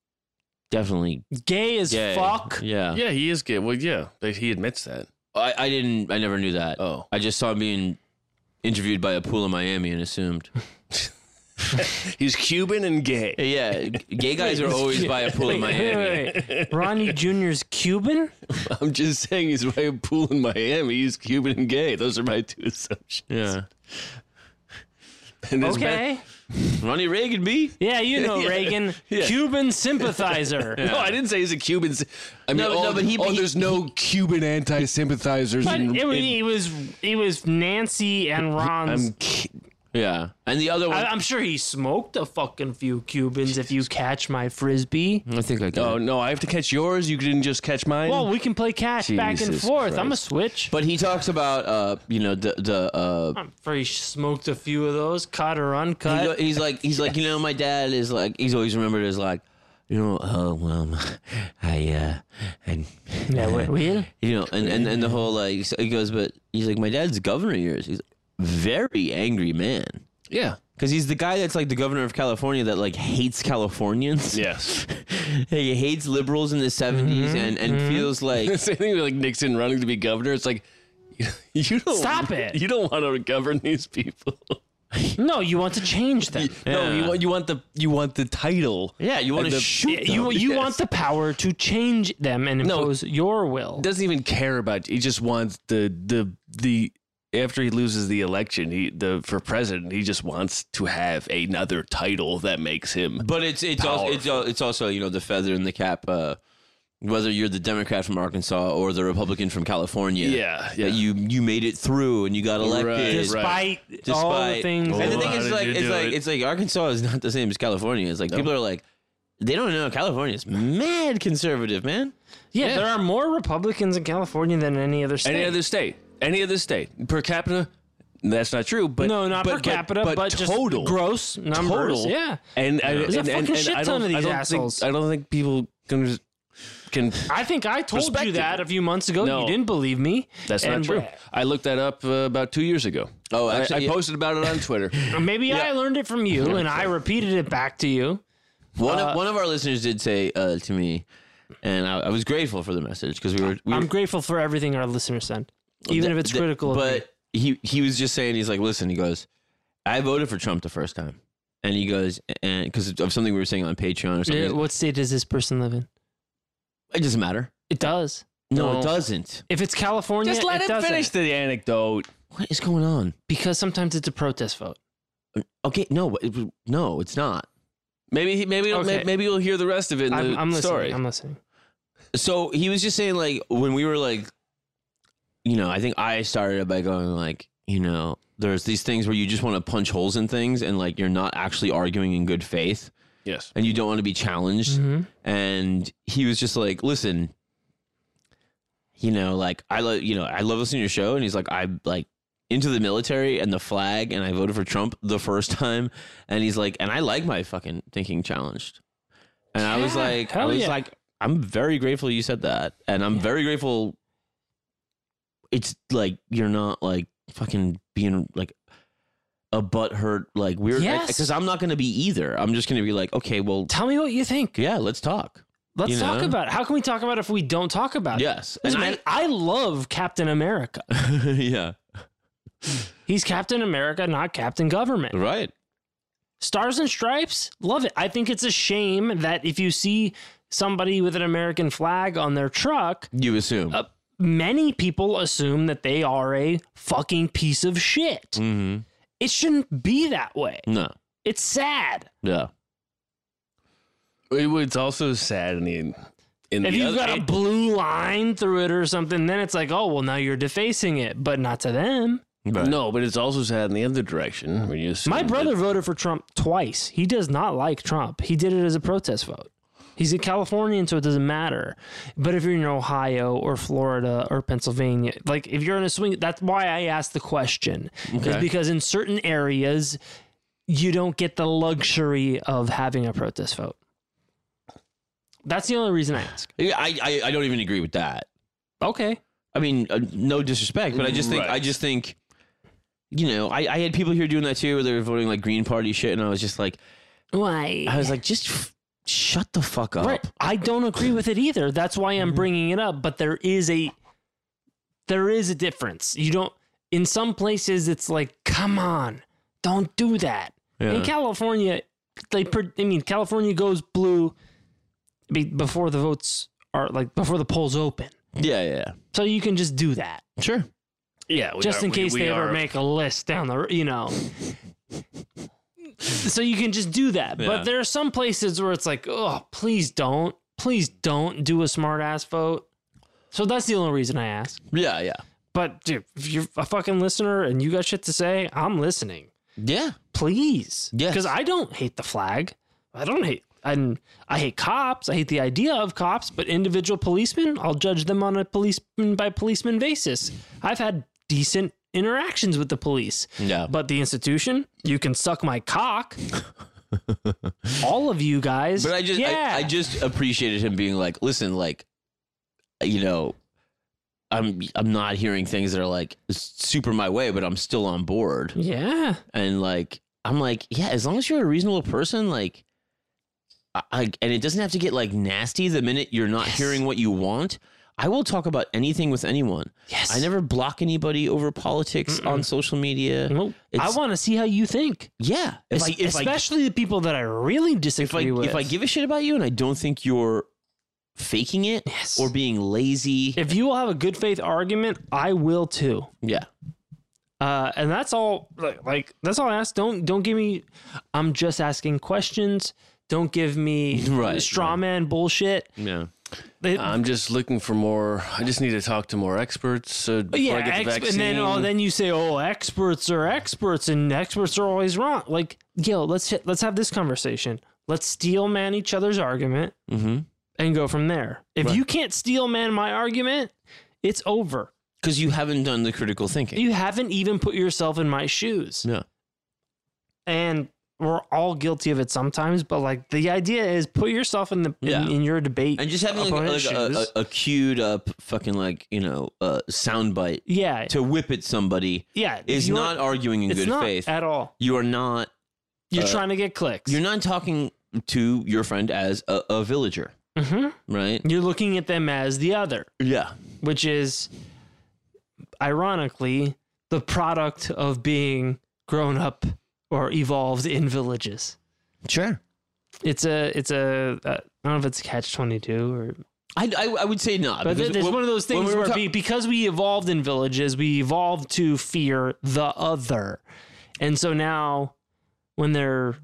C: definitely
D: Gay as
C: gay.
D: fuck.
C: Yeah,
E: Yeah, he is gay. Well, yeah, but he admits that.
C: I, I didn't. I never knew that.
E: Oh,
C: I just saw him being interviewed by a pool in Miami and assumed.
E: he's Cuban and gay.
C: Yeah, gay guys are always by a pool in
D: Wait, wait,
C: Miami.
D: wait, wait. Ronnie Jr.'s Cuban?
E: I'm just saying he's by a pool in Miami. He's Cuban and gay. Those are my two assumptions.
C: Yeah,
E: And this man-
D: Okay.
C: Ronnie Reagan, B.
D: Yeah, you know Reagan. Cuban sympathizer.
E: No, I didn't say he's a Cuban. sy- I mean,
C: No,
E: oh,
C: no, but he-
E: oh,
C: he-
E: there's no Cuban anti-sympathizers.
D: But
E: in-
D: it was,
E: in-
D: it was it was Nancy and Ron's.
E: I'm ki-
C: Yeah, and the other one.
D: I, I'm sure he smoked a fucking few Cubans. If you catch my frisbee,
C: I think I got
E: Oh
C: it.
E: no, I have to catch yours. You didn't just catch mine.
D: well, we can play catch back and
E: Jesus
D: forth. I'm a
E: Christ.
D: switch.
C: But he talks about, uh, you know, the the. Uh,
D: I'm pretty sure he smoked a few of those, cut or
C: he
D: uncut.
C: go- he's like he's like you know my dad is like he's always remembered as like you know oh well I uh and
D: Yeah, we- we'll.
C: you know and and and the whole like so he goes but he's like my dad's governor of yours he's a very angry man
E: yeah,
C: because he's the guy that's like the governor of California that like hates Californians
E: yes.
C: he hates liberals in the 70s
E: Mm-hmm.
C: and and feels like
E: Same thing with like Nixon running to be governor. It's like you- you don't
D: Stop it.
E: You don't want to govern these people.
D: No, you want to change them.
E: No, you
C: Yeah.
E: want you want the you want the title.
C: yeah you want
E: And
C: to
E: the-
C: shoot
D: Yeah, you you
E: Yes.
D: want the power to change them and
E: No.
D: impose your will.
E: Doesn't even care about. He just wants the the the. After he loses the election, he the for president, he just wants to have another title that makes him.
C: But it's it's also, it's al- it's also you know the feather in the cap. Uh, whether you're the Democrat from Arkansas or the Republican from California,
E: Yeah, yeah.
C: that you you made it through and you got elected.
E: right.
D: despite, all the
C: Despite-
D: things.
E: Oh,
C: And the
E: Well,
C: thing
E: how
C: is,
E: did
C: like,
E: you
C: it's
E: do
C: like
E: it?
C: it's like Arkansas is not the same as California. It's like people are like, they don't know California is mad conservative, man.
D: yeah, there are more Republicans in California than any other state.
E: Any other state. Any other state. Per capita, that's not true. But
D: no, not
E: but-
D: per capita, but, just
E: total.
D: gross numbers.
E: Total.
D: Yeah,
E: And, I, and,
D: a
E: and,
D: fucking
E: and
D: shit
E: I
D: ton
E: don't,
D: of
E: I
D: these
E: don't
D: assholes.
E: Think, I don't think people can. can
D: I think I told you
E: Perspective.
D: that a few months ago. You
E: No.
D: didn't believe me.
E: that's
D: And
E: not true. I looked that up uh, about two years ago.
C: Oh,
E: I-
C: actually,
E: I,
C: yeah.
E: posted about it on Twitter.
D: uh, Maybe I learned it from you, and I repeated it back to you.
C: One of one of our listeners did say uh, to me, and I, I was grateful for the message because we were we were
D: I'm grateful for everything our listeners send, even
C: th-
D: if it's
C: th-
D: critical. of me.
C: But he he was just saying he's like, listen, he goes, I voted for Trump the first time, and he goes, and because of something we were saying on Patreon or something,
D: Uh, what state does this person live in?
C: it doesn't matter.
D: It does.
C: No,
E: No.
C: it doesn't.
D: If it's California,
E: just let
D: it
E: him
D: doesn't.
E: finish the anecdote.
C: What is going on?
D: because sometimes it's a protest vote.
C: Okay, no, it- no, it's not.
E: Maybe he, maybe he'll-
D: Okay.
E: maybe you'll hear the rest of it in
D: I'm,
E: the
D: I'm listening.
E: story.
D: I'm listening.
C: So he was just saying like when we were like, you know, I think I started by going like, you know, there's these things where you just want to punch holes in things and like you're not actually arguing in good faith
E: yes.
C: and you don't want to be challenged.
D: Mhm.
C: and he was just like, "Listen, you know, like I love, you know, I love listening to your show." And he's like, "I'm like into the military and the flag, and I voted for Trump the first time." And he's like, "And I like my fucking thinking challenged." And I was
D: Yeah,
C: like, I
D: hell
C: was
D: yeah.
C: like, I'm very grateful you said that, and I'm very grateful. It's like you're not like fucking being like a butthurt like weird
D: Yes.
C: because I'm not gonna be either. I'm just gonna be like, okay, well,
D: Tell me what you think.
C: yeah, let's talk.
D: Let's
C: You
D: talk
C: know?
D: about it. How can we talk about it if we don't talk about it?
C: Yes.
D: Listen, I, I love Captain America.
C: yeah.
D: He's Captain America, not Captain Government.
C: Right.
D: Stars and Stripes, love it. I think it's a shame that if you see somebody with an American flag on their truck, uh,
C: You assume.
D: many people assume that they are a fucking piece of shit.
C: mm-hmm.
D: It shouldn't be that way.
C: No.
D: It's sad.
C: Yeah.
E: It, it's also sad. I mean, in
D: If
E: the
D: you've
E: other-
D: got a blue line through it or something, then it's like, oh, well, now you're defacing it, but not to them.
C: But
E: No, but it's also sad in the other direction. When you assume
D: My
E: that-
D: brother voted for Trump twice. He does not like Trump. He did it as a protest vote. He's a Californian, so it doesn't matter. But if you're in Ohio or Florida or Pennsylvania, like if you're in a swing, that's why I asked the question. is
E: Okay.
D: because in certain areas, you don't get the luxury of having a protest vote. That's the only reason I ask.
C: I, I I don't even agree with that.
D: Okay.
C: I mean, uh, no disrespect, but I just think
E: Right.
C: I just think, you know, I, I had people here doing that too, where they were voting like Green Party shit, and I was just like,
D: Why?
C: I was like, just f- shut the fuck up.
D: Right. I don't agree with it either. That's why I'm bringing it up. But there is a there is a difference. You don't in some places it's like, come on, don't do that. In California, they pr- I mean California goes blue be- before the votes are like before the polls open,
C: Yeah, yeah, yeah.
D: so you can just do that
C: Sure.
E: yeah, we
D: just
E: are-
D: in
E: we-
D: case
E: we
D: they ever
E: are-
D: make a list down the r- you know so you can just do that
C: Yeah.
D: but there are some places where it's like oh please don't please don't do a smart ass vote so that's the only reason i ask
C: Yeah, yeah,
D: but dude if you're a fucking listener and you got shit to say i'm listening
C: yeah.
D: please
C: Yes.
D: because i don't hate the flag i don't hate and I hate cops. I hate the idea of cops, but individual policemen, I'll judge them on a policeman by policeman basis. I've had decent interactions with the police,
C: Yeah.
D: but the institution, you can suck my cock. All of you guys.
C: But I just,
D: yeah.
C: I, I just appreciated him being like, listen, like, you know, I'm, I'm not hearing things that are like super my way, but I'm still on board.
D: yeah.
C: And like, I'm like, yeah, as long as you're a reasonable person, like, I, I, and it doesn't have to get like nasty the minute you're not
D: Yes.
C: hearing what you want. I will talk about anything with anyone.
D: Yes.
C: I never block anybody over politics on social media.
D: Nope. I
C: It's-
D: want to see how you think,
C: Yeah. If I, if I
D: especially the people that I really
C: if I
D: disagree with.
C: if I give a shit about you and I don't think you're faking it
D: Yes.
C: or being lazy,
D: if you will have a good faith argument, I will too.
C: yeah,
D: uh, and that's all like, like that's all i ask don't don't give me i'm just asking questions don't give me
C: Right,
D: straw man bullshit
C: yeah,
D: It-
E: I'm just looking for more. I just need to talk to more experts. So before
D: yeah
E: I get the
D: ex-
E: vaccine,
D: and then oh then you say oh experts are experts and experts are always wrong like yo let's hit- let's have this conversation let's steel man each other's argument
C: mm-hmm.
D: and go from there if you can't steel man my argument it's over
C: Because you haven't done the critical thinking.
D: you haven't even put yourself in my shoes
C: no,
D: and we're all guilty of it sometimes but like the idea is put yourself in the in-
C: Yeah.
D: in, your debate
C: and just having like,
D: opponent's
C: like, a,
D: shoes.
C: a, a queued up fucking like you know uh, soundbite
D: yeah
C: to whip at somebody
D: yeah
C: is
D: you're-
C: not arguing in
D: it's
C: good
D: not
C: faith.
D: at all
C: you are not.
D: you're
C: Uh,
D: trying to get clicks
C: You're
D: you're,
C: not talking to your friend as a, a villager,
D: Mhm.
C: right?
D: you're looking at them as the other
C: Yeah,
D: which is ironically the product of being grown up or evolved in villages
C: sure.
D: it's a it's a uh, I don't know if it's a catch twenty two or
C: I, I, I would say not.
D: But
C: because
D: it's
C: when-
D: one of those
C: when
D: things
C: we were
D: where
C: ta-
D: be, because we evolved in villages, we evolved to fear the other. And so now when they're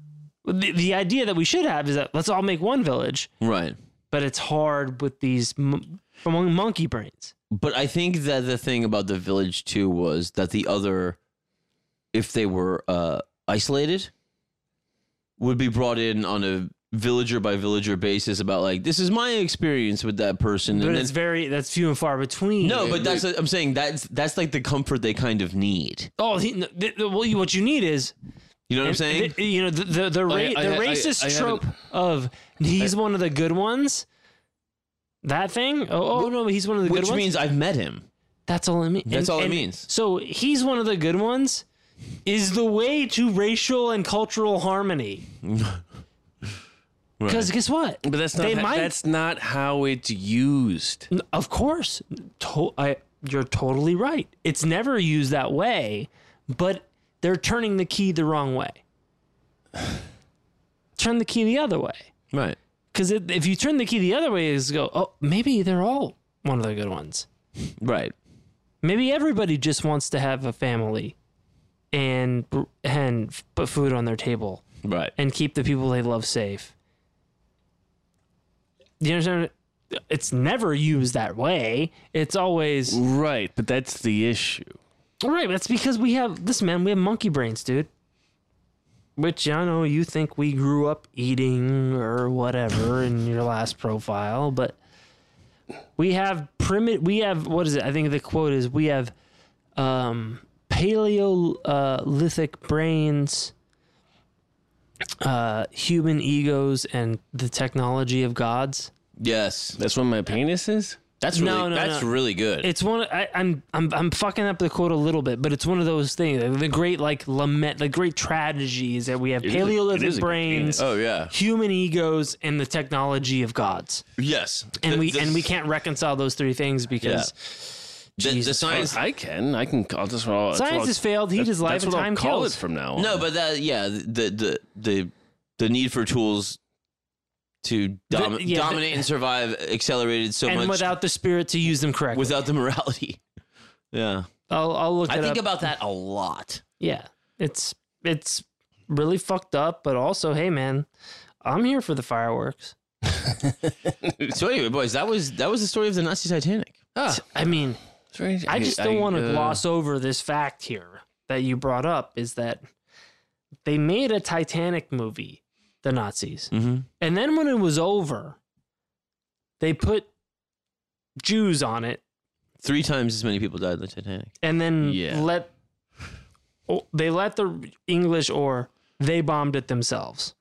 D: the, the idea that we should have is that let's all make one village,
C: right.
D: but it's hard with these m- among monkey brains.
C: But I think that the thing about the village too was that the other, if they were uh, isolated, would be brought in on a villager by villager basis about like this is my experience with that person.
D: But
C: and
D: it's
C: then,
D: very that's few and far between.
C: no, but that's I'm saying that's that's like the comfort they kind of need.
D: oh, he, no, th- th- well, you- what you need is
C: You know what I'm saying?
D: th- you know the the, the, ra-
E: I- I-
D: the
E: I-
D: racist
E: I haven't-
D: trope of he's one of the good ones. That thing? Oh, oh no, but he's one of the
C: Which
D: good ones.
C: means I've met him.
D: That's all it means.
C: That's all it means.
D: So he's one of the good ones. Is the way to racial and cultural harmony. Because guess what?
E: but that's not.
D: They
E: ho-
D: might-
E: That's not how it's used.
D: N- Of course, to- I, you're totally right. It's never used that way, but they're turning the key the wrong way. Turn the key the other way.
C: Right.
D: Because if you turn the key the other way, is go. Oh, maybe they're all one of the good ones.
C: Right.
D: Maybe everybody just wants to have a family and and f- put food on their table
C: Right.
D: and keep the people they love safe. You understand? It's never used that way. It's always
E: Right, but that's the issue.
D: Right, that's because we have this man. We have monkey brains, dude. Which I know you think we grew up eating or whatever in your last profile, but we have primitive. We have what is it? I think the quote is we have um, paleolithic brains, uh, human egos, and the technology of gods.
C: Yes.
E: That's what my penis is.
C: That's really,
D: No, no,
C: that's
D: no.
C: really good.
D: It's one. I, I'm I'm I'm fucking up the quote a little bit, but it's one of those things. The great like lament, the great tragedies that we have
E: is a- it
D: paleolithic
E: is a good
D: brains,
C: oh yeah.
D: human egos, and the technology of gods,
C: Yes.
D: and
C: The-
D: we
C: the-
D: and we can't reconcile those three things because
C: the, the
D: Jesus
C: science.
E: I can. I can. I'll just. I'll, that's what
D: science
E: I'll-
D: has failed. Heat is life,
E: That's
D: and
E: what I'll
D: time
E: call
D: kills.
E: it from now on.
C: No, but that yeah, the the the the need for tools to domi-
D: The- yeah, the-
C: dominate and survive accelerated so
D: and
C: much
D: without the spirit to use them correctly.
C: without the morality. Yeah,
D: I'll, I'll look
C: I
D: it
C: think
D: up.
C: about that a lot.
D: yeah, it's it's really fucked up, but also, hey man, I'm here for the fireworks.
C: So anyway, boys, that was that was the story of the Nazi Titanic.
E: Ah,
D: I mean.
E: strange.
D: I just don't want to
E: uh,
D: gloss over this fact here that you brought up is that they made a Titanic movie, the Nazis.
C: Mm-hmm.
D: And then when it was over, they put Jews on it
C: Three times as many people died in the Titanic.
D: and then
E: Yeah.
D: let oh, they let the English or they bombed it themselves.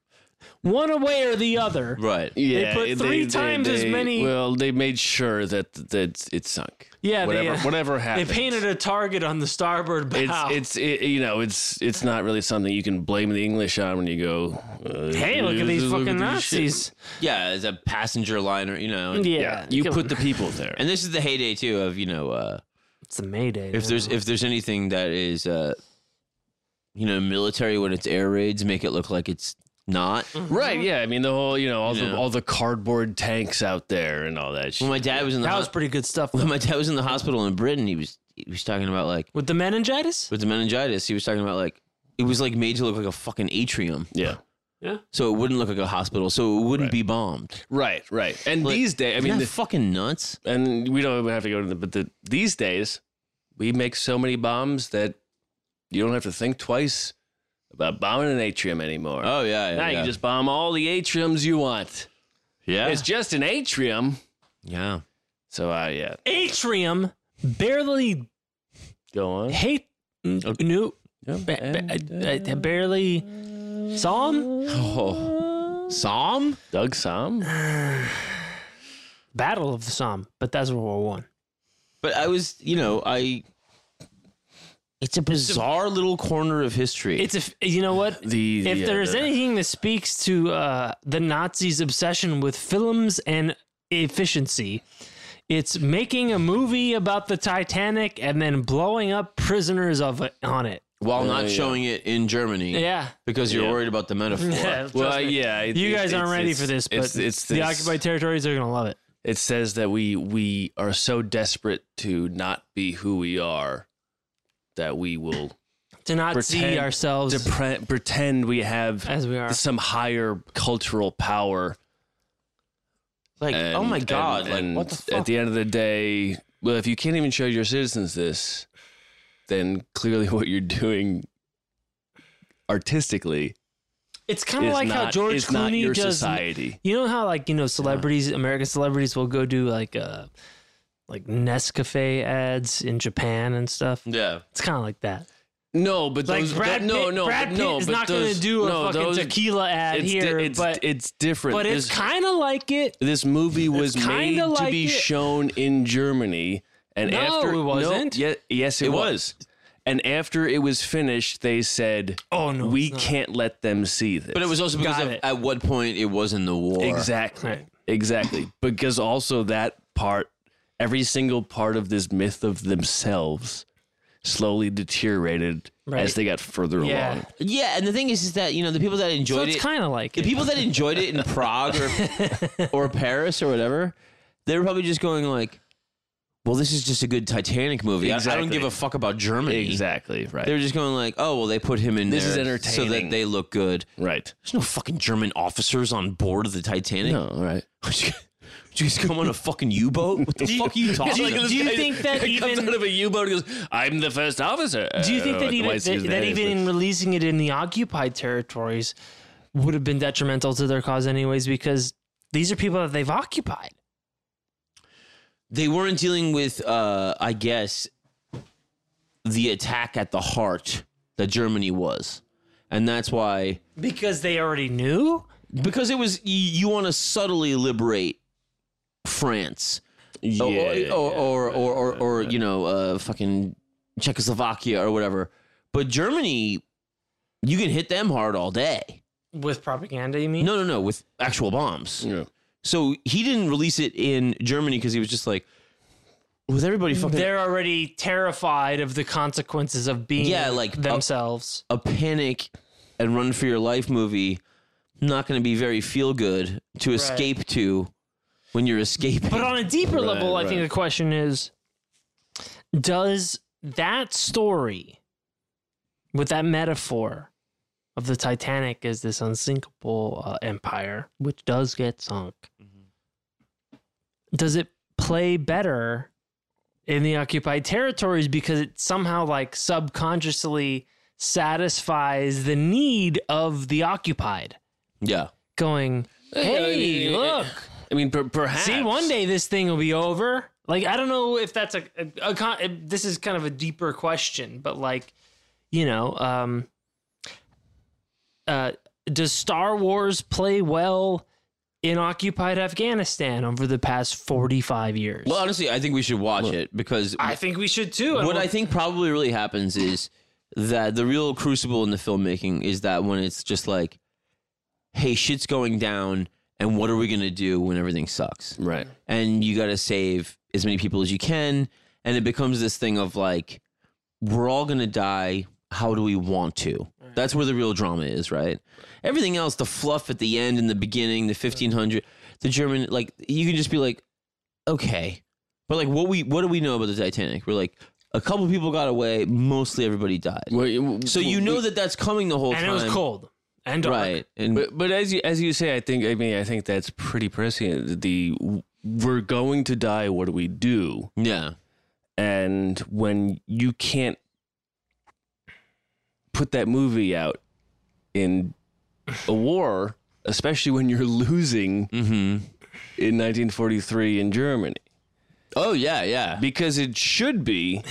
D: One way or the other.
C: Right.
E: Yeah,
D: put
E: it-
D: three times as many-
E: Well, they made sure that that it sunk.
D: Yeah, they,
E: whatever,
D: uh,
E: whatever
D: They
E: happened.
D: painted a target on the starboard
E: It's
D: bow.
E: it's it, you know it's it's not really something you can blame the English on when you go. Uh,
D: hey, look at these fucking Nazis.
C: Yeah, as a passenger liner, you know. and-
D: Yeah,
E: Yeah, you
D: come
E: put
D: on.
E: the people there.
C: And this is the heyday too of you know uh,
D: it's the Mayday.
C: if there's if there's anything that is uh, you know military when it's air raids make it look like it's not.
E: Right? Yeah, I mean the whole you know all
C: Yeah.
E: the all the cardboard tanks out there and all that.
C: When
E: shit.
C: my dad was in the
D: that was
E: Uh-huh.
C: hos-
D: pretty good stuff.
C: when my dad was in the hospital in Britain, he was he was talking about like
D: With the meningitis?
C: with the meningitis. He was talking about like it was like made to look like a fucking atrium,
E: Yeah.
C: so it wouldn't look like a hospital, so it wouldn't
E: Right.
C: be bombed.
E: Right. Right. And
C: Like,
E: these days, I mean,
C: Isn't that
E: the,
C: fucking nuts.
E: and we don't even have to go to the but the, these days we make so many bombs that you don't have to think twice about bombing an atrium anymore.
C: Oh yeah, yeah,
E: now you
C: yeah.
E: can just bomb all the atriums you want.
C: yeah,
E: It's just an atrium.
C: yeah.
E: So uh, yeah,
D: Atrium barely
E: go on.
D: hate new
E: Yeah, and, uh,
D: barely saw him.
C: Oh, Psalm.
E: Doug Sam.
D: Battle of the Somme, but that's World War One.
C: But I was, you know, I. It's a bizarre little corner of history.
D: It's a f- you know what?
E: The
D: If
E: yeah,
D: there's
E: the-
D: anything that speaks to uh, the Nazis' obsession with films and efficiency, it's making a movie about the Titanic and then blowing up prisoners of it, on it.
C: while
E: Yeah,
C: not
E: Oh, yeah.
C: showing it in Germany,
D: Yeah.
C: because you're
E: Yeah.
C: worried about the metaphor.
D: yeah
E: well,
D: trust me.
E: yeah, it-
D: You
E: it-
D: guys aren't
E: it's-
D: ready
E: it's-
D: for this, but
E: it's, it's
D: the
E: this-
D: occupied territories are gonna love it.
E: It says that we we are so desperate to not be who we are that we will
D: To not see
E: Pretend
D: ourselves
E: depre- pretend we have
D: as we are.
E: some higher cultural power.
C: Like,
E: and-
C: oh my
E: and-
C: god! like,
E: and
C: what the fuck?
E: At the end of the day, well, if you can't even show your citizens this, then clearly what you're doing artistically
D: It's kind
E: is
D: of like
E: not,
D: how George
E: is
D: Clooney
E: not your
D: does.
E: society.
D: You know how like you know celebrities, American celebrities will go do like uh like Nescafe ads in Japan and stuff.
C: yeah.
D: It's kind of like that.
E: No, but
D: Like
E: those,
D: Brad
E: that,
D: Pitt,
E: no, no,
D: Brad
E: but
D: Pitt
E: no,
D: is
E: but
D: not going
E: those-
D: to do a
E: no,
D: fucking
E: those-
D: tequila ad
E: it's di-
D: here,
E: it's,
D: but
E: it's different.
D: but it's
E: This-
D: kind of like it.
E: this movie was
D: kinda
E: made
D: like
E: to be
D: it.
E: shown in Germany, and
D: No,
E: after
D: it wasn't.
E: ye- yes, it,
C: It
E: was. And after it was finished, they said,
D: Oh no,
E: "We
D: it's not.
E: can't let them see this."
C: But it was also because
D: Got
C: of,
D: it.
C: at what point it was in the war.
E: exactly,
D: Right.
E: exactly, because also that part, every single part of this myth of themselves, slowly deteriorated
D: Right.
E: as they got further
D: Yeah.
E: along.
C: Yeah, and the thing is, is that you know the people that
D: So
C: enjoyed
D: it's
C: it,
D: kind of like
C: the
D: it.
C: people that enjoyed it in Prague or or Paris or whatever, they were probably just going like, "Well, this is just a good Titanic movie. I- I don't
E: Exactly.
C: give a fuck about Germany."
E: Exactly right.
C: They were just going like, "Oh, well, they put him in
E: This
C: there
E: is
C: so that
E: entertaining.
C: they look good."
E: right.
C: There's no fucking German officers on board of the Titanic.
E: No, right.
C: Did you guys come on a fucking U boat? What the fuck are you talking
D: like,
C: about?
E: this
D: do you
E: guy
D: think that
E: comes
D: even-
E: out of a U-boat and goes, "I'm the first officer"?
D: Do you
E: Uh,
D: think that even
E: otherwise he's
D: that,
E: the
D: that
E: head,
D: even in releasing it in the occupied territories would have been detrimental to their cause anyways because these are people that they've occupied.
C: they weren't dealing with uh i guess the attack at the heart that germany was and that's why
D: Because they already knew?
C: because it was y- you want to subtly liberate france
E: but- yeah,
C: or,
E: yeah,
C: or,
E: yeah.
C: or, or, or, or you know uh fucking czechoslovakia or whatever but germany you can hit them hard all day
D: With propaganda, you mean?
C: no no no with actual bombs
E: Yeah.
C: so he didn't release it in germany because he was just like with everybody fucking
D: They're already terrified of the consequences of being
C: Yeah, like, uh,
D: themselves.
C: a panic and run for your life movie not going to be very feel good to escape to when you're escaping.
D: But on a deeper level, I think
E: right.
D: the question is Does that story with that metaphor of the Titanic as this unsinkable uh, empire, which does get sunk, does it play better in the occupied territories because it somehow, like, subconsciously satisfies the need of the occupied?
C: yeah.
D: Going, hey,
E: I mean,
D: look.
E: I mean, per- perhaps.
D: See, one day this thing will be over. Like, I don't know if that's a, a, a con- this is kind of a deeper question, but like, you know, um, uh, does Star Wars play well in occupied Afghanistan over the past 45 years?
C: Well, honestly, I think we should watch it because
D: I think we should too.
C: what
D: And
C: I think probably really happens is that the real crucible in the filmmaking is that when it's just like, hey, shit's going down, and what are we going to do when everything sucks?
E: Right.
C: and you got to save as many people as you can and it becomes this thing of like we're all going to die how do we want to that's where the real drama is right everything else the fluff at the end and the beginning the 1500 the german like you can just be like okay but like what we what do we know about the titanic we're like a couple people got away mostly everybody died
E: Well,
C: so you know that that's coming the whole
D: and
C: time
D: it was cold and dark.
C: right and
E: But but as you as you say, I think I mean I think that's pretty prescient. The we're going to die. What do we do?
C: yeah
E: And when you can't put that movie out in a war, especially when you're losing
C: mm-hmm
E: in 1943 in Germany,
C: oh yeah yeah
E: because it should be,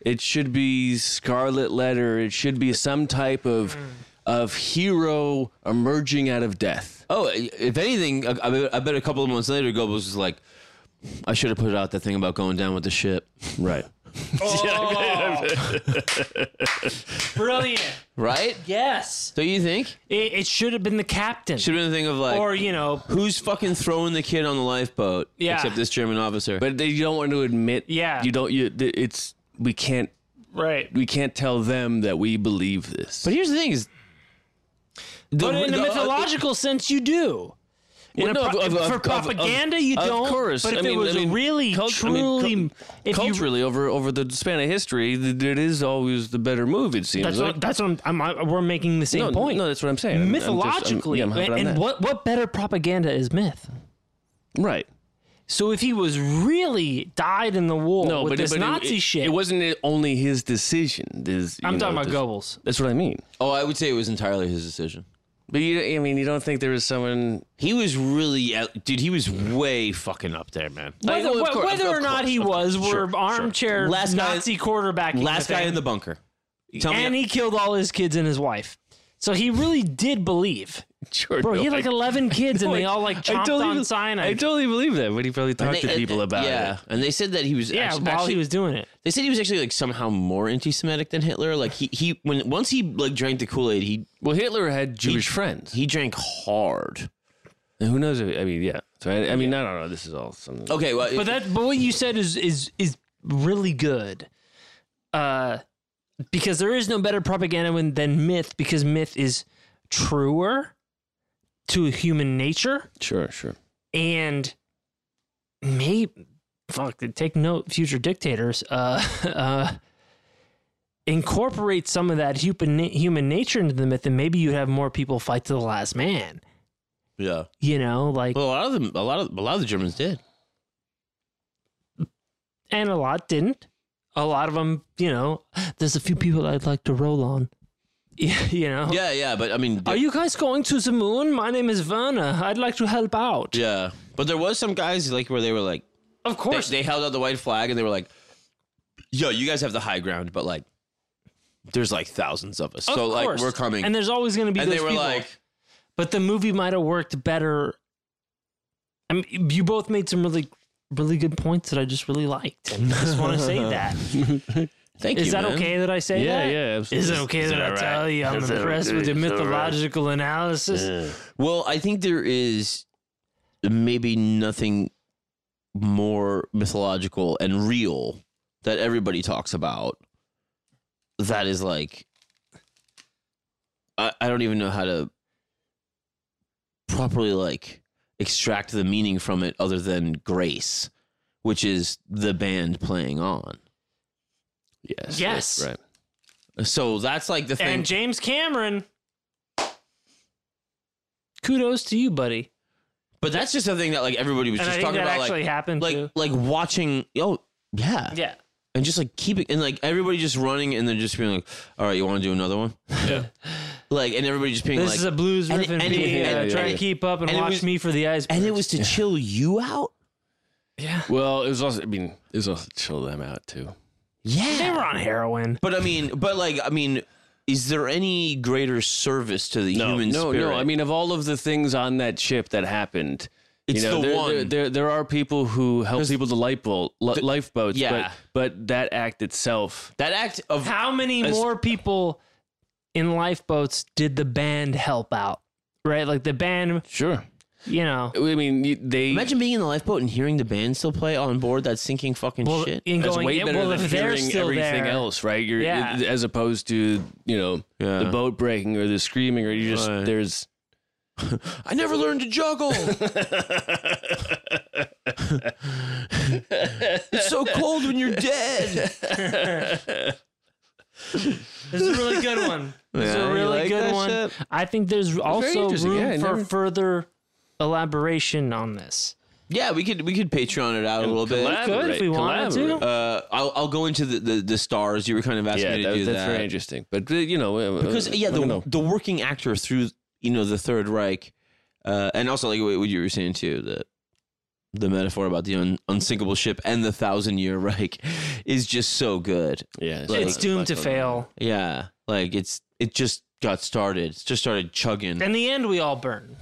E: it should be Scarlet Letter. It should be some type of of hero emerging out of death.
C: Oh, if anything, I- I bet, I bet a couple of months later, Goebbels was like, I should have put out that thing about going down with the ship.
E: Right.
D: Brilliant.
C: Right?
D: yes.
C: Don't you think?
D: It, it should have been the captain.
C: Should have been a thing of like,
D: or, you know,
C: who's fucking throwing the kid on the lifeboat?
D: Yeah.
C: Except this German officer.
E: but they you don't want to admit.
D: Yeah.
E: you don't. You th- it's we can't
D: right.
E: we can't tell them that we believe this.
C: but here's the thing is, the,
D: But in a
E: uh,
C: the-
D: mythological sense, you do. In
E: Well,
D: a
E: no,
D: pro-
E: of- of-
D: for
E: of-
D: propaganda, you
E: of
D: don't.
E: course.
D: But if
E: I
D: it
E: mean-
D: was
E: I mean,
D: really,
E: cult- I mean, cul-
D: truly, if you,
E: culturally over over the span of history, th- it is always the better move. It seems.
D: that's
E: like.
D: what, that's what I'm, I'm, I- we're making the same
E: no,
D: point.
E: no, that's what I'm saying. I'm- I'm just- I'm-
D: Mythologically,
E: yeah, I'm hopping on
D: and
E: that.
D: what what better propaganda is myth?
E: Right.
D: So if he was really died in the war
E: No,
D: with
E: but,
D: this
E: but it-
D: Nazi
E: it,
D: shit,
E: It wasn't only his decision. This,
D: I'm
E: you
D: talking
E: know,
D: about
E: this-
D: Goebbels.
E: That's what I mean.
C: oh, I would say it was entirely his decision.
E: But you, I mean, you don't think there was someone
C: He was really, out- dude, he was way fucking up there, man. Like,
D: Whether,
C: oh, of
D: wh-
C: course,
D: whether
C: of
D: or not
C: course,
D: he
C: of course.
D: was,
C: Sure,
D: were
C: sure.
D: armchair
C: Last guy-
D: Nazi quarterback.
C: Last guy in the bunker. Tell
D: and
C: me.
D: he killed all his kids and his wife. So he really did believe.
E: Sure,
D: Bro,
E: no,
D: he had like
E: I-
D: 11 kids and
E: no,
D: they
E: I-
D: all like
E: I
D: chomped
E: totally
D: on
E: be- I
D: cyanide. uh,
E: totally believe that, but he probably
C: And
E: talked
C: they-
E: to people about
C: yeah,
E: it.
C: and they said that he was
D: yeah,
C: actually,
D: while
C: actually-
D: he was doing it.
C: They said he was actually like somehow more anti-Semitic than Hitler. Like he he when once he like drank the Kool Aid, he
E: Well, Hitler had Jewish friends.
C: he drank hard.
E: And Who knows? If, I mean, yeah. So I, I mean, I don't know. This is all something.
C: Okay, well,
D: But that but what you said is is is really good. Uh because there is no better propaganda when- than myth because myth is truer to human nature
E: Sure, sure.
D: and maybe fuck take note future dictators uh uh incorporate some of that human human nature into the myth and maybe you'd have more people fight to the last man
C: Yeah.
D: You know, like
C: Well, a lot of them, a lot of a lot of the Germans did.
D: and a lot didn't. A lot of them, you know, there's a few people I'd like to roll on. Yeah, you know.
C: Yeah, yeah, but I mean,
D: Are you guys going to the moon? My name is Werner. I'd like to help out.
C: yeah, but there was some guys like where they were like,
D: Of
C: they,
D: course.
C: they held out the white flag and they were like, "Yo, you guys have the high ground," but like, there's like thousands of us,
D: Of
C: so like
D: course.
C: we're coming.
D: And there's always going to be
C: And
D: those
C: they were
D: people.
C: like,
D: but the movie might have worked better. I mean, you both made some really, really good points that I just really liked. I just want to say that.
C: "Thank
D: Is
C: you."
D: that
C: man.
D: okay that I say
E: Yeah,
D: that?
E: yeah,
D: Is
E: absolutely.
D: it okay
C: Is
D: that
C: that
D: I
C: alright?
D: tell you I'm
E: Is that
D: impressed with your
E: okay? Is that alright?
D: mythological analysis?
C: Well, I think there is maybe nothing more mythological and real that everybody talks about that is like I, I don't even know how to properly like extract the meaning from it other than grace, which is the band playing on.
E: Yes.
D: Yes.
E: Right.
C: So that's like the thing.
D: And James Cameron. Kudos to you, buddy.
C: but that's just the thing that like everybody was
D: And I
C: just
D: think
C: talking
D: that
C: about
D: actually
C: like
D: happened
C: like
D: too.
C: like watching oh yeah.
D: Yeah.
C: and just like keep it and like everybody just running and then just being like, all right, you want to do another one?
E: Yeah.
C: Like, and everybody just being
D: This
C: like,
D: is a blues
C: and-
D: riff and,
C: and
E: it-
D: beat,
E: and-
D: uh,
E: yeah,
D: try
E: yeah.
D: to keep up and,
C: And it
D: watch
C: was-
D: me for the iceberg.
C: and it was to chill you out.
D: yeah.
E: Well, it was also. I mean, it was also to chill them out too.
C: Yeah,
D: They were on heroin.
C: But I mean, but like, I mean, is there any greater service to the human
E: no,
C: spirit?
E: no. I mean, of all of the things on that ship that happened,
C: It's
E: you know,
C: the
E: there,
C: one.
E: There, there, there are people who help people to lifeboat, li- lifeboats.
C: yeah.
E: But, but that act itself,
C: that act of
D: How many
C: As-
D: more people in lifeboats did the band help out? Right? Like the band,
E: sure.
D: you know.
E: I mean, you- they
C: imagine being in the lifeboat and hearing the band still play on board that sinking fucking
D: Well,
C: shit.
D: in
E: That's
D: going,
E: way
D: yeah,
E: better
D: well,
E: than
D: if they're
E: hearing
D: still
E: everything
D: there,
E: else, right? You're,
D: Yeah.
E: As opposed to you know
C: Yeah.
E: the boat breaking or the screaming or you just
C: Right.
E: there's
C: I never learned to juggle. it's so cold when you're dead.
D: This is a really good one. This is
C: Yeah,
D: a
C: you
D: really
C: like
D: good
C: that
D: one.
C: shit?
D: I think there's also
E: interesting.
D: room
E: Yeah, I
D: for
E: never-
D: further elaboration on this.
C: Yeah, we could we could Patreon it out a little bit.
D: Could if we wanted to.
C: Uh, I'll I'll go into the, the, the stars. You were kind of asking
E: yeah,
C: me to
E: that-
C: do
E: that's
C: that.
E: very interesting. But uh, you know,
C: Because yeah, the
E: no,
C: the working actor through you know the Third Reich, uh, and also like what what you were saying too the the metaphor about the un, unsinkable ship and the thousand year Reich is just so good.
E: yeah,
D: it's doomed to fail.
C: Yeah, like it's it just got started. It's just started chugging.
D: In the end, we all burn.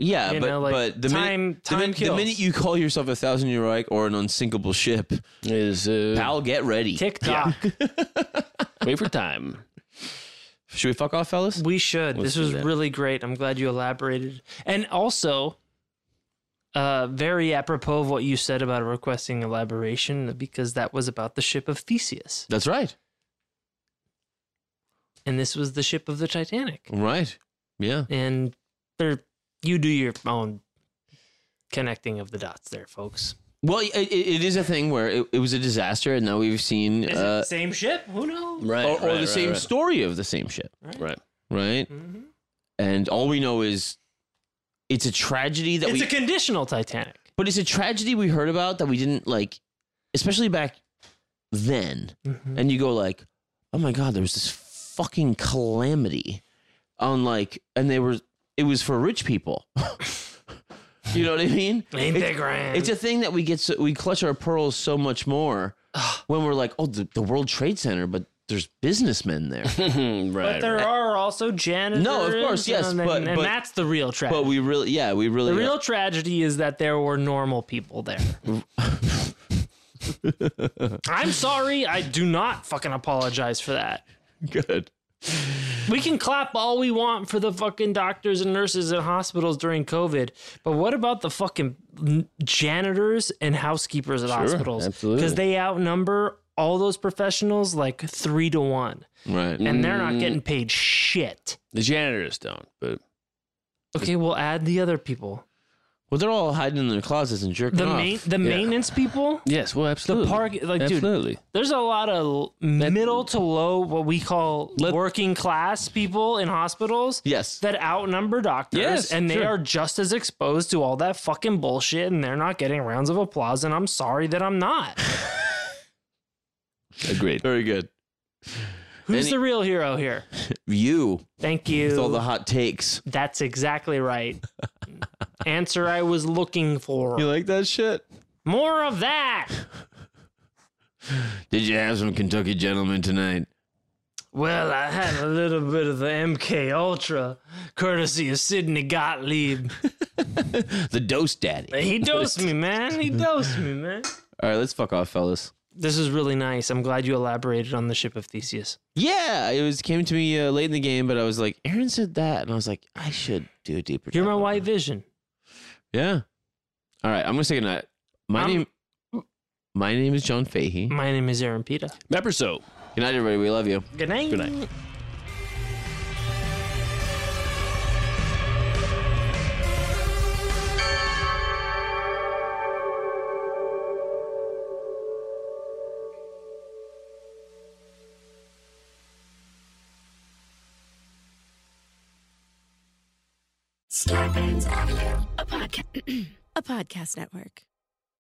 C: yeah,
D: you
C: but
D: know, like,
C: but the
D: time-
C: minute the
D: time
C: minute, the
D: kills.
C: minute you call yourself a thousand year Reich or an unsinkable ship,
E: Is uh,
C: pal, get ready.
D: TikTok.
E: wait for time.
C: Should we fuck off, fellas?
D: We should.
C: Let's
D: this
C: do
D: was
C: that.
D: really great. I'm glad you elaborated. And also, uh, very apropos of what you said about requesting elaboration, because that was about the ship of Theseus.
C: That's right.
D: And this was the ship of the Titanic.
C: Right. Yeah.
D: And there, you do your own connecting of the dots there, folks.
C: Well, it, it- it is a thing where it, it was a disaster, and now we've seen uh,
D: same ship? Who knows?
E: Right,
C: or, or the same story of the same ship,
E: Right. Mm-hmm.
C: right? And all we know is it's a tragedy that
D: It's
C: we,
D: a conditional Titanic.
C: but it's a tragedy we heard about that we didn't like, especially back then.
E: Mm-hmm.
C: And you go like, oh my god, there was this fucking calamity on like, and they were it was for rich people. you know what I mean?
D: Ain't that grand?
C: It's a thing that we get so, we clutch our pearls so much more when we're like, oh, the, the World Trade Center, but there's businessmen there.
E: right.
D: but there
E: right.
D: are also janitors.
C: yes,
D: and,
C: but-
D: and,
C: but-
D: that's the real tragedy.
C: but we really, yeah, we really.
D: The real tragedy is that there were normal people there. I'm sorry. I do not fucking apologize for that.
C: good.
D: We can clap all we want for the fucking doctors and nurses and hospitals during COVID, but what about the fucking n- janitors and housekeepers at hospitals?
E: absolutely.
D: Because they outnumber all those professionals like three to one,
C: Right.
D: and they're not getting paid shit.
E: The janitors don't, but
D: Okay, we'll add the other people.
C: Well, they're all hiding in their closets and jerking
D: The
C: off.
D: main the maintenance people,
E: Yes, well, absolutely.
D: park like dude.
E: absolutely.
D: There's a lot of l- middle to low, what we call working class people in hospitals.
C: Yes.
D: That outnumber doctors.
E: Yes,
D: and they
E: sure.
D: are just as exposed to all that fucking bullshit and they're not getting rounds of applause. And I'm sorry that I'm not.
E: Agreed.
C: Very good.
D: Who's
C: Any-
D: the real hero here?
C: You
D: Thank you.
C: with all the hot takes.
D: That's exactly right. Answer I was looking for.
C: like that shit?
D: More of that.
C: Did you have some Kentucky gentlemen tonight?
D: Well, I had a little bit of the MK Ultra, courtesy of Sidney Gottlieb.
C: The dose daddy.
D: He dosed me, man. He dosed me, man.
C: All right, let's fuck off, fellas.
D: This is really nice. I'm glad you elaborated on the ship of Theseus.
C: Yeah, it was came to me uh, late in the game, but I was like, Aaron said that, and I was like, I should do a deeper.
D: You're my
C: dive on
D: white
C: that.
D: vision.
C: Yeah. All right, I'm gonna say goodnight. My
D: I'm-
C: name. My name is John Fahey. Good
D: My name is Aaron Pita.
E: Mapper so.
C: night, everybody. We love you.
D: Good night.
E: Good night.
A: Scarpins Avenue, a, podca- a podcast network.